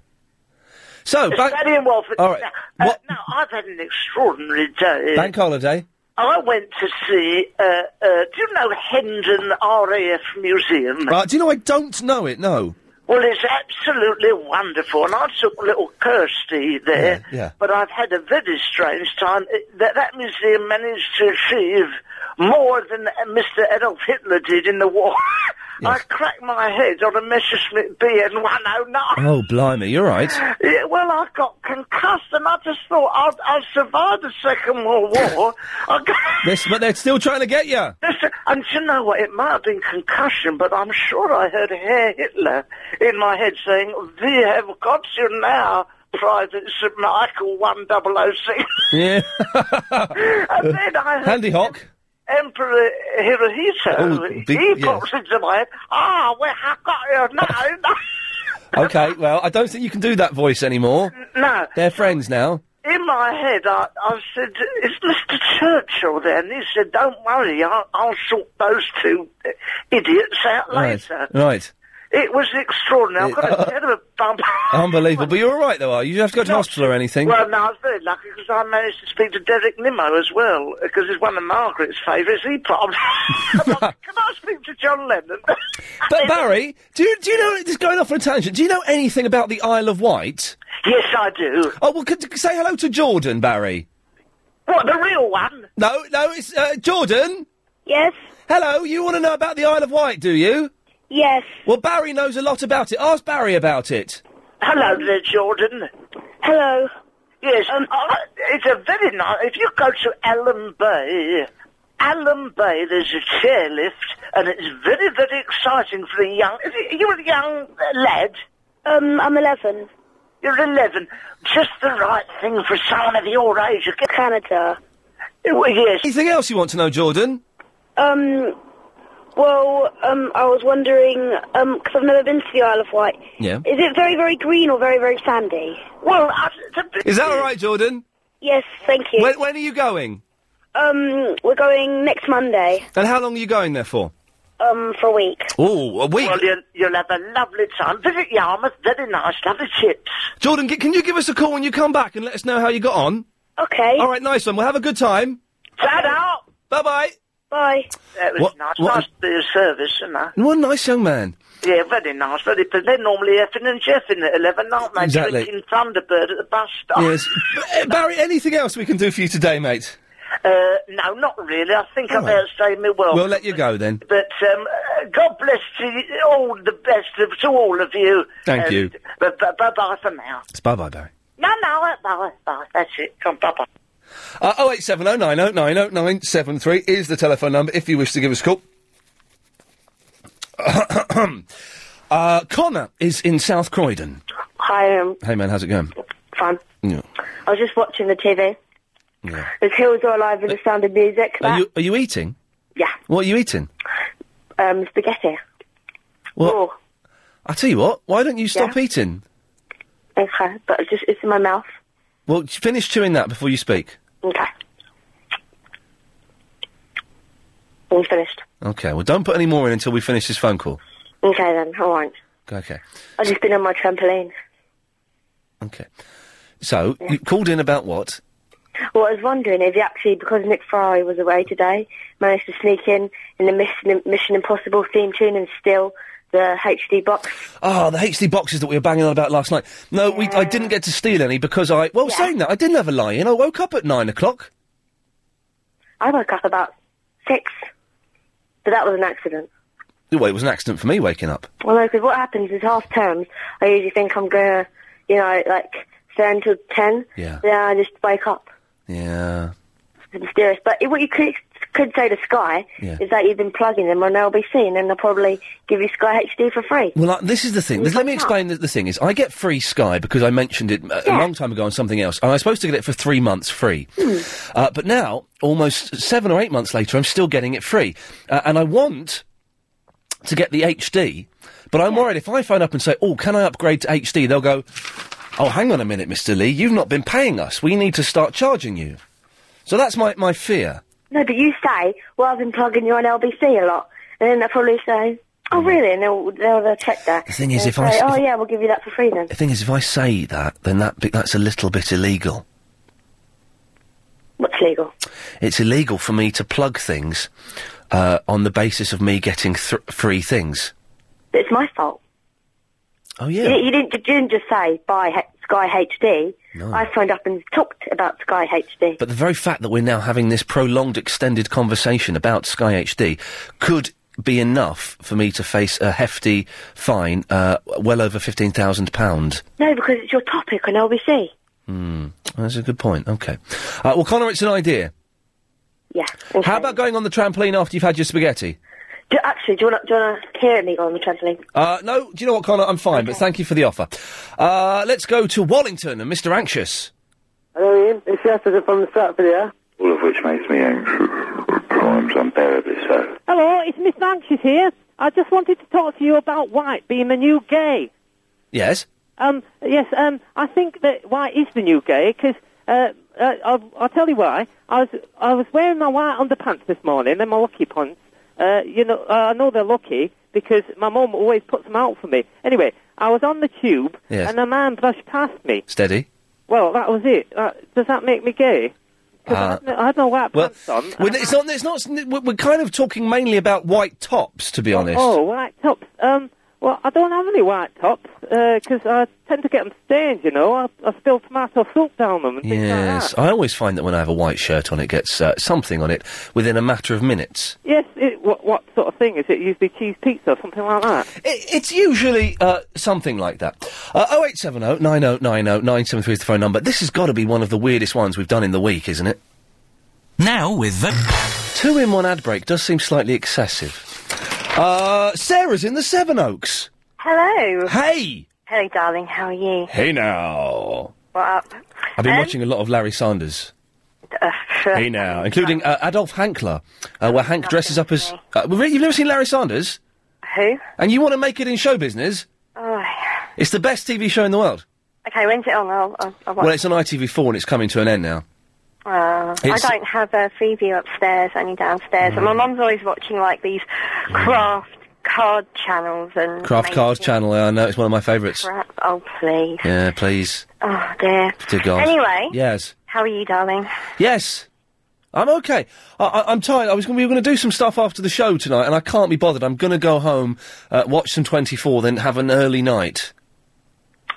[SPEAKER 5] So,
[SPEAKER 11] It's
[SPEAKER 5] bank,
[SPEAKER 11] Barry in Watford.
[SPEAKER 5] All right,
[SPEAKER 11] Now, uh, now, I've had an extraordinary day.
[SPEAKER 5] bank holiday.
[SPEAKER 11] I went to see. Uh, uh, do you know Hendon RAF Museum?
[SPEAKER 5] Right, do you know I don't know it? No.
[SPEAKER 11] Well, it's absolutely wonderful, and I took little Kirsty there.
[SPEAKER 5] Yeah, yeah.
[SPEAKER 11] But I've had a very strange time. It, that, that museum managed to achieve more than uh, Mr. Adolf Hitler did in the war. (laughs) I cracked my head on a Messerschmitt BN 109.
[SPEAKER 5] Oh, blimey, you're right.
[SPEAKER 11] Yeah, well, I got concussed, and I just thought I'd, I'd survive the Second World
[SPEAKER 5] (laughs)
[SPEAKER 11] War. I got,
[SPEAKER 5] This, but they're still trying to get you.
[SPEAKER 11] Listen, and you know what? It might have been concussion, but I'm sure I heard Herr Hitler in my head saying, "We have got you now, Private Sir Michael 1006."
[SPEAKER 5] Yeah.
[SPEAKER 11] (laughs) and then I heard
[SPEAKER 5] Uh, (laughs) Handy Hawk.
[SPEAKER 11] Emperor Hirohito.
[SPEAKER 5] Oh, big-
[SPEAKER 11] he
[SPEAKER 5] yes.
[SPEAKER 11] pops into my head. Ah, we have got you
[SPEAKER 5] (laughs)
[SPEAKER 11] now.
[SPEAKER 5] Okay, well, I don't think you can do that
[SPEAKER 11] (laughs)
[SPEAKER 5] voice anymore.
[SPEAKER 11] no.
[SPEAKER 5] They're friends now.
[SPEAKER 11] In my head, I, I said, "Is Mr. Churchill there?" And he said, "Don't worry, I'll, I'll sort those two uh, idiots out
[SPEAKER 5] Right.
[SPEAKER 11] later."
[SPEAKER 5] Right.
[SPEAKER 11] It was extraordinary. I've got
[SPEAKER 5] Uh,
[SPEAKER 11] a terrible bump.
[SPEAKER 5] Unbelievable. But you're all right, though, are you? You don't have to go to hospital or anything.
[SPEAKER 11] Well, no, I was very lucky because I managed to speak to Derek Nimmo as well because he's one of Margaret's favourites. He probably. (laughs) Can I speak to John Lennon? (laughs)
[SPEAKER 5] But Barry, do you, do you know, just going off on a tangent, do you know anything about the Isle of Wight?
[SPEAKER 11] Yes, I do.
[SPEAKER 5] Oh, well, could, say hello to Jordan, Barry.
[SPEAKER 11] What, the real one?
[SPEAKER 5] No, no, it's uh, Jordan.
[SPEAKER 12] Yes.
[SPEAKER 5] Hello, you want to know about the Isle of Wight, do you?
[SPEAKER 12] Yes.
[SPEAKER 5] Well, Barry knows a lot about it. Ask Barry about it.
[SPEAKER 11] Hello there, Jordan.
[SPEAKER 12] Hello.
[SPEAKER 11] Yes, Um, I, it's a very nice. If you go to Allen Bay, Allen Bay, there's a chairlift, and it's very, very exciting for the young. Is it- You're a young uh, lad.
[SPEAKER 12] Um, I'm 11.
[SPEAKER 11] You're 11. Just the right thing for someone of your age.
[SPEAKER 12] Canada.
[SPEAKER 11] Well, yes.
[SPEAKER 5] Anything else you want to know, Jordan?
[SPEAKER 12] Um, well, um, I was wondering, um, because I've never been to the Isle of Wight.
[SPEAKER 5] Yeah.
[SPEAKER 12] Is it very, very green or very, very sandy?
[SPEAKER 11] Well, I,
[SPEAKER 5] Is that all right, Jordan?
[SPEAKER 12] Yes, thank you.
[SPEAKER 5] When, when are you going?
[SPEAKER 12] Um, we're going next Monday,
[SPEAKER 5] And how long are you going there for?
[SPEAKER 12] um, for a week.
[SPEAKER 5] Oh, a week.
[SPEAKER 11] Well, you'll, you'll have a lovely time. Visit Yarmouth, very nice, lovely chips.
[SPEAKER 5] Jordan, g- can you give us a call when you come back and let us know how you got on?
[SPEAKER 12] Okay.
[SPEAKER 5] All right, nice one. We'll have a good time.
[SPEAKER 11] Shout out!
[SPEAKER 5] Bye-bye.
[SPEAKER 12] Bye.
[SPEAKER 11] That was
[SPEAKER 5] What-
[SPEAKER 11] nice.
[SPEAKER 5] what-
[SPEAKER 11] Nice to do service, and I.
[SPEAKER 5] What a nice young man.
[SPEAKER 11] Yeah, very nice. Very, but they're normally effing and jeffing at 11, aren't they?
[SPEAKER 5] Exactly.
[SPEAKER 11] Drinking Thunderbird at the bus stop.
[SPEAKER 5] Yes. Uh, Barry, anything else we can do for you today, mate?
[SPEAKER 11] Uh, no, not really. I think
[SPEAKER 5] All
[SPEAKER 11] I've
[SPEAKER 5] right.
[SPEAKER 11] outstayed my welcome.
[SPEAKER 5] We'll let you go then.
[SPEAKER 11] But um, uh, God bless to you, all the best of, to all of you.
[SPEAKER 5] Thank
[SPEAKER 11] and,
[SPEAKER 5] you.
[SPEAKER 11] But but bye bye for now.
[SPEAKER 5] It's bye-bye, Barry.
[SPEAKER 11] No, no, bye bye. That's it. Come bye bye.
[SPEAKER 5] Uh, 08709090973 is the telephone number if you wish to give us a call. (coughs) uh, Connor is in South Croydon.
[SPEAKER 11] Hi, um,
[SPEAKER 5] Hey, man, how's it going?
[SPEAKER 11] fun.
[SPEAKER 5] Yeah.
[SPEAKER 11] I was just watching the TV.
[SPEAKER 5] Yeah.
[SPEAKER 11] The hills are alive with the sound of music.
[SPEAKER 5] Are you, are you eating?
[SPEAKER 11] Yeah.
[SPEAKER 5] What are you eating?
[SPEAKER 11] Um, spaghetti.
[SPEAKER 5] Well, I tell you what, why don't you stop
[SPEAKER 11] Yeah.
[SPEAKER 5] eating?
[SPEAKER 11] Okay, but it's just it's in my mouth.
[SPEAKER 5] Well, j- finish chewing that before you speak.
[SPEAKER 11] Okay. I'm finished.
[SPEAKER 5] Okay, well, don't put any more in until we finish this phone call.
[SPEAKER 11] Okay then, I won't.
[SPEAKER 5] Okay.
[SPEAKER 11] I've just been on my trampoline.
[SPEAKER 5] Okay. So, you called in about what?
[SPEAKER 11] Well, I was wondering if you actually, because Nick Ferrari was away today, managed to sneak in in the Mission, Mission Impossible theme tune and steal the HD box.
[SPEAKER 5] Ah, the HD boxes that we were banging on about last night. No, we, I didn't get to steal any because I. Well, saying that, I didn't have a lie in. I woke up at nine o'clock.
[SPEAKER 11] I woke up about six, but that was an accident.
[SPEAKER 5] Well, it was an accident for me waking up.
[SPEAKER 11] Well, because what happens is half terms, I usually think I'm gonna, you know, like stay until ten.
[SPEAKER 5] Yeah.
[SPEAKER 11] Then I just wake up.
[SPEAKER 5] Yeah.
[SPEAKER 11] It's mysterious. But what you could could say to Sky
[SPEAKER 5] Yeah.
[SPEAKER 11] is that you've been plugging them on LBC, and then they'll probably give you Sky HD for free.
[SPEAKER 5] Well, I, this is the thing. Let me
[SPEAKER 11] Why not?
[SPEAKER 5] explain the, the thing is. I get free Sky because I mentioned it uh, a, a long time ago on something else, and I was supposed to get it for three months free. Uh, but now, almost seven or eight months later, I'm still getting it free, uh, and I want to get the HD. But I'm worried if I phone up and say, "Oh, can I upgrade to HD?" They'll go, "Oh, hang on a minute, Mister Lee. You've not been paying us. We need to start charging you." So that's my my fear.
[SPEAKER 11] No, but you say, well, I've been plugging you on LBC a lot, and then they'll probably say, oh, really? And they'll, they'll, they'll check that.
[SPEAKER 5] Mm. The thing is,
[SPEAKER 11] And
[SPEAKER 5] if I
[SPEAKER 11] say,
[SPEAKER 5] s-
[SPEAKER 11] oh
[SPEAKER 5] if-
[SPEAKER 11] yeah, we'll give you that for free then.
[SPEAKER 5] The thing is, if I say that, then that bit, that's a little bit illegal.
[SPEAKER 11] What's legal?
[SPEAKER 5] it's illegal for me to plug things uh, on the basis of me getting thr free things.
[SPEAKER 16] It's my fault.
[SPEAKER 5] Oh
[SPEAKER 16] You,
[SPEAKER 5] yeah.
[SPEAKER 16] didn't- you didn't, you didn't just say buy H- Sky HD.
[SPEAKER 5] No.
[SPEAKER 16] I phoned up and talked about Sky HD.
[SPEAKER 5] But the very fact that we're now having this prolonged, extended conversation about Sky HD could be enough for me to face a hefty fine, uh, well over fifteen thousand pounds.
[SPEAKER 16] No, because it's your topic on LBC.
[SPEAKER 5] Hmm. That's a good point. Okay. Uh, well, Connor, it's an idea.
[SPEAKER 16] Yeah.
[SPEAKER 5] How about going on the trampoline after you've had your spaghetti?
[SPEAKER 16] Do, actually, do you want to hear me on the trampoline?
[SPEAKER 5] Uh, no, do you know what, Connor? I'm fine, but thank you for the offer. Uh, let's go to Wallington and Mr. Anxious.
[SPEAKER 18] Hello, Ian. It's Yesterday from the Stratford here.
[SPEAKER 20] All of which makes me anxious, at times unbearably so.
[SPEAKER 19] Hello, it's Miss Anxious here. I just wanted to talk to you about White being the new gay.
[SPEAKER 5] Yes?
[SPEAKER 19] Um, yes, um, I think that White is the new gay because uh, uh, I'll, I'll tell you why. I was I was wearing my white underpants this morning and my lucky pants. Uh, you know, uh, I know they're lucky because my mum always puts them out for me. Anyway, I was on the tube
[SPEAKER 5] Yes.
[SPEAKER 19] and a man brushed past me.
[SPEAKER 5] Steady.
[SPEAKER 19] Well, that was it. Uh, does that make me gay?
[SPEAKER 5] Uh,
[SPEAKER 19] No, I had my white
[SPEAKER 5] well,
[SPEAKER 19] pants on.
[SPEAKER 5] well, it's not, it's not, we're we're kind of talking mainly about white tops, to be honest.
[SPEAKER 19] Oh, white tops. Um, well, I don't have any white tops because I tend to get them stained. You know, I, I spill tomato soup down them. And things like
[SPEAKER 5] Yes, I always find that when I have a white shirt on, it gets uh, something on it within a matter of minutes.
[SPEAKER 19] Yes. It, what, what sort of thing is it? Usually cheese pizza or something like that.
[SPEAKER 5] It, it's usually uh, something like that. Uh, 0870 9090 973 is the phone number. This has got to be one of the weirdest ones we've done in the week, isn't it? Now with the. Two in one ad break does seem slightly excessive. Uh, Sarah's in the Seven Oaks.
[SPEAKER 23] Hello.
[SPEAKER 5] Hey!
[SPEAKER 23] Hello, darling. How are you?
[SPEAKER 5] Hey now.
[SPEAKER 23] What up?
[SPEAKER 5] I've been
[SPEAKER 23] Um,
[SPEAKER 5] watching a lot of Larry Sanders.
[SPEAKER 23] Uh,
[SPEAKER 5] hey now, including uh, Adolf Hankler, uh, where Hank dresses up as. Uh, well, really, you've never seen Larry Sanders?
[SPEAKER 23] Who?
[SPEAKER 5] And you want to make it in show business?
[SPEAKER 23] Oh,
[SPEAKER 5] It's the best TV show in the world.
[SPEAKER 23] okay, when's it on? I'll, I'll, I'll watch.
[SPEAKER 5] Well, it's on ITV4 and it's coming to an end now.
[SPEAKER 23] Uh, I
[SPEAKER 5] it's- Mm.
[SPEAKER 23] don't have a freeview upstairs, only downstairs. And my mum's always watching like these craft card channels and
[SPEAKER 5] Craft
[SPEAKER 23] amazing
[SPEAKER 5] Cars Channel, I know it's one of my favourites.
[SPEAKER 23] crap. Oh please.
[SPEAKER 5] Yeah, please.
[SPEAKER 23] Oh dear.
[SPEAKER 5] Dear God.
[SPEAKER 23] Anyway.
[SPEAKER 5] Yes.
[SPEAKER 23] How are you, darling?
[SPEAKER 5] Yes. I'm okay. I, I, I'm tired. I was gonna, we were going to do some stuff after the show tonight, and I can't be bothered. I'm going to go home, uh, watch some 24, then have an early night.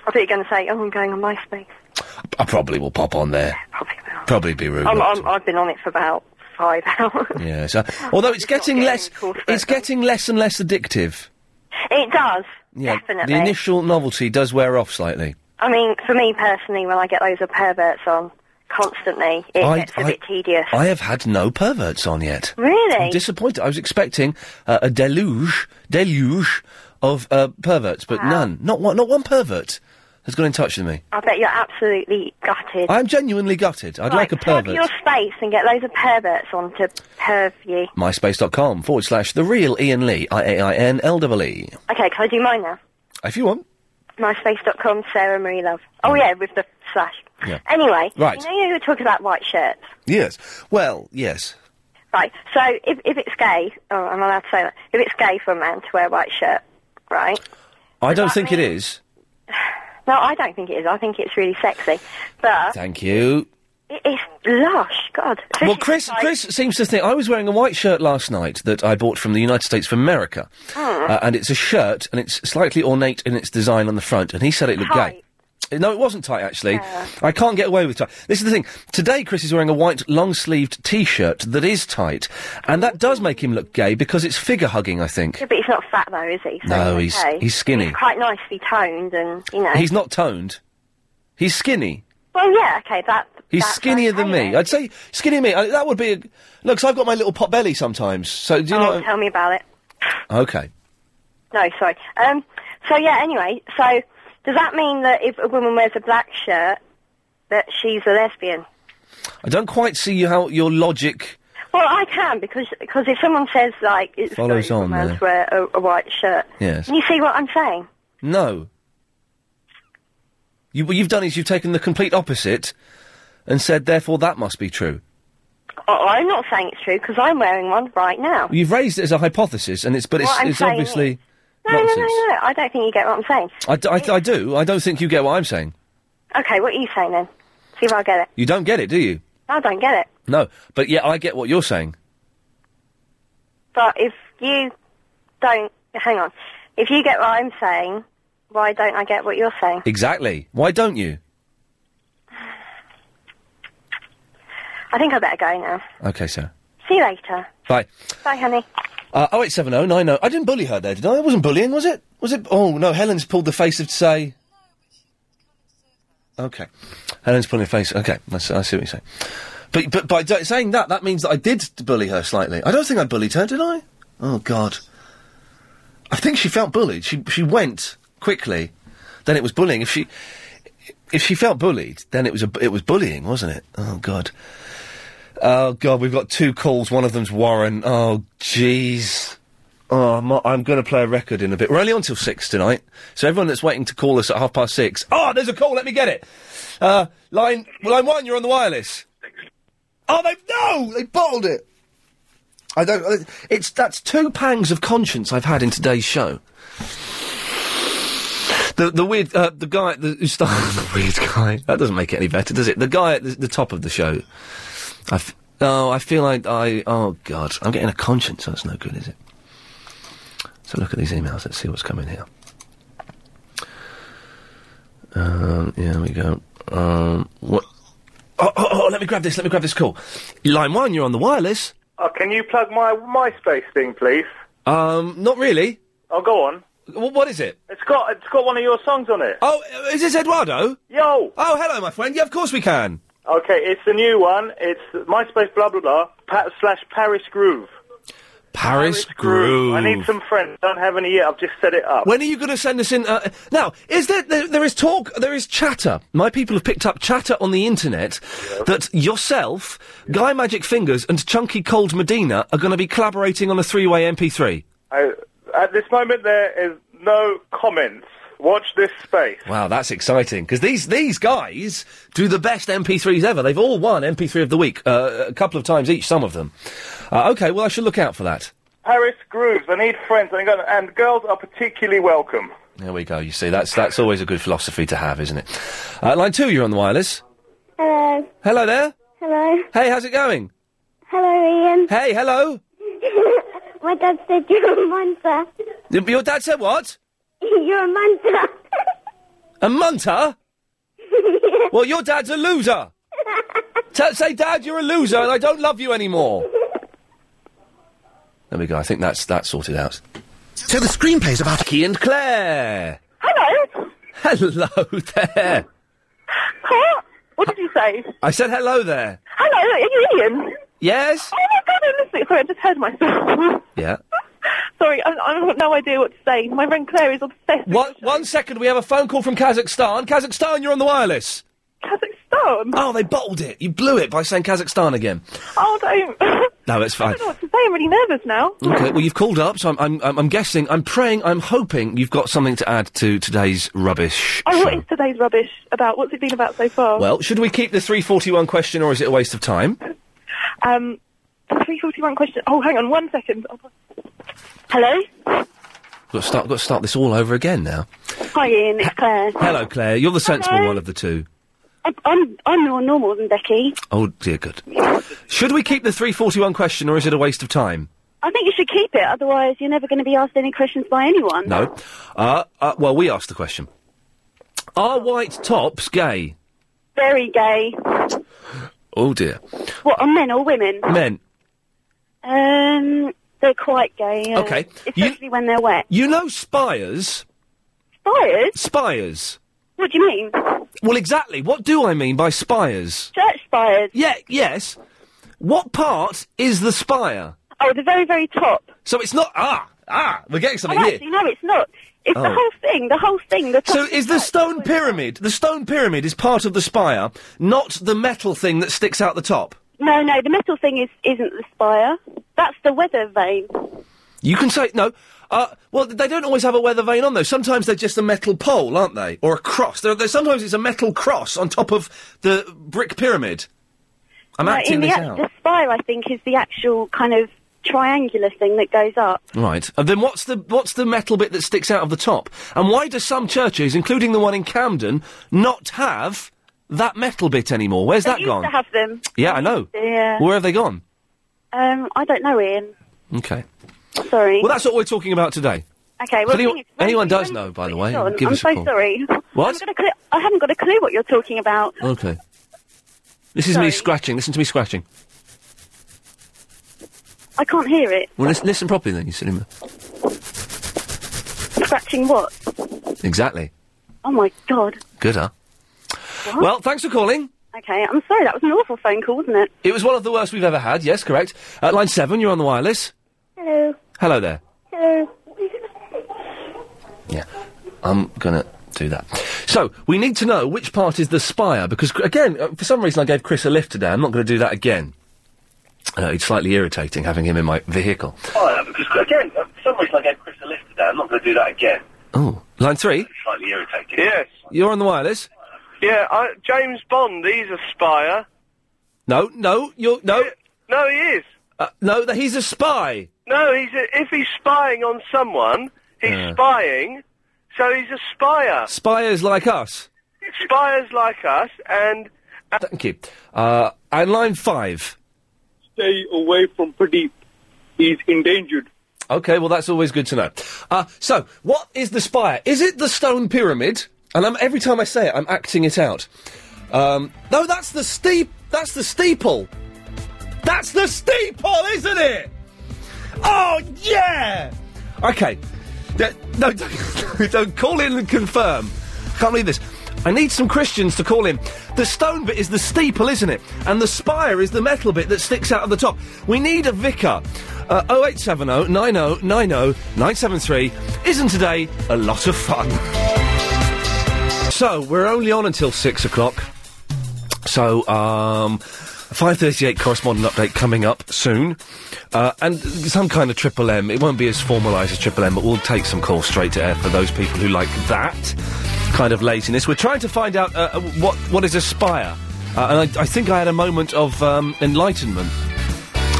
[SPEAKER 23] I thought you were going to say, "Oh, I'm going on MySpace."
[SPEAKER 5] I probably will pop on there.
[SPEAKER 23] Probably
[SPEAKER 5] will. Probably be rude.
[SPEAKER 23] I'm,
[SPEAKER 5] not
[SPEAKER 23] I'm, I've been on it for about five (laughs) hours.
[SPEAKER 5] Yes. uh, although it's getting less, it's getting less and less addictive.
[SPEAKER 23] It does.
[SPEAKER 5] Yeah.
[SPEAKER 23] Definitely.
[SPEAKER 5] The initial novelty does wear off slightly.
[SPEAKER 23] I mean, for me personally, when I get loads of perverts on constantly, it
[SPEAKER 5] I-
[SPEAKER 23] gets a
[SPEAKER 5] I-
[SPEAKER 23] bit tedious.
[SPEAKER 5] I have had no perverts on yet. I'm
[SPEAKER 23] really?
[SPEAKER 5] disappointed. I was expecting uh, a deluge, deluge of uh, perverts, but
[SPEAKER 23] Wow.
[SPEAKER 5] none. Not one. Not one pervert has got in touch with me.
[SPEAKER 23] I bet you're absolutely gutted.
[SPEAKER 5] I'm genuinely gutted. I'd like a
[SPEAKER 23] Plug
[SPEAKER 5] pervert.
[SPEAKER 23] your space and get loads of perverts on to perv you.
[SPEAKER 5] MySpace.com forward slash the real Ian Lee I A I N L E E.
[SPEAKER 23] Okay, can I do mine now?
[SPEAKER 5] If you want.
[SPEAKER 23] MySpace.com, Sarah Marie Love. Oh yeah, with the slash.
[SPEAKER 5] Mm. Yeah.
[SPEAKER 23] Anyway,
[SPEAKER 5] Right.
[SPEAKER 23] you know you were talking about white shirts.
[SPEAKER 5] Yes. Well, yes.
[SPEAKER 23] Right, so if, if it's gay, oh, I'm allowed to say that, if it's gay for a man to wear a white shirt, right?
[SPEAKER 5] I don't think it is.
[SPEAKER 23] No, I don't think it is. I think it's really sexy. But
[SPEAKER 5] Thank you.
[SPEAKER 23] it, it's lush, God.
[SPEAKER 5] Well, Chris, Chris seems to think I was wearing a white shirt last night that I bought from the United States of America,
[SPEAKER 23] Hmm.
[SPEAKER 5] uh, and it's a shirt, and it's slightly ornate in its design on the front, and he said it looked gay. Uh, No, it wasn't tight actually. I can't get away with tight. This is the thing. Today, Chris is wearing a white long-sleeved T-shirt that is tight, and that does make him look gay because it's figure hugging. I think.
[SPEAKER 23] Yeah, but he's not fat though, is he? So
[SPEAKER 5] No,
[SPEAKER 23] it's
[SPEAKER 5] he's-
[SPEAKER 23] okay.
[SPEAKER 5] he's skinny.
[SPEAKER 23] He's quite nicely toned, and you know.
[SPEAKER 5] He's not toned. He's skinny.
[SPEAKER 23] Well, yeah, okay, that.
[SPEAKER 5] He's skinnier than me. I'd say skinnier than me. I, that would be a look. So I've got my little pot belly sometimes. So do you
[SPEAKER 23] oh,
[SPEAKER 5] know?
[SPEAKER 23] tell me about it.
[SPEAKER 5] Okay.
[SPEAKER 23] No, sorry. Um. So yeah. Anyway, so does that mean that if a woman wears a black shirt, that she's a lesbian?
[SPEAKER 5] I don't quite see how your logic
[SPEAKER 23] Well, I can because because if someone says like it's
[SPEAKER 5] follows on
[SPEAKER 23] man's
[SPEAKER 5] there.
[SPEAKER 23] wear a, a white shirt,
[SPEAKER 5] Yes.
[SPEAKER 23] can you see what I'm saying?
[SPEAKER 5] No. You, what you've done is you've taken the complete opposite and said, therefore, that must be true.
[SPEAKER 23] Oh, I'm not saying it's true because I'm wearing one right now.
[SPEAKER 5] You've raised it as a hypothesis, and it's but it's,
[SPEAKER 23] What I'm
[SPEAKER 5] it's
[SPEAKER 23] saying
[SPEAKER 5] obviously
[SPEAKER 23] No,
[SPEAKER 5] nonsense.
[SPEAKER 23] no, no, no. I don't think you get what I'm saying.
[SPEAKER 5] I, d- I- I do. I don't think you get what I'm saying.
[SPEAKER 23] Okay, what are you saying then? See if I get it.
[SPEAKER 5] You don't get it, do you?
[SPEAKER 23] I don't get it.
[SPEAKER 5] No, but yeah, I get what you're saying.
[SPEAKER 23] But if you don't, hang on. If you get what I'm saying, why don't I get what you're saying?
[SPEAKER 5] Exactly. Why don't you?
[SPEAKER 23] I think I better go now.
[SPEAKER 5] Okay, sir.
[SPEAKER 23] See you later.
[SPEAKER 5] Bye.
[SPEAKER 23] Bye, honey.
[SPEAKER 5] Uh, 08709. I didn't bully her there, did I? It wasn't bullying, was it? Was it? Oh, no, Helen's pulled the face of say. Okay. Helen's pulling the face. Okay, I see, I see what you're saying. But, but by do- saying that, that means that I did bully her slightly. I don't think I bullied her, did I? Oh, God. I think she felt bullied. She, she went quickly. Then it was bullying. If she, if she felt bullied, then it was, a, it was bullying, wasn't it? Oh, God. Oh God, we've got two calls. One of them's Warren. Oh jeez. Oh, I'm, I'm going to play a record in a bit. We're only on till six tonight, so everyone that's waiting to call us at half past six. Oh, there's a call. Let me get it. Uh, line, well, line one. You're on the wireless. Oh, they no, they bottled it. I don't. It's that's two pangs of conscience I've had in today's show. The the weird uh, the guy the, who started (laughs) the weird guy that doesn't make it any better, does it? The guy at the, the top of the show. I f- oh, I feel like I. Oh, God. I'm getting a conscience. That's no good, is it? So look at these emails. Let's see what's coming here. Um, yeah, there we go. Um, what? Oh, oh, oh, let me grab this. Let me grab this call. Line one, you're on the wireless.
[SPEAKER 6] Uh, can you plug my MySpace thing, please?
[SPEAKER 5] Um, not really.
[SPEAKER 6] Oh, go on.
[SPEAKER 5] W- what is it?
[SPEAKER 6] It's got it's got one of your songs on it.
[SPEAKER 5] Oh, uh, is this Eduardo?
[SPEAKER 6] Yo.
[SPEAKER 5] Oh, hello, my friend. Yeah, of course we can.
[SPEAKER 6] Okay, it's the new one. It's MySpace blah blah blah pa- slash Paris Groove.
[SPEAKER 5] Paris, Groove.
[SPEAKER 6] I need some friends. Don't have any yet. I've just set it up.
[SPEAKER 5] When are you going to send us in? Uh, now, is there, there there is talk? There is chatter. My people have picked up chatter on the internet that yourself, Guy Magic Fingers, and Chunky Cold Medina are going to be collaborating on a three-way MP3.
[SPEAKER 6] I, at this moment, there is no comments. Watch this space.
[SPEAKER 5] Wow, that's exciting because these these guys do the best MP3s ever. They've all won MP3 of the week uh, a couple of times each. Some of them. Uh, okay, well I should look out for that.
[SPEAKER 6] Paris grooves. I need friends. I got, and girls are particularly welcome.
[SPEAKER 5] There we go. You see, that's that's always a good philosophy to have, isn't it? Uh, line two, you're on the wireless.
[SPEAKER 12] Hello.
[SPEAKER 5] Hello there.
[SPEAKER 12] Hello.
[SPEAKER 5] Hey, how's it going?
[SPEAKER 12] Hello, Ian. (laughs)
[SPEAKER 5] Hey, hello.
[SPEAKER 12] My dad said you're a monster.
[SPEAKER 5] Y- Your dad said what?
[SPEAKER 12] (laughs) you're a monster. (laughs)
[SPEAKER 5] A munter? well, your dad's a loser. T- say, Dad, you're a loser, and I don't love you anymore. There we go. I think that's that sorted out. So the screenplay's about Key and Claire.
[SPEAKER 13] Hello.
[SPEAKER 5] Hello there.
[SPEAKER 13] Huh? What did you say?
[SPEAKER 5] I said hello there.
[SPEAKER 13] Hello, are you Ian?
[SPEAKER 5] Yes.
[SPEAKER 13] Oh my god, I'm listening. Sorry, I just heard myself. (laughs)
[SPEAKER 5] Yeah.
[SPEAKER 13] Sorry, I, I've got (laughs) no idea what to say. My friend Claire is obsessed with
[SPEAKER 5] One, one second, we have a phone call from Kazakhstan. Kazakhstan, you're on the wireless.
[SPEAKER 13] Kazakhstan.
[SPEAKER 5] Oh, they bottled it. You blew it by saying Kazakhstan again.
[SPEAKER 13] Oh, don't. (laughs) I
[SPEAKER 5] No, it's fine.
[SPEAKER 13] don't know what to say. I'm really nervous now.
[SPEAKER 5] Okay, well, you've called up, so I'm, I'm, I'm, I'm guessing, I'm praying, I'm hoping you've got something to add to today's rubbish.
[SPEAKER 13] Oh, what is today's rubbish about? What's it been about so far?
[SPEAKER 5] Well, should we keep the 341 question or is it a waste of time?
[SPEAKER 13] Um, the 341 question. Oh, hang on one second. Oh, Hello?
[SPEAKER 5] Got to start, got to start this all over again now.
[SPEAKER 12] Hi, Ian. It's Claire.
[SPEAKER 5] Hello, Claire. You're the sensible
[SPEAKER 12] Hello.
[SPEAKER 5] one of the two.
[SPEAKER 12] I'm- I'm I'm more normal than Becky.
[SPEAKER 5] Oh, dear good. Should we keep the 341 question or is it a waste of time?
[SPEAKER 12] I think you should keep it, otherwise you're never going to be asked any questions by anyone.
[SPEAKER 5] No. Uh, uh, well, we asked the question. Are white tops gay?
[SPEAKER 12] Very gay.
[SPEAKER 5] Oh, dear.
[SPEAKER 12] What are men or women?
[SPEAKER 5] Men,
[SPEAKER 12] Um, they're quite gay. uh,
[SPEAKER 5] Okay. You-
[SPEAKER 12] Especially when they're wet.
[SPEAKER 5] you know spires?
[SPEAKER 12] Spires?
[SPEAKER 5] Spires.
[SPEAKER 12] What do you mean?
[SPEAKER 5] Well, exactly. What do I mean by spires?
[SPEAKER 12] Church spires.
[SPEAKER 5] Yeah, yes. What part is the spire?
[SPEAKER 12] Oh, the very very top.
[SPEAKER 5] So it's not. Ah, ah, we're getting something
[SPEAKER 12] oh,
[SPEAKER 5] here.
[SPEAKER 12] actually, no, it's not. It's the
[SPEAKER 5] Oh.
[SPEAKER 12] whole thing. The whole thing. The top
[SPEAKER 5] So is the stone pyramid, the stone pyramid is part of the spire, not the metal thing that sticks out the top.
[SPEAKER 12] No, no, the metal thing is isn't the spire. That's the weather vane.
[SPEAKER 5] You can say, no, uh, well, they don't always have a weather vane on though. Sometimes they're just a metal pole, aren't they? Or a cross. There, there, sometimes it's a metal cross on top of the brick pyramid. I'm
[SPEAKER 12] No,
[SPEAKER 5] acting
[SPEAKER 12] in the,
[SPEAKER 5] this
[SPEAKER 12] act-
[SPEAKER 5] out.
[SPEAKER 12] the spire, I think, is the actual kind of triangular thing that goes up.
[SPEAKER 5] Right. And then what's the what's the metal bit that sticks out of the top? And why do some churches, including the one in Camden, not have that metal bit anymore. Where's
[SPEAKER 12] They
[SPEAKER 5] that
[SPEAKER 12] used
[SPEAKER 5] gone?
[SPEAKER 12] to have them.
[SPEAKER 5] yeah, I know.
[SPEAKER 12] Yeah.
[SPEAKER 5] Where have they gone?
[SPEAKER 12] Um, I don't know, Ian.
[SPEAKER 5] Okay.
[SPEAKER 12] Sorry.
[SPEAKER 5] Well, that's what we're talking about today.
[SPEAKER 12] Okay,
[SPEAKER 5] if
[SPEAKER 12] well,
[SPEAKER 5] anyone,
[SPEAKER 12] the thing is, when-
[SPEAKER 5] anyone does
[SPEAKER 12] when-
[SPEAKER 5] know, by the way,
[SPEAKER 12] John,
[SPEAKER 5] give
[SPEAKER 12] I'm
[SPEAKER 5] us
[SPEAKER 12] so
[SPEAKER 5] a call.
[SPEAKER 12] sorry. (laughs)
[SPEAKER 5] What?
[SPEAKER 12] I haven't, got a clue, I haven't got a clue what you're talking about.
[SPEAKER 5] Okay. This is me scratching. Listen to me scratching.
[SPEAKER 12] I can't hear it.
[SPEAKER 5] Well, listen, listen properly then, you cinema.
[SPEAKER 12] Scratching what?
[SPEAKER 5] Exactly.
[SPEAKER 12] Oh my god.
[SPEAKER 5] Good, huh?
[SPEAKER 12] What?
[SPEAKER 5] Well, thanks for calling.
[SPEAKER 12] Okay, I'm sorry. That was an awful phone call, wasn't it?
[SPEAKER 5] It was one of the worst we've ever had. Yes, correct. Uh, line seven, you're on the wireless.
[SPEAKER 12] Hello.
[SPEAKER 5] Hello there.
[SPEAKER 12] Hello.
[SPEAKER 5] Yeah, I'm gonna do that. So we need to know which part is the spire because again, uh, for some reason, I gave Chris a lift today. I'm not going to do that again. Uh, it's slightly irritating having him in my vehicle.
[SPEAKER 31] Oh, yeah, because again, for some reason I gave Chris a lift today. I'm not going to do that again.
[SPEAKER 5] Oh, line three,
[SPEAKER 31] Slightly irritating. Yes.
[SPEAKER 5] you're on the wireless.
[SPEAKER 6] Yeah, I, James Bond, he's a spire.
[SPEAKER 5] No, no, you're no,
[SPEAKER 6] No, he is.
[SPEAKER 5] uh, no. That he's a spy.
[SPEAKER 6] No, he's a, if he's spying on someone, he's
[SPEAKER 5] Yeah.
[SPEAKER 6] spying, so he's a spire.
[SPEAKER 5] Spires like us.
[SPEAKER 6] Spires like us, and
[SPEAKER 5] Thank you. Uh, and line five.
[SPEAKER 28] Stay away from Pradeep. He's endangered.
[SPEAKER 5] Okay, well, that's always good to know. Uh, so, what is the spire? Is it the stone pyramid? And I'm, every time I say it, I'm acting it out. Um, no, that's the steep. That's the steeple. That's the steeple, isn't it? Oh yeah. Okay. Th- No, (laughs) don't, don't call in and confirm. Can't believe this. I need some Christians to call in. The stone bit is the steeple, isn't it? And the spire is the metal bit that sticks out of the top. We need a vicar. Uh, 0870 90 90 973. Isn't today a lot of fun? (laughs) So, we're only on until six o'clock. So, um, 538 correspondent update coming up soon. Uh, and some kind of Triple M. It won't be as formalised as Triple M, but we'll take some calls straight to air for those people who like that kind of laziness. We're trying to find out uh, uh, what, what is Aspire. Uh, and I, I think I had a moment of um, enlightenment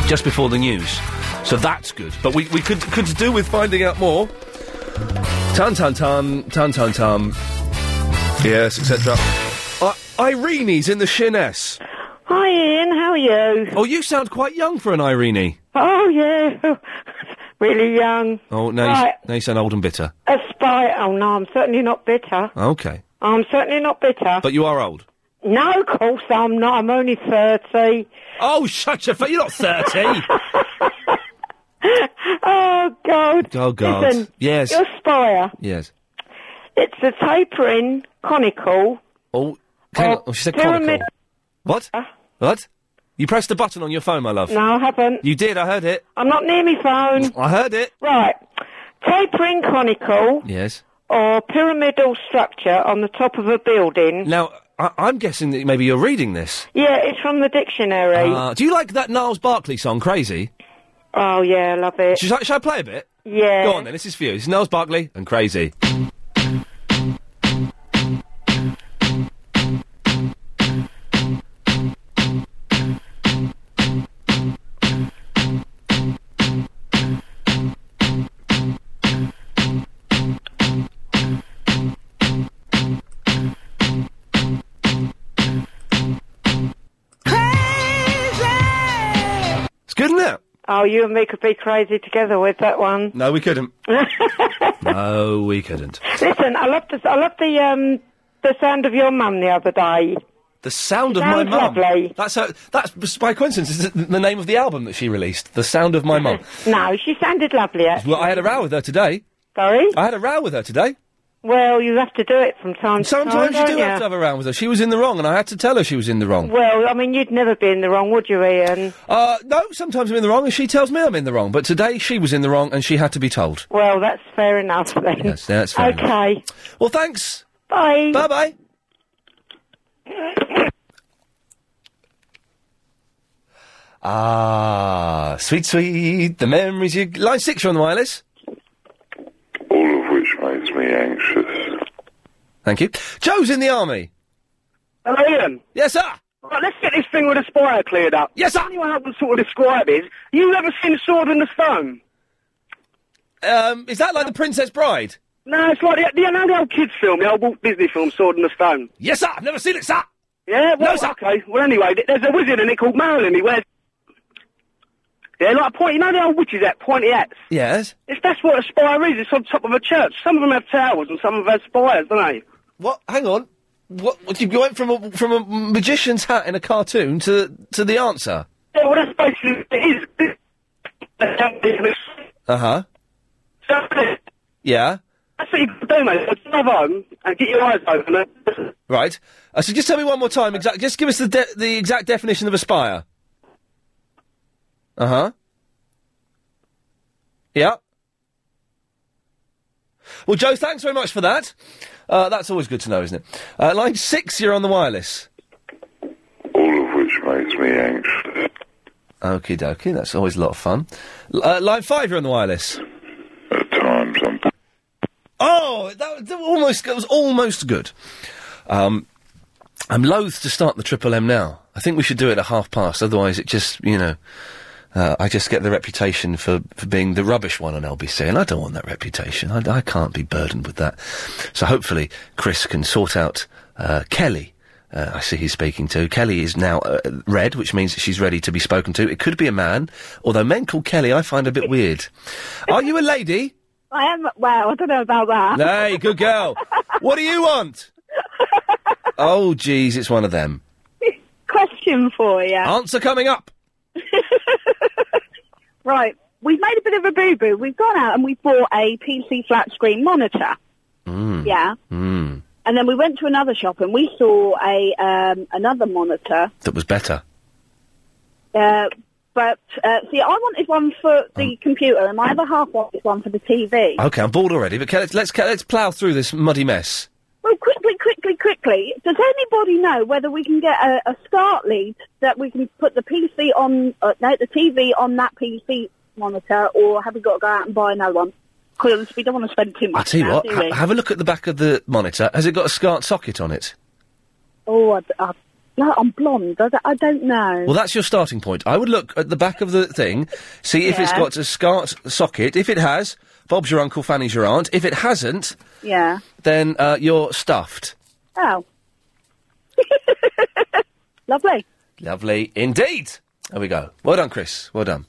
[SPEAKER 5] just before the news. So that's good. But we, we could, could do with finding out more. Tan tan tan, tan tan tan. Yes, etc. Uh, Irene's in the Shiness.
[SPEAKER 32] Hi, Ian. How are you?
[SPEAKER 5] Oh, you sound quite young for an Irene.
[SPEAKER 32] Oh, yeah. (laughs) really young.
[SPEAKER 5] Oh, now, you,
[SPEAKER 32] Right.
[SPEAKER 5] now you sound old and bitter.
[SPEAKER 32] A spy. Oh, no, I'm certainly not bitter.
[SPEAKER 5] Okay.
[SPEAKER 32] I'm certainly not bitter.
[SPEAKER 5] But you are old.
[SPEAKER 32] No, of course I'm not. I'm only 30.
[SPEAKER 5] Oh, shut your face. You're
[SPEAKER 32] (laughs)
[SPEAKER 5] not 30.
[SPEAKER 32] Oh, God.
[SPEAKER 5] Oh, God.
[SPEAKER 32] Listen,
[SPEAKER 5] Yes.
[SPEAKER 32] Your spire.
[SPEAKER 5] yes.
[SPEAKER 32] It's a tapering conical.
[SPEAKER 5] Oh, hang on.
[SPEAKER 32] Oh,
[SPEAKER 5] Oh, she said
[SPEAKER 32] pyramid-
[SPEAKER 5] conical. What? What? You pressed the button on your phone, my love.
[SPEAKER 32] No, I haven't.
[SPEAKER 5] You did, I heard it.
[SPEAKER 32] I'm not near my phone.
[SPEAKER 5] I heard it.
[SPEAKER 32] Right. Tapering conical
[SPEAKER 5] Yes.
[SPEAKER 32] or pyramidal structure on the top of a building.
[SPEAKER 5] Now, I- I'm guessing that maybe you're reading this.
[SPEAKER 32] Yeah, it's from the dictionary.
[SPEAKER 5] Uh, do you like that Niles Barkley song, Crazy?
[SPEAKER 32] oh, yeah, I love it.
[SPEAKER 5] Should I, should I play a bit?
[SPEAKER 32] Yeah.
[SPEAKER 5] Go on then, this is for you. This is Niles Barkley and Crazy. It's good, isn't it?
[SPEAKER 32] Oh, you and me could be crazy together with that one.
[SPEAKER 5] No,
[SPEAKER 32] (laughs)
[SPEAKER 5] we couldn't. no, we couldn't.
[SPEAKER 32] Listen, I loved the, I loved the um the sound of your mum the other day.
[SPEAKER 5] The sound of my
[SPEAKER 32] Sounds
[SPEAKER 5] mum.
[SPEAKER 32] lovely.
[SPEAKER 5] That's her, that's by coincidence. Is th- the name of the album that she released? The sound of
[SPEAKER 32] (laughs)
[SPEAKER 5] my mum.
[SPEAKER 32] No, she sounded lovely. Actually.
[SPEAKER 5] Well, I had a row with her today.
[SPEAKER 32] Sorry.
[SPEAKER 5] I had a row with her today.
[SPEAKER 32] Well, you have to do it from time to time.
[SPEAKER 5] Sometimes you do
[SPEAKER 32] don't
[SPEAKER 5] have to have a row with her. She was in the wrong, and I had to tell her she was in the wrong.
[SPEAKER 32] Well, I mean, you'd never be in the wrong, would you, Ian?
[SPEAKER 5] Uh, no, sometimes I'm in the wrong, and she tells me I'm in the wrong. But today she was in the wrong, and she had to be told.
[SPEAKER 32] Well, that's fair enough then.
[SPEAKER 5] Yes, that's fair enough.
[SPEAKER 32] Okay.
[SPEAKER 5] Well, thanks.
[SPEAKER 32] Bye.
[SPEAKER 5] Bye bye. Ah, sweet, sweet, the memories you... Line 6, you're on the wireless.
[SPEAKER 33] All of which makes me anxious.
[SPEAKER 5] Thank you. Joe's in the army.
[SPEAKER 4] Hello, Ian.
[SPEAKER 5] Yes, sir.
[SPEAKER 4] Right, let's get this thing with the spire cleared up.
[SPEAKER 5] Yes, sir.
[SPEAKER 4] The only way I can sort of describe it is, you ever seen Sword in the Stone?
[SPEAKER 5] Um, is that like The Princess Bride?
[SPEAKER 4] No, it's like the, the, you know, the old kids' film, the old Walt Disney film, Sword in the Stone.
[SPEAKER 5] Yes, sir. I've never seen it, sir.
[SPEAKER 4] Yeah, well, okay. Well, anyway, th- there's a wizard in it called Marilyn. He wears. Yeah, like a point. You know the old witches hat, pointy hats.
[SPEAKER 5] Yes.
[SPEAKER 4] If that's what a spire is, it's on top of a church. Some of them have towers and some of them have spires, don't they?
[SPEAKER 5] What? Hang on. What, what you went from a, from a magician's hat in a cartoon to to the answer.
[SPEAKER 4] Yeah, well, that's basically what it is. That's how it is.
[SPEAKER 5] Uh huh.
[SPEAKER 4] So,
[SPEAKER 5] Yeah.
[SPEAKER 4] That's what you can do, mate. Just Drive home and get your eyes open. And
[SPEAKER 5] Right. Uh, so just tell me one more time. Exact. Just give us the de- the exact definition of aspire. Uh huh. Yeah. Well, Joe, thanks very much for that. Uh, that's always good to know, isn't it? Uh, line six, you're on the wireless.
[SPEAKER 34] all of which makes me anxious.
[SPEAKER 5] Okie dokie, that's always a lot of fun. L- Uh, line five, you're on the wireless.
[SPEAKER 34] At times I'm
[SPEAKER 5] Oh, that, that almost that was almost good. Um, I'm loath to start the Triple M now. I think we should do it at half past. Otherwise, it just you know, uh, I just get the reputation for, for being the rubbish one on LBC, and I don't want that reputation. I, I can't be burdened with that. So hopefully, Chris can sort out uh, Kelly. Uh, I see he's speaking to. Kelly is now uh, red, which means that she's ready to be spoken to. It could be a man, although men called Kelly I find a bit weird. Are you a lady?
[SPEAKER 12] I am. Well, I don't know about that.
[SPEAKER 5] Hey, good girl. What do you want? Oh, geez, it's one of them.
[SPEAKER 12] Question for you.
[SPEAKER 5] Answer coming up.
[SPEAKER 12] Right. We've made a bit of a boo boo. We've gone out and we bought a PC flat screen monitor.
[SPEAKER 5] Mm.
[SPEAKER 12] Yeah.
[SPEAKER 5] Mm.
[SPEAKER 12] And then we went to another shop and we saw a um, another monitor.
[SPEAKER 5] That was better.
[SPEAKER 12] Uh, but uh, see, I wanted one for the computer, and my other half wanted one for the TV.
[SPEAKER 5] Okay, I'm bored already, but let's let's, let's plough through this muddy mess.
[SPEAKER 12] Well, quickly, quickly, quickly. Does anybody know whether we can get a, a start lead that we can put the PC on, uh, no, the TV on that PC monitor, or have we got to go out and buy another one? Because we don't want to spend too much.
[SPEAKER 5] I tell you
[SPEAKER 12] now,
[SPEAKER 5] what,
[SPEAKER 12] do
[SPEAKER 5] ha-
[SPEAKER 12] we?
[SPEAKER 5] have a look at the back of the monitor. Has it got a SCART socket on it?
[SPEAKER 12] oh, I, I, no, I'm blonde. I, don't- I don't know.
[SPEAKER 5] Well, that's your starting point. I would look at the back of the thing, see if it's
[SPEAKER 12] Yeah.
[SPEAKER 5] got a SCART socket. If it has, Bob's your uncle, Fanny's your aunt. If it hasn't,
[SPEAKER 12] yeah.
[SPEAKER 5] then uh, you're stuffed.
[SPEAKER 12] Oh. (laughs) Lovely.
[SPEAKER 5] Lovely indeed. There we go. Well done, Chris. Well done.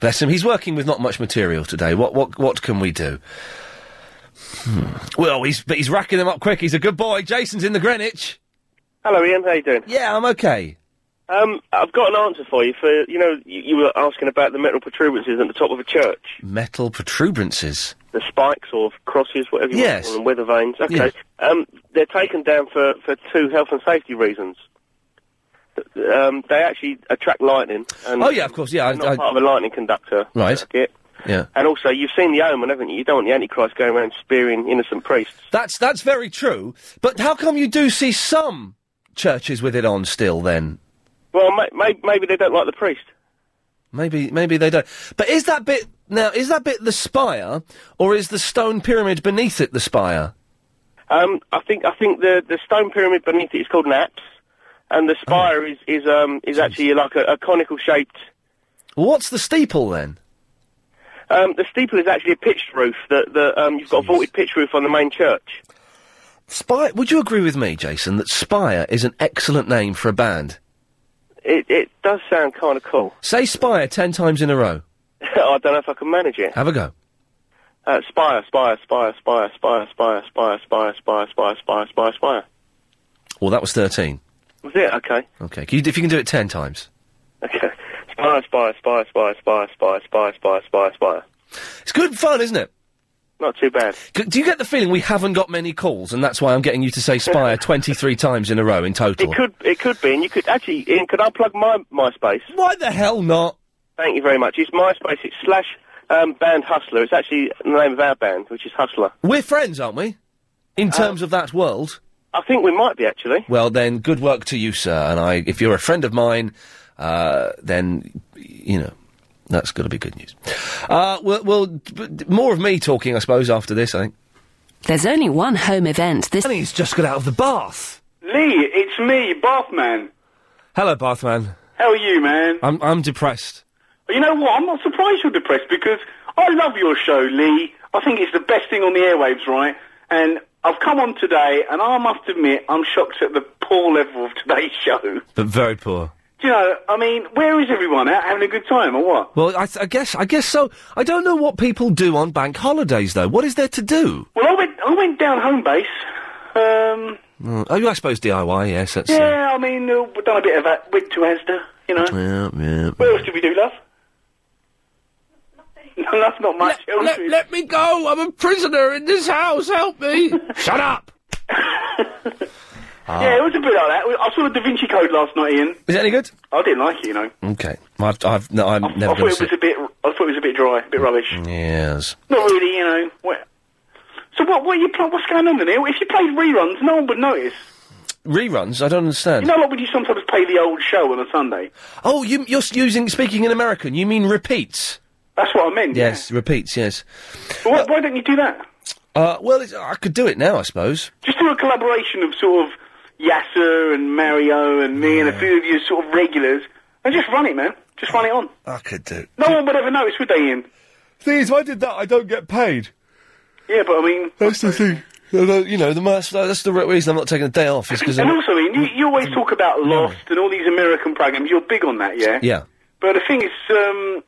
[SPEAKER 5] Bless him. He's working with not much material today. What what what can we do? Hmm. Well, he's but he's racking them up quick. He's a good boy. Jason's in the Greenwich.
[SPEAKER 25] Hello, Ian. How you doing?
[SPEAKER 5] Yeah, I'm okay.
[SPEAKER 25] Um, I've got an answer for you. For you know, you, you were asking about the metal protuberances at the top of a church,
[SPEAKER 5] Metal protuberances.
[SPEAKER 25] the spikes or crosses, whatever you want
[SPEAKER 5] Yes.
[SPEAKER 25] to call them, weather vanes. Okay.
[SPEAKER 5] Yes.
[SPEAKER 25] Um, they're taken down for, for two health and safety reasons. Th- Um, they actually attract lightning. And
[SPEAKER 5] Oh, yeah, of course, yeah, I-
[SPEAKER 25] they're not
[SPEAKER 5] I-
[SPEAKER 25] part of a lightning conductor.
[SPEAKER 5] Right.
[SPEAKER 25] Yeah.
[SPEAKER 5] Yeah.
[SPEAKER 25] And also, you've seen the omen, haven't you? You don't want the Antichrist going around spearing innocent priests.
[SPEAKER 5] That's that's very true. But how come you do see some churches with it on still? Then
[SPEAKER 25] Well, may, may, maybe they don't like the priest.
[SPEAKER 5] maybe maybe they don't. But is that bit now? Is that bit the spire, or is the stone pyramid beneath it the spire?
[SPEAKER 25] Um, I think I think the the stone pyramid beneath it is called an apse, and the spire
[SPEAKER 5] Oh.
[SPEAKER 25] is is um is actually like a, a conical shaped.
[SPEAKER 5] What's the steeple then?
[SPEAKER 25] Um, the steeple is actually a pitched roof. That that um you've got a vaulted pitch roof on the main church.
[SPEAKER 5] Spire. Would you agree with me, Jason, that Spire is an excellent name for a band?
[SPEAKER 25] It it does sound kind of cool. (laughs)
[SPEAKER 5] Say Spire ten times in a row.
[SPEAKER 25] I don't know if I can manage it.
[SPEAKER 5] Have a go.
[SPEAKER 25] Uh, spire, spire, spire, spire, spire, spire, spire, spire, spire, spire, spire, spire, spire.
[SPEAKER 5] Well, that was thirteen.
[SPEAKER 25] Was it okay?
[SPEAKER 5] Okay. Can you, if you can do it ten times.
[SPEAKER 25] Okay. Spire, spire, spire, spire, spire, spire, spire, spire, spire, spire.
[SPEAKER 5] It's good fun, isn't it?
[SPEAKER 25] Not too bad.
[SPEAKER 5] C- do you get the feeling we haven't got many calls, and that's why I'm getting you to
[SPEAKER 25] (laughs)
[SPEAKER 5] say Spire twenty-three times in a row in total?
[SPEAKER 25] It could, it could be, and you could actually. Ian, could I plug my MySpace?
[SPEAKER 5] Why the hell not?
[SPEAKER 25] Thank you very much. It's MySpace. It's slash um, band Hustler. It's actually the name of our band, which is Hustler. Uh,
[SPEAKER 5] We're friends, aren't we? In terms of that world.
[SPEAKER 25] I think we might be actually.
[SPEAKER 5] Well, then, good work to you, sir. And I, if you're a friend of mine, uh, then you know that's got to be good news. Uh, well, well, d- d- more of me talking, I suppose, after this. I think.
[SPEAKER 35] There's only one home event this.
[SPEAKER 5] He's just got out of the bath.
[SPEAKER 3] Lee, it's me, Bathman.
[SPEAKER 5] Hello, Bathman.
[SPEAKER 3] How are you, man?
[SPEAKER 5] I'm I'm depressed.
[SPEAKER 3] You know what? I'm not surprised you're depressed because I love your show, Lee. I think it's the best thing on the airwaves, right? And I've come on today, and I must admit, I'm shocked at the poor level of today's (laughs) show. Do
[SPEAKER 5] But very poor.
[SPEAKER 3] you know, I mean, where is everyone? Out having a good time or what?
[SPEAKER 5] Well, I, I guess I guess so. I don't know what people do on bank holidays though. What is there to do?
[SPEAKER 3] Well, I went, I went down home base. Um,
[SPEAKER 5] Mm, Oh, I suppose DIY. Yes, that's uh,
[SPEAKER 3] yeah, I mean, uh, we've done a bit of that. Went to Asda, you know.
[SPEAKER 5] yeah, yeah.
[SPEAKER 3] What else did we do, love? No, that's not much. Let,
[SPEAKER 5] me go. I'm a prisoner in this house.
[SPEAKER 3] (laughs)
[SPEAKER 5] Help me. Shut up. Ah.
[SPEAKER 3] Yeah, it was a bit like that. I saw the Da Vinci Code last night, Ian.
[SPEAKER 5] Is it any good?
[SPEAKER 3] I didn't like it, you know.
[SPEAKER 5] Ah, Okay. I've, I've no, I'm
[SPEAKER 3] I
[SPEAKER 5] never
[SPEAKER 3] thought
[SPEAKER 5] going to
[SPEAKER 3] it
[SPEAKER 5] see.
[SPEAKER 3] was a bit. I thought it was a bit dry, a bit rubbish.
[SPEAKER 5] Yes.
[SPEAKER 3] Not really, you know. What? So what? What are you? Pl- what's going on in here? If you played reruns, no one would notice.
[SPEAKER 5] Reruns. I don't understand.
[SPEAKER 3] You know, like when you sometimes play the old show on a Sunday.
[SPEAKER 5] Oh, you, you're s- using speaking in American. You mean repeats?
[SPEAKER 3] That's what I meant.
[SPEAKER 5] Yes, repeats. Yes.
[SPEAKER 3] But why, why don't you do that?
[SPEAKER 5] Uh, well, it's, I could do it now, I suppose.
[SPEAKER 3] Just do a collaboration of sort of Yasser and Mario and me and a few of you sort of regulars, and just run it, man. Just run it on.
[SPEAKER 5] I could do.
[SPEAKER 3] No one would ever notice, would they, Ian?
[SPEAKER 5] Thing is, if I did that, I don't get paid.
[SPEAKER 3] Yeah, but I mean,
[SPEAKER 5] That's the thing. You know, you know, the most, that's the re- reason I'm not taking a day off is because
[SPEAKER 3] and also, Ian, you, you always talk about Lost and all these American programs. You're big on that, yeah?
[SPEAKER 5] yeah.
[SPEAKER 3] But the thing is, um,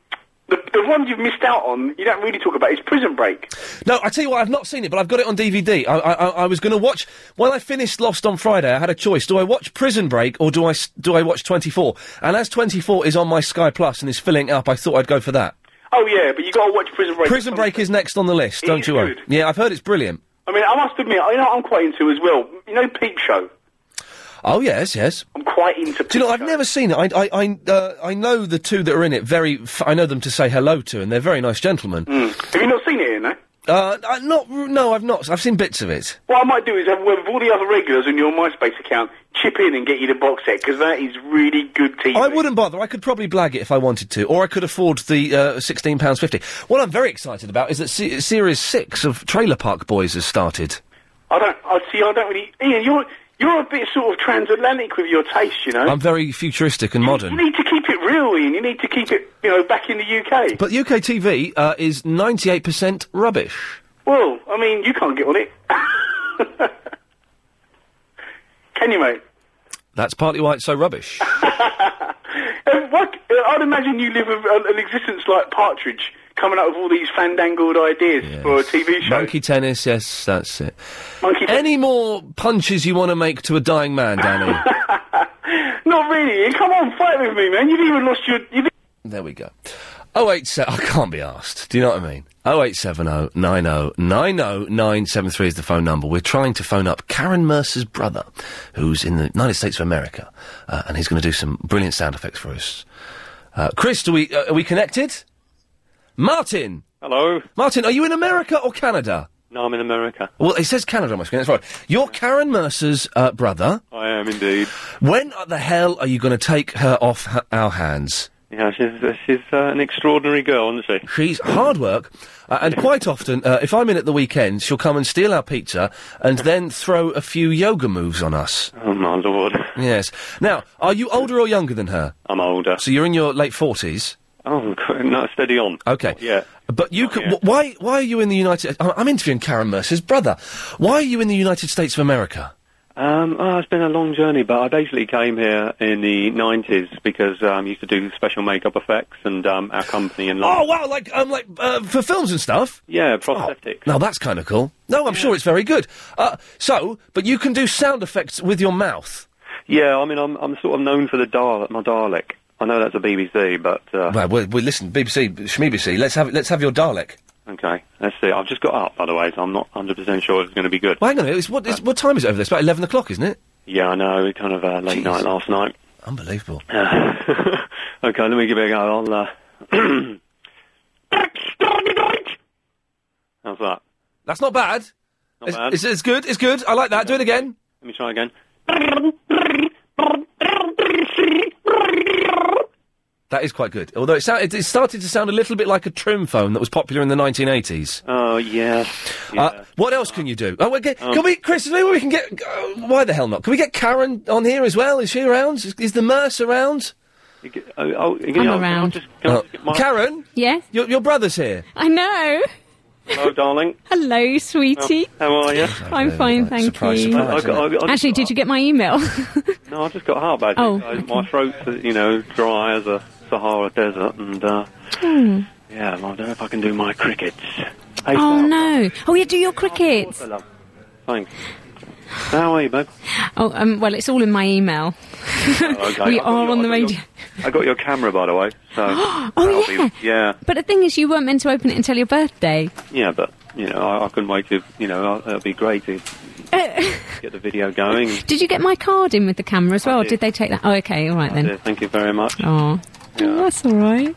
[SPEAKER 3] the, the one you've missed out on, you don't really talk about, is Prison Break.
[SPEAKER 5] No, I tell you what, I've not seen it, but I've got it on DVD. I, I, I I was going to watch when I finished Lost on Friday. I had a choice: do I watch Prison Break or do I s- do I watch Twenty Four? And as Twenty Four is on my Sky Plus and is filling up, I thought I'd go for that.
[SPEAKER 3] Oh, yeah, but you got to watch Prison Break.
[SPEAKER 5] Prison Break is next on the list. don't you worry. Yeah, I've heard it's brilliant.
[SPEAKER 3] I mean, I must admit, I, you know, what I'm quite into as well. You know, Peep Show.
[SPEAKER 5] Oh yes, yes.
[SPEAKER 3] I'm quite into.
[SPEAKER 5] Do you know? I've never seen it. I I I, uh, I know the two that are in it. Very, f- I know them to say hello to, and they're very nice gentlemen.
[SPEAKER 3] Have you not seen it, Ian? No.
[SPEAKER 5] Uh, I- not r- no, I've not. I've seen bits of it.
[SPEAKER 3] What I might do is have a word with all the other regulars on your MySpace account, chip in and get you the box set because that is really good TV.
[SPEAKER 5] I wouldn't bother. I could probably blag it if I wanted to, or I could afford the uh, sixteen pounds fifty. What I'm very excited about is that se- series six of Trailer Park Boys has started.
[SPEAKER 3] I don't. I see. I don't really. Ian, you're you're a bit sort of transatlantic with your taste, you know.
[SPEAKER 5] I'm very futuristic and
[SPEAKER 3] you
[SPEAKER 5] modern.
[SPEAKER 3] need to keep it real, Ian. You need to keep it, you know, back in the UK.
[SPEAKER 5] But UK TV uh, is 98% rubbish.
[SPEAKER 3] Well, I mean, you can't get on it, (laughs) can you, mate?
[SPEAKER 5] That's partly why it's so rubbish.
[SPEAKER 3] Um, what, uh, I'd imagine you live a, a- an existence like Partridge, coming up with all these fandangled ideas for a TV show.
[SPEAKER 5] Monkey tennis, yes, that's it. Any more punches you want to make to a dying man, Danny?
[SPEAKER 3] Not really. Ian. Come on, fight with me, man. You've even lost your. You've
[SPEAKER 5] there we go. 087, Oh, I can't be asked. Do you know what I mean? 0870 90 90 973 is the phone number. We're trying to phone up Karen Mercer's brother, who's in the United States of America, uh, and he's going to do some brilliant sound effects for us. Uh, Chris, do we, uh, are we connected? Martin!
[SPEAKER 10] Hello.
[SPEAKER 5] Martin, are you in America or Canada?
[SPEAKER 10] No, I'm in America.
[SPEAKER 5] Well, it says Canada on my screen, that's right. You're Karen Mercer's uh, brother.
[SPEAKER 10] I am indeed.
[SPEAKER 5] When the hell are you going to take her off h- our hands?
[SPEAKER 10] Yeah, she's uh, she's uh, an extraordinary girl, isn't she?
[SPEAKER 5] She's hard work, uh, and quite often, uh, if I'm in at the weekend, she'll come and steal our pizza and then throw a few yoga moves on us.
[SPEAKER 10] Oh my lord,
[SPEAKER 5] Yes. Now, are you older or younger than her?
[SPEAKER 10] I'm older.
[SPEAKER 5] So you're in your late forties.
[SPEAKER 10] Oh, qu- no, steady on.
[SPEAKER 5] Okay.
[SPEAKER 10] Yeah.
[SPEAKER 5] But you could. wh- Why? Why are you in the United? I- I'm interviewing Karen Mercer's brother. Why are you in the United States of America?
[SPEAKER 10] Um, oh, it's been a long journey, but I basically came here in the '90s because um, I used to do special makeup effects and um, our company in London.
[SPEAKER 5] Oh wow! Like um, like uh, for films and stuff. Oh,
[SPEAKER 10] Yeah, prosthetic.
[SPEAKER 5] Now that's kind of cool. No, I'm sure it's very good. Uh, so, but you can do sound effects with your mouth.
[SPEAKER 10] Yeah, I mean, I'm I'm sort of known for the Dalek, my Dalek. I know that's a BBC, but uh,
[SPEAKER 5] Well, we we listen, BBC, BBC. Let's have let's have your Dalek.
[SPEAKER 10] okay, let's see. I've just got up, by the way, so I'm not 100 percent sure it's going to be good. Uh,
[SPEAKER 5] Well, hang on. a minute, It's what it's, what time is it over there? It's about eleven o'clock, isn't it?
[SPEAKER 10] Yeah, I know. It kind of uh, late night last night. Uh,
[SPEAKER 5] Unbelievable.
[SPEAKER 10] (laughs) okay, let me give it a go. I'll, uh... (clears throat) How's that?
[SPEAKER 5] That's not bad.
[SPEAKER 10] Not
[SPEAKER 5] it's,
[SPEAKER 10] bad.
[SPEAKER 5] It's, it's good. It's good. I like that. Do it again.
[SPEAKER 10] Let me try again.
[SPEAKER 5] That is quite good. Although it, sound, it, it started to sound a little bit like a trim phone that was popular in the 1980s.
[SPEAKER 10] Oh yeah. Um,
[SPEAKER 5] Uh, what else can you do? Oh, okay. can we, Chris? Is there any way we can get? Uh, why the hell not? Can we get Karen on here as well? Is she around? Is, is the nurse around?
[SPEAKER 10] Oh, oh, you know, I'll
[SPEAKER 5] around. Uh,
[SPEAKER 10] just- can I just get my-
[SPEAKER 5] Karen.
[SPEAKER 9] Yes?
[SPEAKER 5] Your, your brother's here.
[SPEAKER 9] I know.
[SPEAKER 15] Hello, darling.
[SPEAKER 9] Hello, sweetie.
[SPEAKER 10] Oh,
[SPEAKER 15] How are you?
[SPEAKER 9] I'm fine, thank
[SPEAKER 15] Oh. surprise,
[SPEAKER 9] you.
[SPEAKER 15] surprise, I- I- I- I just-
[SPEAKER 9] Actually, did you get my email? (laughs)
[SPEAKER 15] No, I just got heart badges.
[SPEAKER 9] Oh,
[SPEAKER 15] I- My
[SPEAKER 10] uh,
[SPEAKER 15] throat's, you know, dry as a Sahara desert, and uh,
[SPEAKER 9] Hmm.
[SPEAKER 15] yeah, I don't know if I can do my crickets. Hey,
[SPEAKER 9] Oh
[SPEAKER 15] Sarah,
[SPEAKER 9] no! Oh yeah, do your crickets.
[SPEAKER 15] I love- thanks. How are you, babe?
[SPEAKER 9] Oh, um, well, it's all in my email. (laughs)
[SPEAKER 15] okay.
[SPEAKER 9] we
[SPEAKER 15] I got
[SPEAKER 9] are on the radio.
[SPEAKER 15] I got your camera, by the way.
[SPEAKER 9] (gasps)
[SPEAKER 15] So
[SPEAKER 9] Oh,
[SPEAKER 15] that'll
[SPEAKER 9] yeah.
[SPEAKER 15] Be, yeah,
[SPEAKER 9] But the thing is, you weren't meant to open it until your birthday.
[SPEAKER 15] yeah, but you know, I, I couldn't wait to, you know, I- it'd be great to
[SPEAKER 9] Uh, (laughs)
[SPEAKER 15] get the video going.
[SPEAKER 9] did you get my card in with the camera as well?
[SPEAKER 15] I
[SPEAKER 9] did.
[SPEAKER 15] did.
[SPEAKER 9] they take that? Oh, okay, all right then.
[SPEAKER 15] Yeah, thank you very much.
[SPEAKER 9] Oh, that's all right.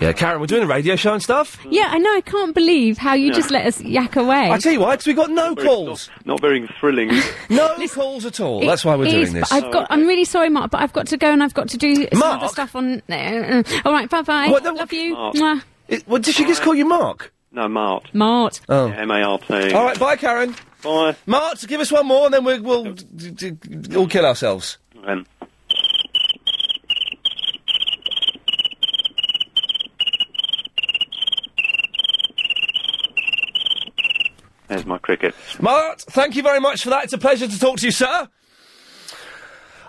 [SPEAKER 5] Yeah, Karen, we're doing a radio show and stuff.
[SPEAKER 9] Yeah, I know. I can't believe how you
[SPEAKER 5] Yeah.
[SPEAKER 9] just let us yak away.
[SPEAKER 5] I tell you why, because we got no calls.
[SPEAKER 15] Not very thrilling.
[SPEAKER 5] (laughs) no calls at all.
[SPEAKER 9] It
[SPEAKER 5] That's why we're
[SPEAKER 9] is,
[SPEAKER 5] doing
[SPEAKER 9] but
[SPEAKER 5] this.
[SPEAKER 9] I've got. I'm really sorry, Mark, but I've got to go and I've got to do some
[SPEAKER 5] Mark?
[SPEAKER 9] other stuff on. uh, uh, all right, bye bye.
[SPEAKER 5] What,
[SPEAKER 9] Love
[SPEAKER 5] no,
[SPEAKER 9] you.
[SPEAKER 15] Mark.
[SPEAKER 9] Mwah.
[SPEAKER 5] What did she just call you, Mark?
[SPEAKER 15] No, Mart.
[SPEAKER 9] Mart.
[SPEAKER 5] Oh.
[SPEAKER 15] M A R T.
[SPEAKER 5] All right, bye, Karen.
[SPEAKER 15] Bye.
[SPEAKER 5] Mart, give us one more and then we, we'll d- d- d- all kill ourselves.
[SPEAKER 15] Um. There's my cricket.
[SPEAKER 5] Mart, thank you very much for that. It's a pleasure to talk to you, sir.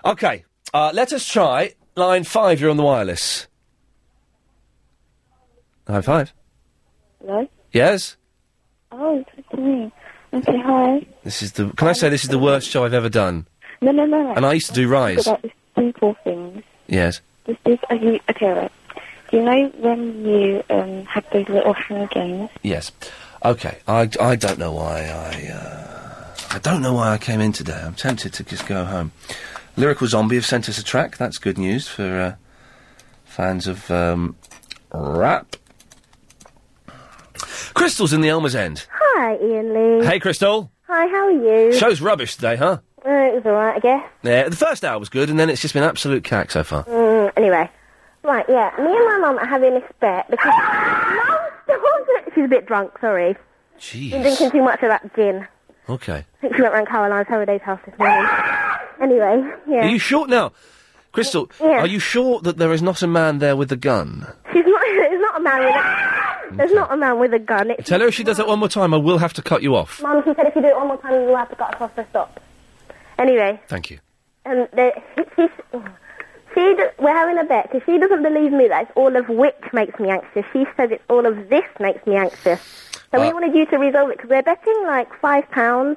[SPEAKER 5] Okay, uh, let us try line five. You're on the wireless. Line five.
[SPEAKER 13] Hello?
[SPEAKER 5] Yes?
[SPEAKER 13] Oh, it's me. Okay, hi.
[SPEAKER 5] This is the. Can I say this is the worst show I've ever done?
[SPEAKER 13] No, no, no. no.
[SPEAKER 5] And I used to do
[SPEAKER 13] Talk
[SPEAKER 5] Rise.
[SPEAKER 13] about this people thing.
[SPEAKER 5] Yes.
[SPEAKER 13] This, this, are you, okay, right. Do you know when you um, had those little hand games?
[SPEAKER 5] Yes. Okay. I, I don't know why I uh, I don't know why I came in today. I'm tempted to just go home. Lyrical Zombie have sent us a track. That's good news for uh, fans of um, rap. Crystal's in the Elmer's End.
[SPEAKER 23] Hi, Ian Lee.
[SPEAKER 5] Hey, Crystal.
[SPEAKER 23] Hi, how are you?
[SPEAKER 5] Show's rubbish today, huh?
[SPEAKER 23] Uh, it was alright, I guess.
[SPEAKER 5] Yeah. The first hour was good, and then it's just been absolute cack so far.
[SPEAKER 23] Mm, anyway. Right, yeah. Me and my mum are having this bet
[SPEAKER 5] (laughs)
[SPEAKER 23] because... no, don't do it. She's a bit drunk, sorry. Been
[SPEAKER 5] Jeez.
[SPEAKER 23] drinking too much of that gin.
[SPEAKER 5] Okay.
[SPEAKER 23] I think she went round Caroline's Holiday's house this
[SPEAKER 5] (gasps)
[SPEAKER 23] morning. anyway, yeah.
[SPEAKER 5] Are you sure now, Crystal?
[SPEAKER 23] Yeah.
[SPEAKER 5] Are you sure that there is not a man there with a gun?
[SPEAKER 23] She's not... (laughs) It's not a man with
[SPEAKER 5] (laughs)
[SPEAKER 23] a... There's not a man with a gun. It's...
[SPEAKER 5] Tell her if she does that one more time, I will have to cut you off.
[SPEAKER 23] Mum, she said if you do it one more time, you will have to cut across the stop. Anyway.
[SPEAKER 5] Thank you.
[SPEAKER 23] And the, she, she, do- we're having a bet because she doesn't believe me that it's all of which makes me anxious. She says it's all of this makes me anxious. So we
[SPEAKER 5] Uh,
[SPEAKER 23] wanted you to resolve it because we're betting like five pounds,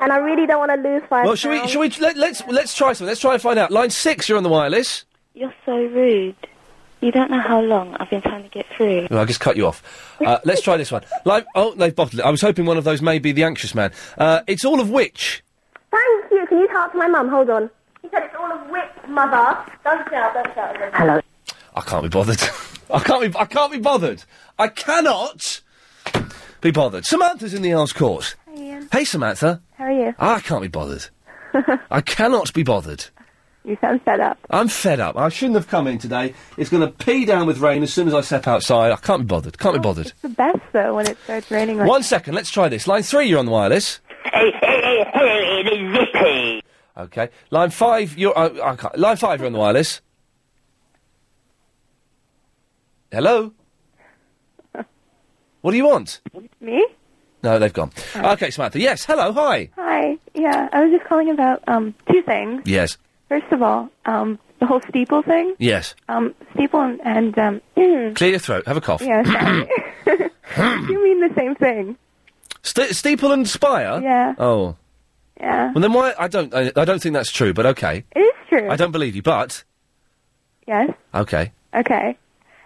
[SPEAKER 23] and I really don't want to lose five.
[SPEAKER 5] Well, should we?
[SPEAKER 23] pounds.
[SPEAKER 5] Should we? Let, let's let's try something. Let's try and find out. Line six, you're on the wireless.
[SPEAKER 13] You're so rude. You don't know how long I've been trying to get through.
[SPEAKER 5] Well, I just cut you off. Uh, let's try this one. Line. Oh, they've bottled it. I was hoping one of those may be the anxious man. Uh, it's all of which.
[SPEAKER 23] Thank you. Can you talk to my mum? Hold on. She said it's all of which, mother. Don't shout. Don't shout.
[SPEAKER 5] Hello. I can't be bothered. (laughs) I can't be. I can't be bothered. I cannot be bothered. Samantha's in the Earl's Court. Hey, Samantha. Ah,
[SPEAKER 23] How are you?
[SPEAKER 5] I can't be bothered. I cannot be bothered.
[SPEAKER 23] You sound fed up.
[SPEAKER 5] I'm fed up. I shouldn't have come in today. It's going to pee down with rain as soon as I step outside. I can't be bothered. Can't be bothered.
[SPEAKER 13] The best though when it starts raining.
[SPEAKER 5] One second, let's try this. Line three, you're on the wireless. Okay. Line five, you're. uh, I, I can't. Line five, you're on the wireless. Hello? what do you want?
[SPEAKER 13] Me?
[SPEAKER 5] No, they've gone. Okay, Samantha. Yes, hello, hi.
[SPEAKER 13] Hi. Yeah, I was just calling about um two things.
[SPEAKER 5] Yes,
[SPEAKER 13] First of all, um the whole steeple thing.
[SPEAKER 5] yes.
[SPEAKER 13] Um steeple and, and um (clears throat) yeah,
[SPEAKER 5] Clear your throat, have a cough.
[SPEAKER 13] sorry. (laughs) you mean the same thing.
[SPEAKER 5] (clears throat) Ste- steeple and spire?
[SPEAKER 13] Yeah.
[SPEAKER 5] Oh.
[SPEAKER 13] Yeah.
[SPEAKER 5] Well, then why? I don't, I, I don't think that's true, but okay.
[SPEAKER 13] It is true.
[SPEAKER 5] I don't believe you, but.
[SPEAKER 13] Yes.
[SPEAKER 5] Okay.
[SPEAKER 13] Okay.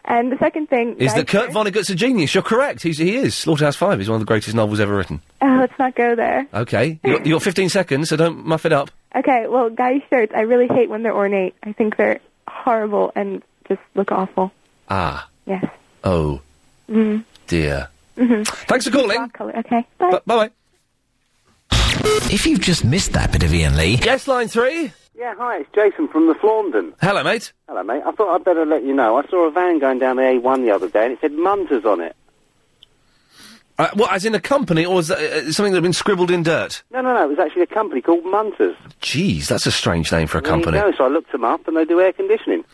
[SPEAKER 13] And the second thing
[SPEAKER 5] Is that
[SPEAKER 13] guys-
[SPEAKER 5] Kurt Vonnegut's a genius? You're correct. He's, he is. Slaughterhouse Five is one of the greatest novels ever written.
[SPEAKER 13] Oh, let's not go there.
[SPEAKER 5] Okay, you got, you got 15 seconds, so don't muff it up.
[SPEAKER 13] Okay, well, guy shirts, I really hate when they're ornate. I think they're horrible and just look awful.
[SPEAKER 5] Ah,
[SPEAKER 13] Yes.
[SPEAKER 5] oh
[SPEAKER 13] Mm.
[SPEAKER 5] dear.
[SPEAKER 13] hmm
[SPEAKER 5] Thanks for calling.
[SPEAKER 13] Color. Okay. Bye.
[SPEAKER 5] bye.
[SPEAKER 36] If you've just missed that bit of Ian Lee,
[SPEAKER 5] Yes, line three.
[SPEAKER 6] Yeah, hi, it's Jason from the Flaundon.
[SPEAKER 5] Hello, mate.
[SPEAKER 6] Hello, mate. I thought I'd better let you know. I saw a van going down the A1 the other day and it said Munters on it.
[SPEAKER 5] Uh, what, as in a company, or is that uh, something that's been scribbled in dirt?
[SPEAKER 6] No, no, no. It was actually a company called Munters.
[SPEAKER 5] Jeez, that's a strange name for a
[SPEAKER 6] There you
[SPEAKER 5] company.
[SPEAKER 6] go. So I looked them up and they do air conditioning.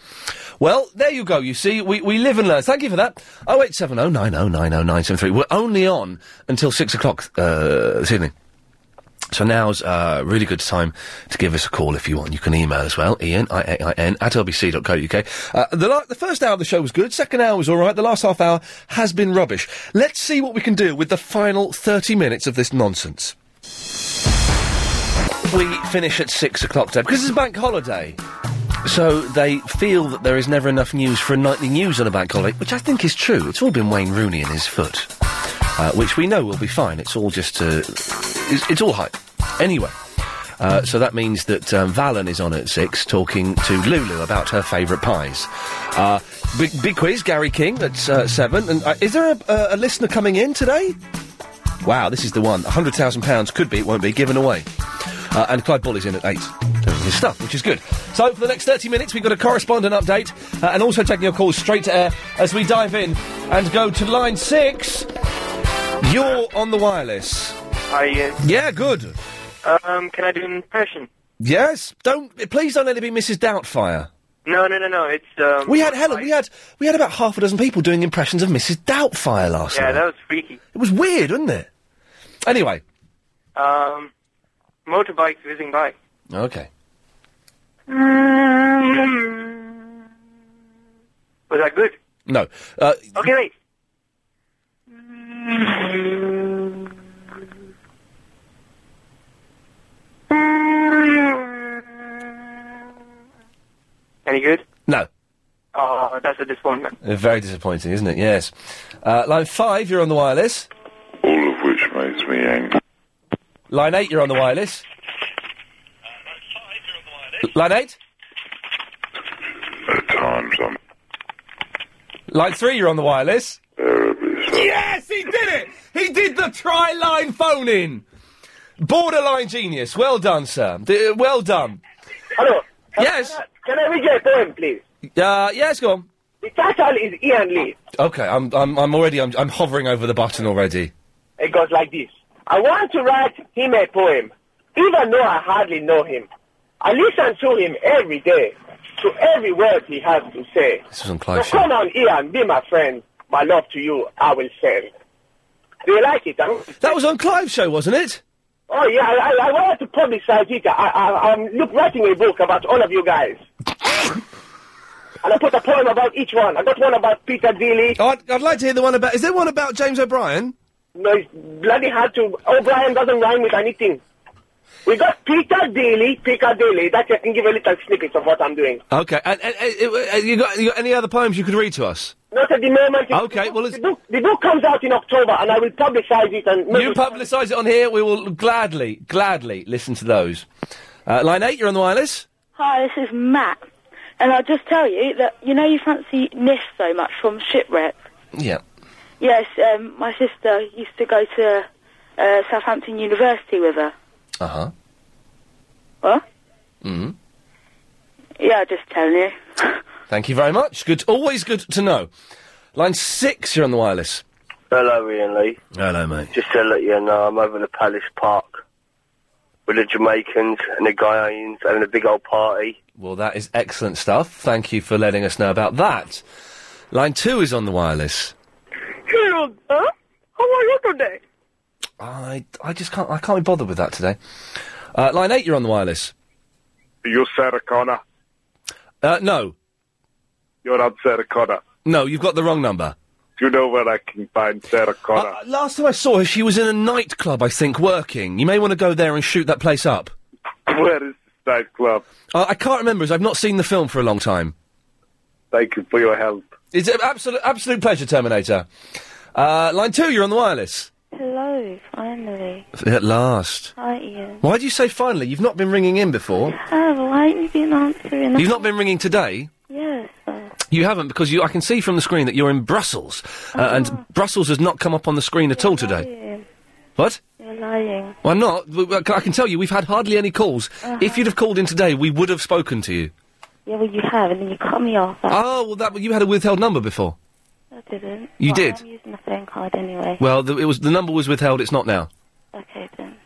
[SPEAKER 5] Well, there you go. You see, we, we live and learn. Thank you for that. Oh eight seven oh nine oh nine oh nine seven three. We're only on until six o'clock uh, this evening. So now's a really good time to give us a call if you want. You can email as well, ian, I-A-I-N, at lbc.co.uk. Uh, the, la- the first hour of the show was good, second hour was alright, the last half hour has been rubbish. Let's see what we can do with the final 30 minutes of this nonsense. We finish at six o'clock today, because it's a bank holiday. So they feel that there is never enough news for a nightly news on a bank holiday, which I think is true. It's all been Wayne Rooney and his foot, uh, which we know will be fine. It's all just uh, it's, it's all hype. Anyway, uh, so that means that um, Valen is on at six talking to Lulu about her favourite pies. Uh, big, big quiz, Gary King at uh, seven. And uh, is there a, a, a listener coming in today? Wow, this is the one. £100,000 could be, it won't be, given away. Uh, and Clyde Bull is in at 8 doing his stuff, which is good. So, for the next 30 minutes, we've got a correspondent update uh, and also taking your calls straight to air as we dive in and go to line 6. You're on the wireless.
[SPEAKER 25] Hi, Ian.
[SPEAKER 5] Yeah, good.
[SPEAKER 25] Um, can I do an impression?
[SPEAKER 5] Yes? Don't, please don't let it be Mrs. Doubtfire.
[SPEAKER 25] No, no, no, no. It's um.
[SPEAKER 5] We had, Helen, we had, we had about half a dozen people doing impressions of Mrs. Doubtfire last
[SPEAKER 25] Yeah,
[SPEAKER 5] night.
[SPEAKER 25] that was freaky.
[SPEAKER 5] It was weird, wasn't it? Anyway,
[SPEAKER 25] Um, motorbikes whizzing by.
[SPEAKER 5] okay.
[SPEAKER 25] Was that good?
[SPEAKER 5] No. Uh,
[SPEAKER 25] Okay, wait. Any good?
[SPEAKER 5] no.
[SPEAKER 25] Oh, that's a disappointment.
[SPEAKER 5] Uh, Very disappointing, isn't it? Yes. Uh, line five, you're on the wireless.
[SPEAKER 37] All of which makes me angry.
[SPEAKER 5] Line eight, you're on the wireless.
[SPEAKER 25] Uh,
[SPEAKER 5] Line eight.
[SPEAKER 37] At times I'm
[SPEAKER 5] Line three, you're on the wireless. Yes, he did it. He did the tri-line phone in. Borderline genius. Well done, sir. D- uh, well done.
[SPEAKER 4] Hello.
[SPEAKER 5] Yes.
[SPEAKER 4] Can I read your poem, please?
[SPEAKER 5] Uh, yes, go on.
[SPEAKER 4] The title is Ian Lee.
[SPEAKER 5] Okay, I'm, I'm, I'm already, I'm, I'm hovering over the button already.
[SPEAKER 4] It goes like this. I want to write him a poem, even though I hardly know him. I listen to him every day, to every word he has to say.
[SPEAKER 5] This was
[SPEAKER 4] So
[SPEAKER 5] on Clive Show.
[SPEAKER 4] come on, Ian, be my friend. My love to you, I will send. Do you like it? huh?
[SPEAKER 5] That was on Clive's show, wasn't it?
[SPEAKER 4] Oh, yeah, I, I, I wanted to publicize it. I, I, I'm look, writing a book about all of you guys. and I put a poem about each one. I got one about Peter Dilly.
[SPEAKER 5] Oh, I'd, I'd like to hear the one about. Is there one about James O'Brien?
[SPEAKER 4] No, it's bloody hard to. O'Brien doesn't rhyme with anything. We got Peter Daly, Peter Daly. That I can give a little snippet of what I'm doing.
[SPEAKER 5] Okay, and, and, and, uh, you, got, you got any other poems you could read to us?
[SPEAKER 4] Not at the moment.
[SPEAKER 5] Okay, well, it's...
[SPEAKER 4] The book, the book comes out in October, and I will publicize it. And
[SPEAKER 5] You publicise it on here. We will gladly, gladly listen to those. Uh, line eight, you're on the wireless.
[SPEAKER 4] Hi, this is Matt, and I'll just tell you that you know you fancy Nis so much from Shipwreck.
[SPEAKER 5] Yeah.
[SPEAKER 4] Yes, um, my sister used to go to uh, Southampton University with her.
[SPEAKER 5] Uh huh.
[SPEAKER 4] What?
[SPEAKER 5] Mm.
[SPEAKER 4] Yeah, just telling you.
[SPEAKER 5] Thank you very much. Good, always good to know. Line six, you're on the wireless.
[SPEAKER 25] Hello, Ian Lee.
[SPEAKER 5] Hello, mate.
[SPEAKER 25] Just to let you know, I'm over in the Palace Park with the Jamaicans and the Guyans having a big old party.
[SPEAKER 5] Well, that is excellent stuff. Thank you for letting us know about that. Line two is on the wireless.
[SPEAKER 23] Hello there. How are you today?
[SPEAKER 5] I, I just can't, I can't be bothered with that today. Uh, line eight, you're on the wireless.
[SPEAKER 6] You're Sarah Connor.
[SPEAKER 5] Uh, no,
[SPEAKER 6] You're not Sarah Connor.
[SPEAKER 5] no, you've got the wrong number.
[SPEAKER 6] Do you know where I can find Sarah Connor?
[SPEAKER 5] Uh, last time I saw her, she was in a nightclub, I think, working. You may want to go there and shoot that place up.
[SPEAKER 6] where is this nightclub?
[SPEAKER 5] Uh, I can't remember, as I've not seen the film for a long time.
[SPEAKER 6] Thank you for your help.
[SPEAKER 5] It's an absolute, absolute pleasure, Terminator. Uh, line two, you're on the wireless.
[SPEAKER 23] Hello, finally.
[SPEAKER 5] At last.
[SPEAKER 23] Hi, Ian.
[SPEAKER 5] Why do you say finally? You've not been ringing in before.
[SPEAKER 23] Oh, why haven't you been answering?
[SPEAKER 5] You've not been ringing today.
[SPEAKER 23] Yes.
[SPEAKER 5] You haven't, because you, I can see from the screen that you're in Brussels, uh, and Brussels has not come up on the screen at all today.
[SPEAKER 23] Ian,
[SPEAKER 5] What?
[SPEAKER 23] You're lying.
[SPEAKER 5] Well, I'm not. W- w- I can tell you, we've had hardly any calls.
[SPEAKER 23] Uh-huh.
[SPEAKER 5] If you'd have called in today, we would have spoken to you.
[SPEAKER 23] Yeah, well, you have, and then you cut me off. I,
[SPEAKER 5] Oh, well, that you had a withheld number before.
[SPEAKER 23] I didn't.
[SPEAKER 5] You
[SPEAKER 23] But
[SPEAKER 5] did?
[SPEAKER 23] I'm using my phone card anyway.
[SPEAKER 5] Well, the, it was the number was withheld. It's not now.
[SPEAKER 23] Okay, then.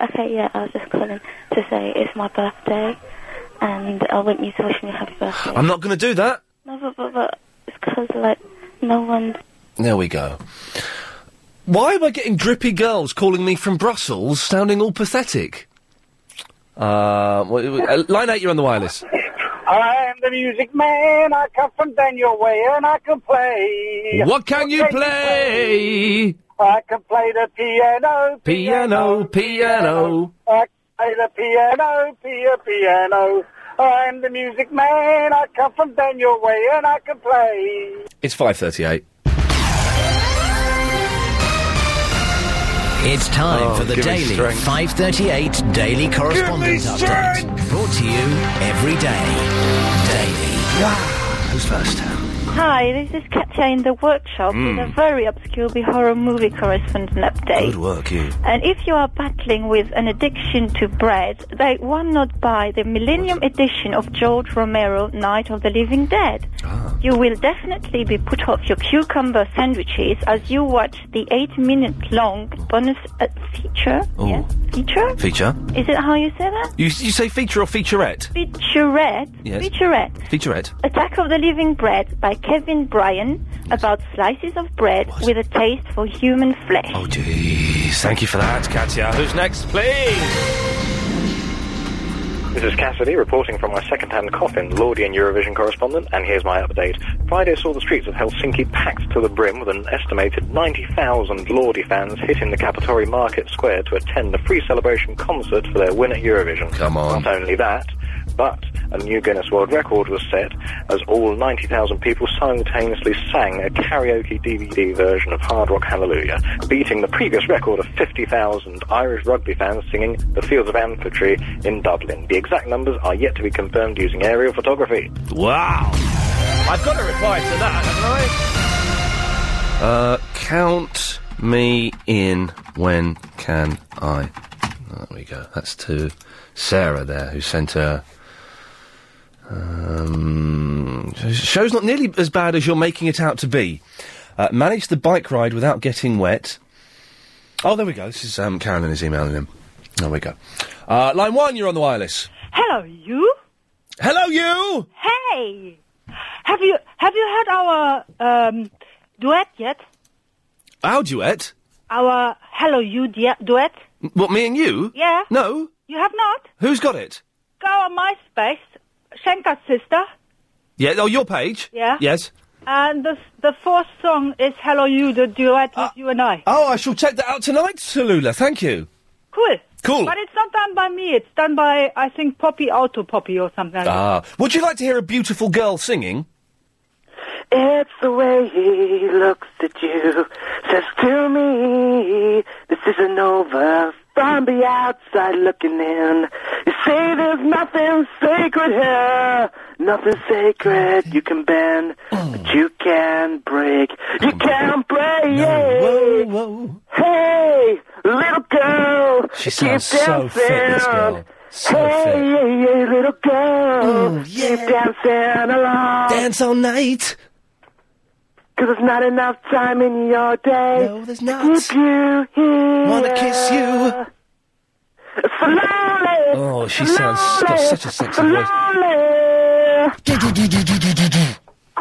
[SPEAKER 23] Okay, yeah, I was just calling to say it's my birthday, and I want you to wish me a happy birthday.
[SPEAKER 5] I'm not going to do that.
[SPEAKER 16] No, but, but, but it's because, like, no one.
[SPEAKER 5] There we go. Why am I getting drippy girls calling me from Brussels, sounding all pathetic? Uh, wh- wh- uh, line eight, you're on the wireless.
[SPEAKER 36] I am the music man. I come from Daniel Way and I can play.
[SPEAKER 5] What can you play?
[SPEAKER 36] I can play the piano.
[SPEAKER 5] Piano, piano.
[SPEAKER 36] I can play the piano, pia piano. I am the music man. I come from Daniel Way and I can play.
[SPEAKER 5] It's five thirty-eight.
[SPEAKER 21] It's time
[SPEAKER 5] Oh,
[SPEAKER 21] for the
[SPEAKER 5] give me
[SPEAKER 21] daily
[SPEAKER 5] strength.
[SPEAKER 21] 538 Daily Correspondence Update. Brought to you every day. Daily.
[SPEAKER 5] Who's first?
[SPEAKER 16] Hi, this is Katya in the workshop
[SPEAKER 5] Mm.
[SPEAKER 16] with a very obscure horror movie correspondent update.
[SPEAKER 5] Good work, you.
[SPEAKER 16] And if you are battling with an addiction to bread, they one not buy the Millennium Edition of George Romero Night of the Living Dead.
[SPEAKER 5] Ah.
[SPEAKER 16] You will definitely be put off your cucumber sandwiches as you watch the eight-minute-long bonus uh, feature.
[SPEAKER 5] Ooh.
[SPEAKER 16] Feature?
[SPEAKER 5] Feature.
[SPEAKER 16] Is it how you say that?
[SPEAKER 5] You, you say feature or featurette?
[SPEAKER 16] Featurette.
[SPEAKER 5] Yes.
[SPEAKER 16] Featurette.
[SPEAKER 5] Featurette.
[SPEAKER 16] Attack of the Living Bread by Kevin Bryan about slices of bread with a taste for human flesh.
[SPEAKER 5] Oh, jeez. Thank you for that, Katya. Who's next, please?
[SPEAKER 38] This is Cassidy reporting from my second-hand coffin, Lordian Eurovision correspondent, and here's my update. Friday saw the streets of Helsinki packed to the brim with an estimated 90,000 Lordi fans hitting the Kapatori Market Square to attend the free celebration concert for their win at Eurovision.
[SPEAKER 5] Come on.
[SPEAKER 38] Not only that, but a new Guinness World Record was set as all 90,000 people simultaneously sang a karaoke DVD version of Hard Rock Hallelujah, beating the previous record of 50,000 Irish rugby fans singing The Fields of Amfitry in Dublin. The exact numbers are yet to be confirmed using aerial photography.
[SPEAKER 5] Wow. I've got a reply to that, haven't Uh, count me in. When can I? There we go. That's to Sarah there, who sent her. Um, show's not nearly as bad as you're making it out to be. Uh, managed the bike ride without getting wet. Oh, there we go. This is um, Carolyn is emailing him. There we go. Uh, line one, you're on the wireless.
[SPEAKER 4] Hello, you.
[SPEAKER 5] Hello, you.
[SPEAKER 4] Hey, have you have you heard our um, duet yet?
[SPEAKER 5] Our duet.
[SPEAKER 4] Our hello you dia- duet?
[SPEAKER 5] N- What, me and you?
[SPEAKER 4] Yeah.
[SPEAKER 5] No.
[SPEAKER 4] You have not.
[SPEAKER 5] Who's got it?
[SPEAKER 4] Go on MySpace, Shenka's sister,
[SPEAKER 5] Yeah, oh, your page?
[SPEAKER 4] Yeah.
[SPEAKER 5] Yes.
[SPEAKER 4] and the the fourth song is hello you the duet with you and I.
[SPEAKER 5] Oh, I shall check that out tonight, Salula. Thank you.
[SPEAKER 4] Cool.
[SPEAKER 5] Cool.
[SPEAKER 4] But it's not done by me. It's done by I think Poppy Auto Poppy or something. Like that.
[SPEAKER 5] Ah. Would you like to hear a beautiful girl singing?
[SPEAKER 4] It's The way he looks at you says to me, this isn't over. From the outside looking in, you say there's nothing sacred here, nothing sacred. You can bend, but you can break. You can break.
[SPEAKER 5] Whoa, whoa.
[SPEAKER 4] Hey, little girl,
[SPEAKER 5] She
[SPEAKER 4] keep
[SPEAKER 5] sounds so fit, this girl.
[SPEAKER 4] dancing. hey, yeah, yeah, little girl, keep dancing along.
[SPEAKER 5] Dance all night.
[SPEAKER 4] Cause there's not enough time in your day. No, there's not. Keep you here.
[SPEAKER 5] Wanna kiss you.
[SPEAKER 4] Slowly.
[SPEAKER 5] Oh, she sounds she's got such a sexy voice.
[SPEAKER 4] I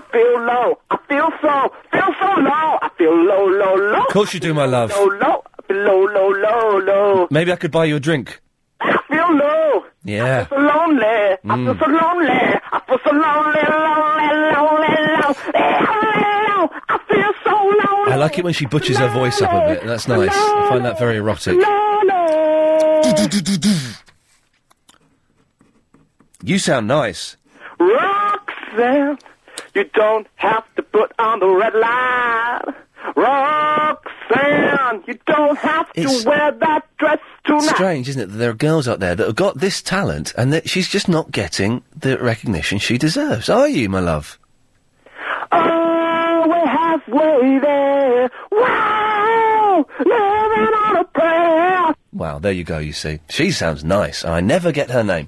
[SPEAKER 4] feel low. I feel so. Feel so low. I feel low, low, low.
[SPEAKER 5] Of course you do, my
[SPEAKER 4] (laughs)
[SPEAKER 5] love.
[SPEAKER 4] Low, low. I feel low, low, low, low.
[SPEAKER 5] Maybe I could buy you a drink.
[SPEAKER 4] I feel low.
[SPEAKER 5] Yeah.
[SPEAKER 4] So lonely. I feel
[SPEAKER 5] Mm.
[SPEAKER 4] so lonely. I feel so lonely, lonely, lonely, lonely, lonely. I feel so lonely.
[SPEAKER 5] I like it when she butchers her voice up a bit. That's nice. I find that very erotic. You sound nice.
[SPEAKER 4] Roxanne, you don't have to put on the red light. Roxanne, you don't have to
[SPEAKER 5] It's-
[SPEAKER 4] wear that dress tonight.
[SPEAKER 5] Strange, isn't it, that there are girls out there that have got this talent and that she's just not getting the recognition she deserves. Are you, my love?
[SPEAKER 4] Oh, we're halfway there. Wow, living on a prayer.
[SPEAKER 5] Wow, there you go, you see. She sounds nice. I never get her name.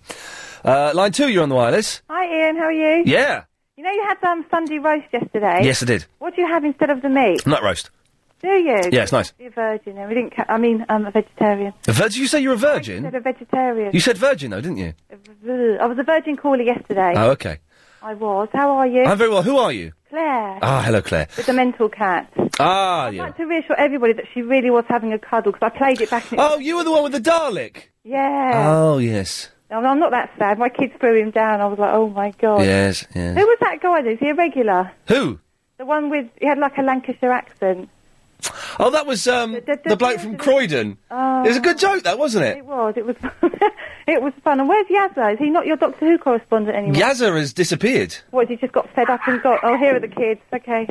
[SPEAKER 5] Uh, line two, you're on the wireless.
[SPEAKER 13] Hi Ian, how are you?
[SPEAKER 5] Yeah.
[SPEAKER 13] You know you had um, Sunday roast yesterday.
[SPEAKER 5] Yes, I did.
[SPEAKER 13] What do you have instead of the meat?
[SPEAKER 5] Nut roast.
[SPEAKER 13] Do you?
[SPEAKER 5] Yeah, it's nice.
[SPEAKER 13] You're a virgin. and We didn't. Ca- I mean, I'm a vegetarian.
[SPEAKER 5] A vir- Did you say you're a
[SPEAKER 13] I said
[SPEAKER 5] virgin?
[SPEAKER 13] a vegetarian.
[SPEAKER 5] You said virgin, though, didn't you?
[SPEAKER 13] I was a virgin caller yesterday.
[SPEAKER 5] Oh, okay.
[SPEAKER 13] I was. How are you?
[SPEAKER 5] I'm very well. Who are you?
[SPEAKER 13] Claire.
[SPEAKER 5] Ah, hello, Claire.
[SPEAKER 13] With the mental cat.
[SPEAKER 5] Ah,
[SPEAKER 13] I'd
[SPEAKER 5] yeah.
[SPEAKER 13] like to reassure everybody that she really was having a cuddle because I played it back. In
[SPEAKER 5] Oh, you were the one with the Dalek.
[SPEAKER 13] Yeah.
[SPEAKER 5] Oh, yes.
[SPEAKER 13] No, I'm not that sad. My kids threw him down. I was like, oh my god.
[SPEAKER 5] Yes, yes.
[SPEAKER 13] Who was that guy? That's the irregular.
[SPEAKER 5] Who?
[SPEAKER 13] The one with he had like a Lancashire accent.
[SPEAKER 5] Oh, that was um, the bloke from Croydon.
[SPEAKER 13] Oh.
[SPEAKER 5] It was a good joke, that wasn't it?
[SPEAKER 13] It was. It was. (laughs) it was fun. And where's Yazza? Is he not your Doctor Who correspondent anymore?
[SPEAKER 5] Yazza has disappeared.
[SPEAKER 13] What, he just got fed up and got, oh, here are the kids, okay.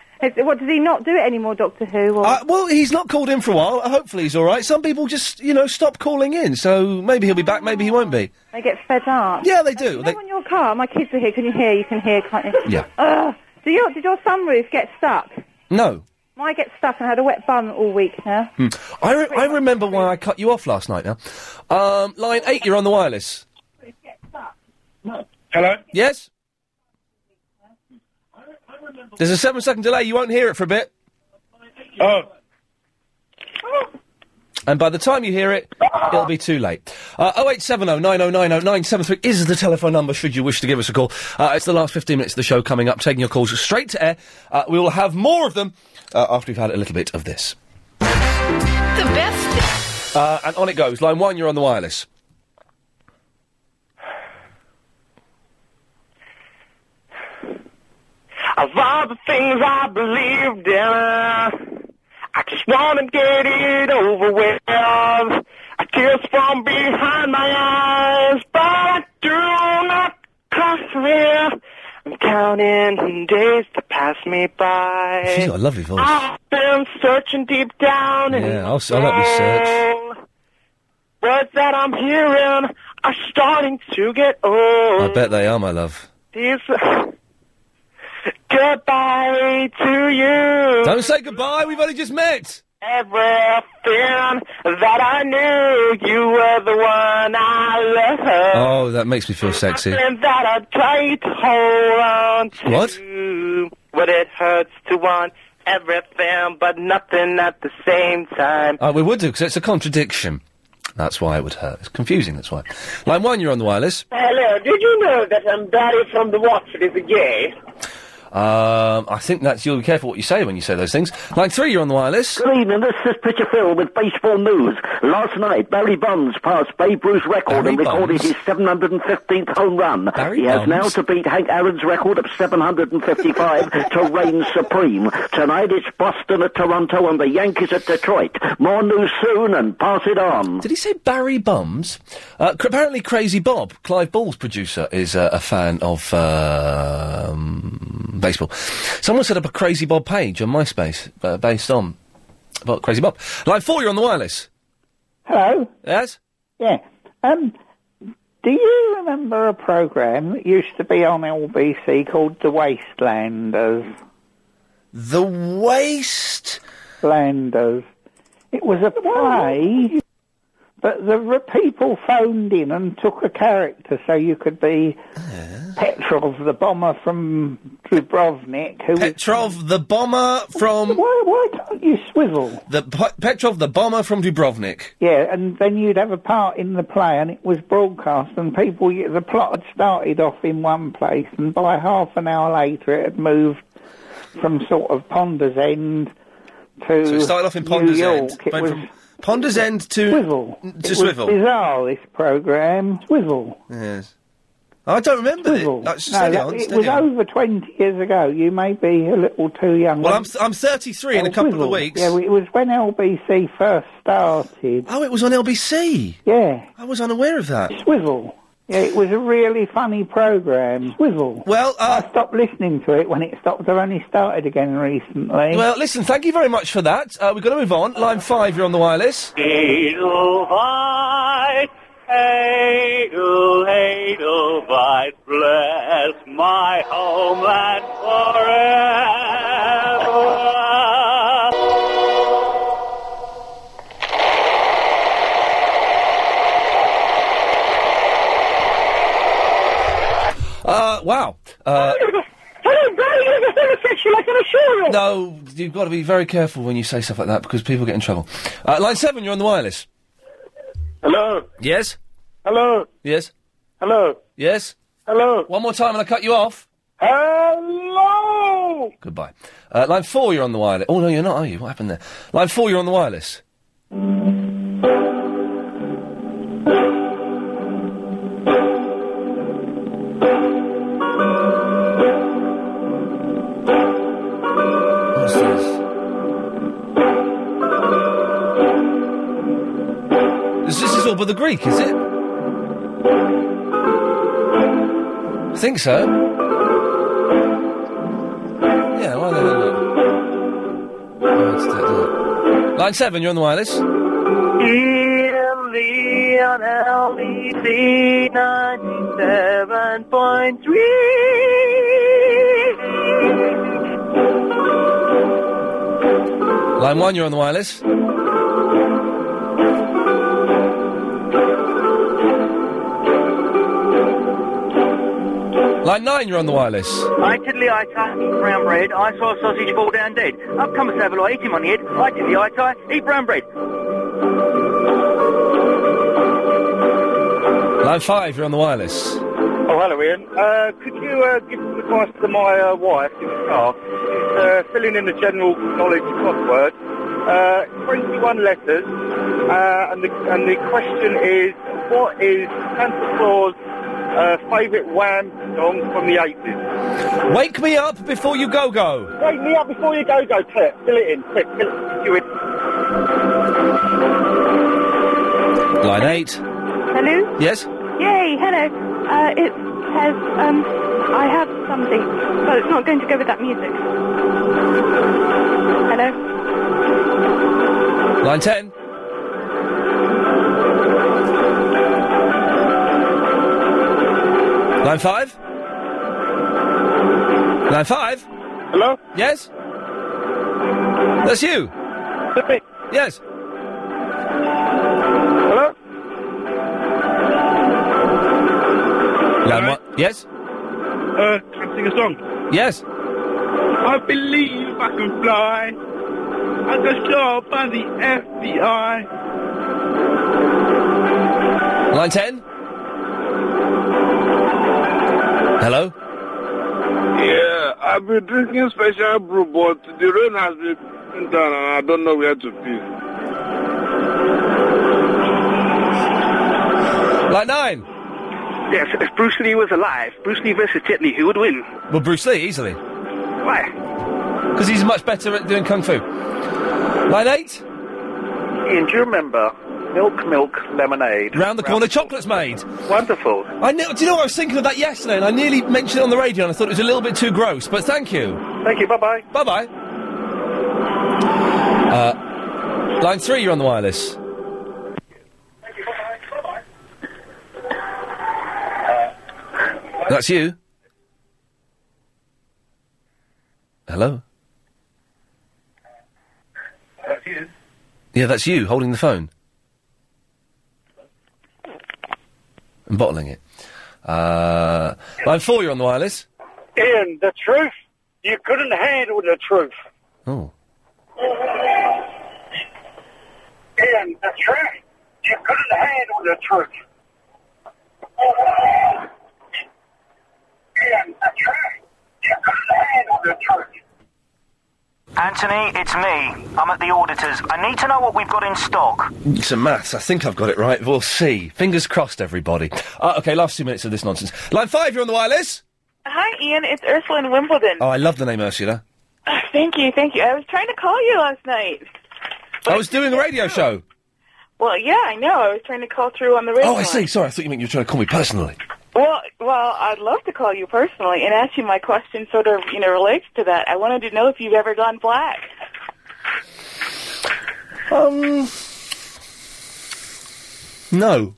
[SPEAKER 13] (laughs) Is- what, does he not do it anymore, Doctor Who? Or,
[SPEAKER 5] Uh, well, he's not called in for a while. Hopefully, he's all right. Some people just, you know, stop calling in. So maybe he'll be back. Maybe he won't be.
[SPEAKER 13] they get fed up.
[SPEAKER 5] Yeah, they do.
[SPEAKER 13] You
[SPEAKER 5] They-
[SPEAKER 13] know on your car, my kids are here, can you hear? You can hear, can't you?
[SPEAKER 5] Yeah.
[SPEAKER 13] Ugh. Do your, did your sunroof get stuck?
[SPEAKER 5] No.
[SPEAKER 13] Mine gets stuck and had a wet bum all week now.
[SPEAKER 5] Hmm. I, re- I remember why I cut you off last night. Now, um, line eight, you're on the wireless. Hello. Yes. There's a seven second delay. You won't hear it for a bit. Oh. And by the time you hear it, it'll be too late. Uh, 0870 9090 973 is the telephone number should you wish to give us a call. Uh, it's the last 15 minutes of the show coming up, taking your calls straight to air. Uh, we will have more of them uh, after we've had a little bit of this.
[SPEAKER 8] The best.
[SPEAKER 5] Uh, and on it goes. Line one, you're on the wireless.
[SPEAKER 4] Of all the things I believed in, I just want to get it over with. I tears from behind my eyes, but I do not care. I'm counting on days to pass me by.
[SPEAKER 5] She's got a lovely voice.
[SPEAKER 4] I've been searching deep down and
[SPEAKER 5] Yeah, I'll, s- I'll let you search.
[SPEAKER 4] words that I'm hearing are starting to get old.
[SPEAKER 5] I bet they are, my love.
[SPEAKER 4] These (sighs) goodbye to you.
[SPEAKER 5] Don't say goodbye. We've only just met.
[SPEAKER 4] Everything that I knew, you were the one I loved.
[SPEAKER 5] Oh, that makes me feel sexy.
[SPEAKER 4] And that I tried to hold on to.
[SPEAKER 5] What?
[SPEAKER 4] But it hurts to want everything, but nothing at the same time.
[SPEAKER 5] Uh, we would do, because it's a contradiction. That's why it would hurt. It's confusing, that's why. Line one, you're on the wireless.
[SPEAKER 6] Hello, did you know that I'm Barry from the Watford is a gay?
[SPEAKER 5] Um, I think that's... You'll be careful what you say when you say those things. Line three, you're on the wireless.
[SPEAKER 21] Good evening, this is Pitcher Phil with baseball news. Last night, Barry Bonds passed Babe Ruth's record and recorded his 715th home run. he has
[SPEAKER 11] Bonds?
[SPEAKER 21] now to beat Hank Aaron's record of
[SPEAKER 5] (laughs)
[SPEAKER 21] 755 to reign supreme. Tonight it's Boston at Toronto and the Yankees at Detroit. More news soon and pass it on.
[SPEAKER 5] Did he say Barry Bums? Uh, cr- apparently Crazy Bob, Clive Ball's producer, is uh, a fan of uh, um, baseball. Someone set up a Crazy Bob page on MySpace uh, based on about Crazy Bob. Line four, you're on the wireless.
[SPEAKER 36] Hello.
[SPEAKER 5] Yes.
[SPEAKER 36] Yeah. Um, do you remember a program that used to be on LBC called The Wastelanders?
[SPEAKER 5] The Wastelanders.
[SPEAKER 36] It was a play, but the r- people phoned in and took a character, so you could be Petrov, the bomber from Dubrovnik. Who
[SPEAKER 5] Petrov, the bomber from.
[SPEAKER 36] Why, why can't you swivel?
[SPEAKER 5] The P- Petrov, the bomber from Dubrovnik.
[SPEAKER 36] Yeah, and then you'd have a part in the play, and it was broadcast, and people, the plot had started off in one place, and by half an hour later, it had moved from sort of Ponder's End to
[SPEAKER 5] So it started off in
[SPEAKER 36] New
[SPEAKER 5] Ponder's
[SPEAKER 36] York.
[SPEAKER 5] End.
[SPEAKER 36] It
[SPEAKER 5] went
[SPEAKER 36] was
[SPEAKER 5] from Ponder's End to
[SPEAKER 36] Swivel.
[SPEAKER 5] n-
[SPEAKER 36] It
[SPEAKER 5] to
[SPEAKER 36] was
[SPEAKER 5] Swivel.
[SPEAKER 36] bizarre this program, Swivel.
[SPEAKER 5] Yes. I don't remember
[SPEAKER 36] Swivel.
[SPEAKER 5] it. Like,
[SPEAKER 36] no,
[SPEAKER 5] steady
[SPEAKER 36] that-
[SPEAKER 5] on,
[SPEAKER 36] it
[SPEAKER 5] steady
[SPEAKER 36] was
[SPEAKER 5] on.
[SPEAKER 36] over twenty years ago. You may be a little too young.
[SPEAKER 5] Well, I'm I'm 33 in a
[SPEAKER 36] Oh,
[SPEAKER 5] couple
[SPEAKER 36] Swivel.
[SPEAKER 5] of weeks.
[SPEAKER 36] Yeah, it was when LBC first started.
[SPEAKER 5] Oh, it was on LBC.
[SPEAKER 36] Yeah,
[SPEAKER 5] I was unaware of that.
[SPEAKER 36] Swivel. Yeah, it was a really funny program. Swivel.
[SPEAKER 5] Well, uh,
[SPEAKER 36] I stopped listening to it when it stopped. I've only started again recently.
[SPEAKER 5] Well, listen, thank you very much for that. Uh, we've got to move on. Line five, you're on the wireless.
[SPEAKER 6] Edelweiss, Edel, Edelweiss, bless my homeland forever.
[SPEAKER 5] Uh, wow. Uh, no, you've got to be very careful when you say stuff like that because people get in trouble. Uh, line seven, you're on the wireless.
[SPEAKER 4] Hello.
[SPEAKER 5] Yes.
[SPEAKER 4] Hello.
[SPEAKER 5] Yes.
[SPEAKER 4] Hello.
[SPEAKER 5] Yes. Hello. One more time and I'll cut you off.
[SPEAKER 4] Oh,
[SPEAKER 6] Hello!
[SPEAKER 5] Goodbye. Uh, line four, you're on the wireless. Oh, no, you're not, are you? What happened there? Line four, you're on the wireless. What's this? This, this is all but the Greek, is it? I think so. Yeah, why the hell not? Oh, it's dead, isn't it? Line seven, you're on the wireless.
[SPEAKER 6] Leon LBC 97.3.
[SPEAKER 5] Line one, you're on the wireless. Line nine, you're on the wireless.
[SPEAKER 6] I tiddly I tie, eat brown bread. I saw a sausage fall down dead. Up comes Saveloy, eat him on the head. I tiddly I tie, eat brown bread.
[SPEAKER 5] Line five, you're on the wireless.
[SPEAKER 6] Oh, hello, Ian. Uh, could you uh, give some advice to my uh, wife in the car? She's uh, filling in the general knowledge crossword. Uh, 21 letters, uh, and, the, and the question is, what is Santa Claus' uh, favourite Wham song from the 80s?
[SPEAKER 5] Wake me up before you go go.
[SPEAKER 6] Wake me up before you go, go, Clip. Fill it in, Clip, fill it you in.
[SPEAKER 5] Line eight.
[SPEAKER 13] Hello?
[SPEAKER 5] Yes?
[SPEAKER 13] Yay, hello. Uh, it says, um, I have something, but it's not going to go with that music. Hello?
[SPEAKER 5] Line ten. Line five. Line five. Hello. Yes. That's you. Yes.
[SPEAKER 6] Hello?
[SPEAKER 5] Line one. Yes.
[SPEAKER 6] Uh, can I sing a song?
[SPEAKER 5] Yes.
[SPEAKER 6] I believe I can fly. I got shot by the FBI.
[SPEAKER 5] Line ten. Hello.
[SPEAKER 39] Yeah, I've been drinking special brew, but the rain has been down and I don't know where to pee.
[SPEAKER 5] Line nine.
[SPEAKER 6] Yes, if Bruce Lee was alive, Bruce Lee versus Jet Lee, who would win?
[SPEAKER 5] Well, Bruce Lee easily.
[SPEAKER 6] Why?
[SPEAKER 5] Because he's much better at doing kung fu. Line eight.
[SPEAKER 6] Ian, do you remember milk, milk, lemonade?
[SPEAKER 5] Round the corner, chocolate's made.
[SPEAKER 6] Wonderful.
[SPEAKER 5] I knew, do you know what I was thinking of that yesterday, and I nearly mentioned it on the radio, and I thought it was a little bit too gross. But thank you.
[SPEAKER 6] Thank you. Bye bye.
[SPEAKER 5] Bye bye. Uh, line three, you're on the wireless. That's you. Hello.
[SPEAKER 6] That's you.
[SPEAKER 5] Yeah, that's you holding the phone and bottling it. Uh, line four, you're on the wireless.
[SPEAKER 6] Ian, the truth. You couldn't handle the truth.
[SPEAKER 5] Oh.
[SPEAKER 6] Ian, the truth. You couldn't handle the truth. Ian, the truth. You couldn't handle the truth.
[SPEAKER 40] Anthony, it's me. I'm at the auditors. I need to know what we've got in stock.
[SPEAKER 5] Some maths. I think I've got it right. We'll see. Fingers crossed, everybody. Uh, okay, last two minutes of this nonsense. Line five, you're on the wireless.
[SPEAKER 4] Hi, Ian. It's Ursula in Wimbledon. (laughs)
[SPEAKER 5] Oh, I love the name Ursula.
[SPEAKER 4] Ah, Thank you, thank you. I was trying to call you last night.
[SPEAKER 5] I was doing a radio show.
[SPEAKER 4] Well, yeah, I know. I was trying to call through on the radio.
[SPEAKER 5] Oh, I see. Sorry, I thought you meant you were trying to call me personally.
[SPEAKER 4] Well, well, I'd love to call you personally and ask you my question. Sort of, you know, relates to that. I wanted to know if you've ever gone black.
[SPEAKER 5] Um. No.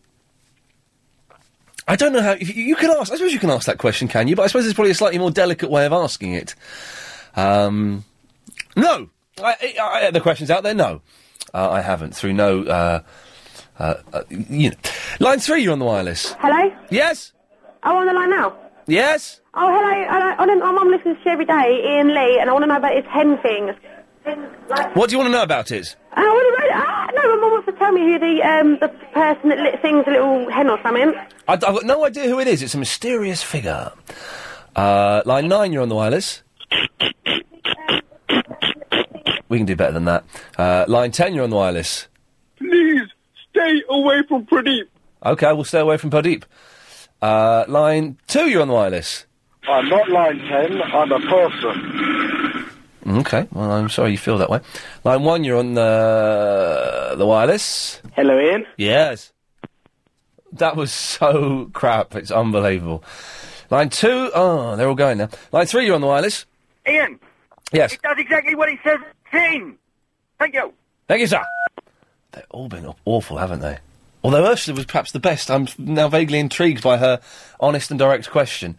[SPEAKER 5] I don't know how. If you, you can ask. I suppose you can ask that question, can you? But I suppose it's probably a slightly more delicate way of asking it. Um. No. I, I, I, the question's out there. No. Uh, I haven't. Through no. Uh, uh, uh, you know. Line three, you're on the wireless.
[SPEAKER 12] Hello?
[SPEAKER 5] Yes?
[SPEAKER 12] Oh, on the line now.
[SPEAKER 5] Yes?
[SPEAKER 12] Oh, hello. I, I, I'm on listens to you every day, Ian Lee, and I want to know about his hen thing.
[SPEAKER 5] What do you want to know about it?
[SPEAKER 12] Oh, what about Ah, no, my mum wants to tell me who the um the person that li- sings a little hen or something.
[SPEAKER 5] I, have got no idea who it is. It's a mysterious figure. Uh, line nine, you're on the wireless. We can do better than that. Uh, line ten, you're on the wireless.
[SPEAKER 19] Please stay away from Pradeep.
[SPEAKER 5] Okay, we'll stay away from Pradeep. Uh, line two, you're on the wireless.
[SPEAKER 19] I'm not line 10, I'm a person.
[SPEAKER 5] Okay, well, I'm sorry you feel that way. Line one, you're on uh, the the wireless.
[SPEAKER 41] Hello, Ian.
[SPEAKER 5] Yes. That was so crap. It's unbelievable. Line two, oh, they're all going now. Line three, you're on the wireless.
[SPEAKER 8] Ian,
[SPEAKER 5] Yes.
[SPEAKER 8] it does exactly what it says. Ten. Thank you.
[SPEAKER 5] Thank you, sir. They've all been aw- awful, haven't they? Although Ursula was perhaps the best, I'm f- now vaguely intrigued by her honest and direct question.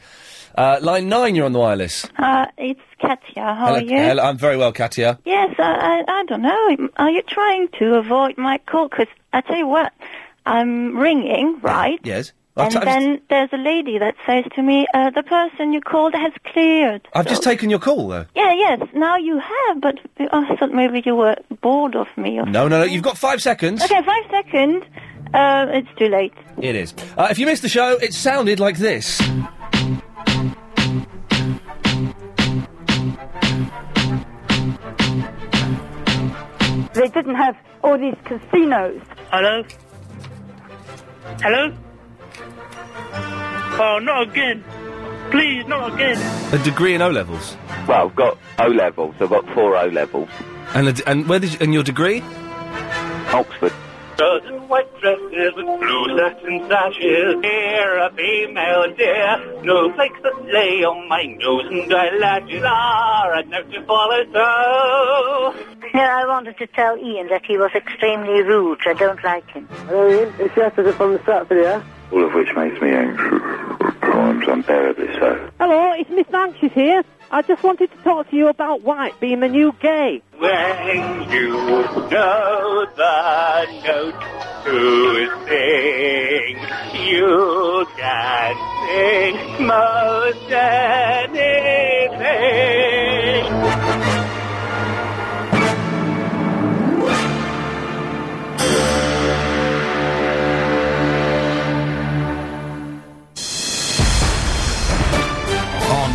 [SPEAKER 5] Uh, line nine, you're on the wireless.
[SPEAKER 16] Uh, it's Katya. How
[SPEAKER 5] hello,
[SPEAKER 16] are you?
[SPEAKER 5] hello- I'm very well, Katia.
[SPEAKER 16] Yes, I, I, I don't know. Are you trying to avoid my call? Because I tell you what, I'm ringing, right?
[SPEAKER 5] Yes. I've,
[SPEAKER 16] And
[SPEAKER 5] t- I've just-
[SPEAKER 16] then there's a lady that says to me, uh, the person you called has cleared.
[SPEAKER 5] I've just taken your call, though.
[SPEAKER 16] Yeah, yes, now you have, but uh, I thought maybe you were bored of me. Or
[SPEAKER 5] No, no, no. You've got five seconds.
[SPEAKER 16] Okay, five seconds. Uh, it's too late.
[SPEAKER 5] It is. Uh, if you missed the show, it sounded like this.
[SPEAKER 10] They didn't have all these casinos.
[SPEAKER 8] Hello? Hello? Oh, not again. Please, not again.
[SPEAKER 5] A degree in O levels.
[SPEAKER 7] Well, I've got O levels. I've got four O levels.
[SPEAKER 5] And a d and where did you, and your degree?
[SPEAKER 7] Oxford.
[SPEAKER 6] Dozen white dresses with blue satin sashes. Here a female dear. No flakes that lay on my nose and eyelashes are a note to follow so.
[SPEAKER 14] No, I wanted to tell Ian that he was extremely rude. I don't like him.
[SPEAKER 42] Hello, Ian. It's Yakuza from the Stratford here.
[SPEAKER 43] All of which makes me anxious. At times unbearably so.
[SPEAKER 44] Hello, it's Miss Anxious here. I just wanted to talk to you about White being the new gay.
[SPEAKER 6] When you know the note to sing, you can sing most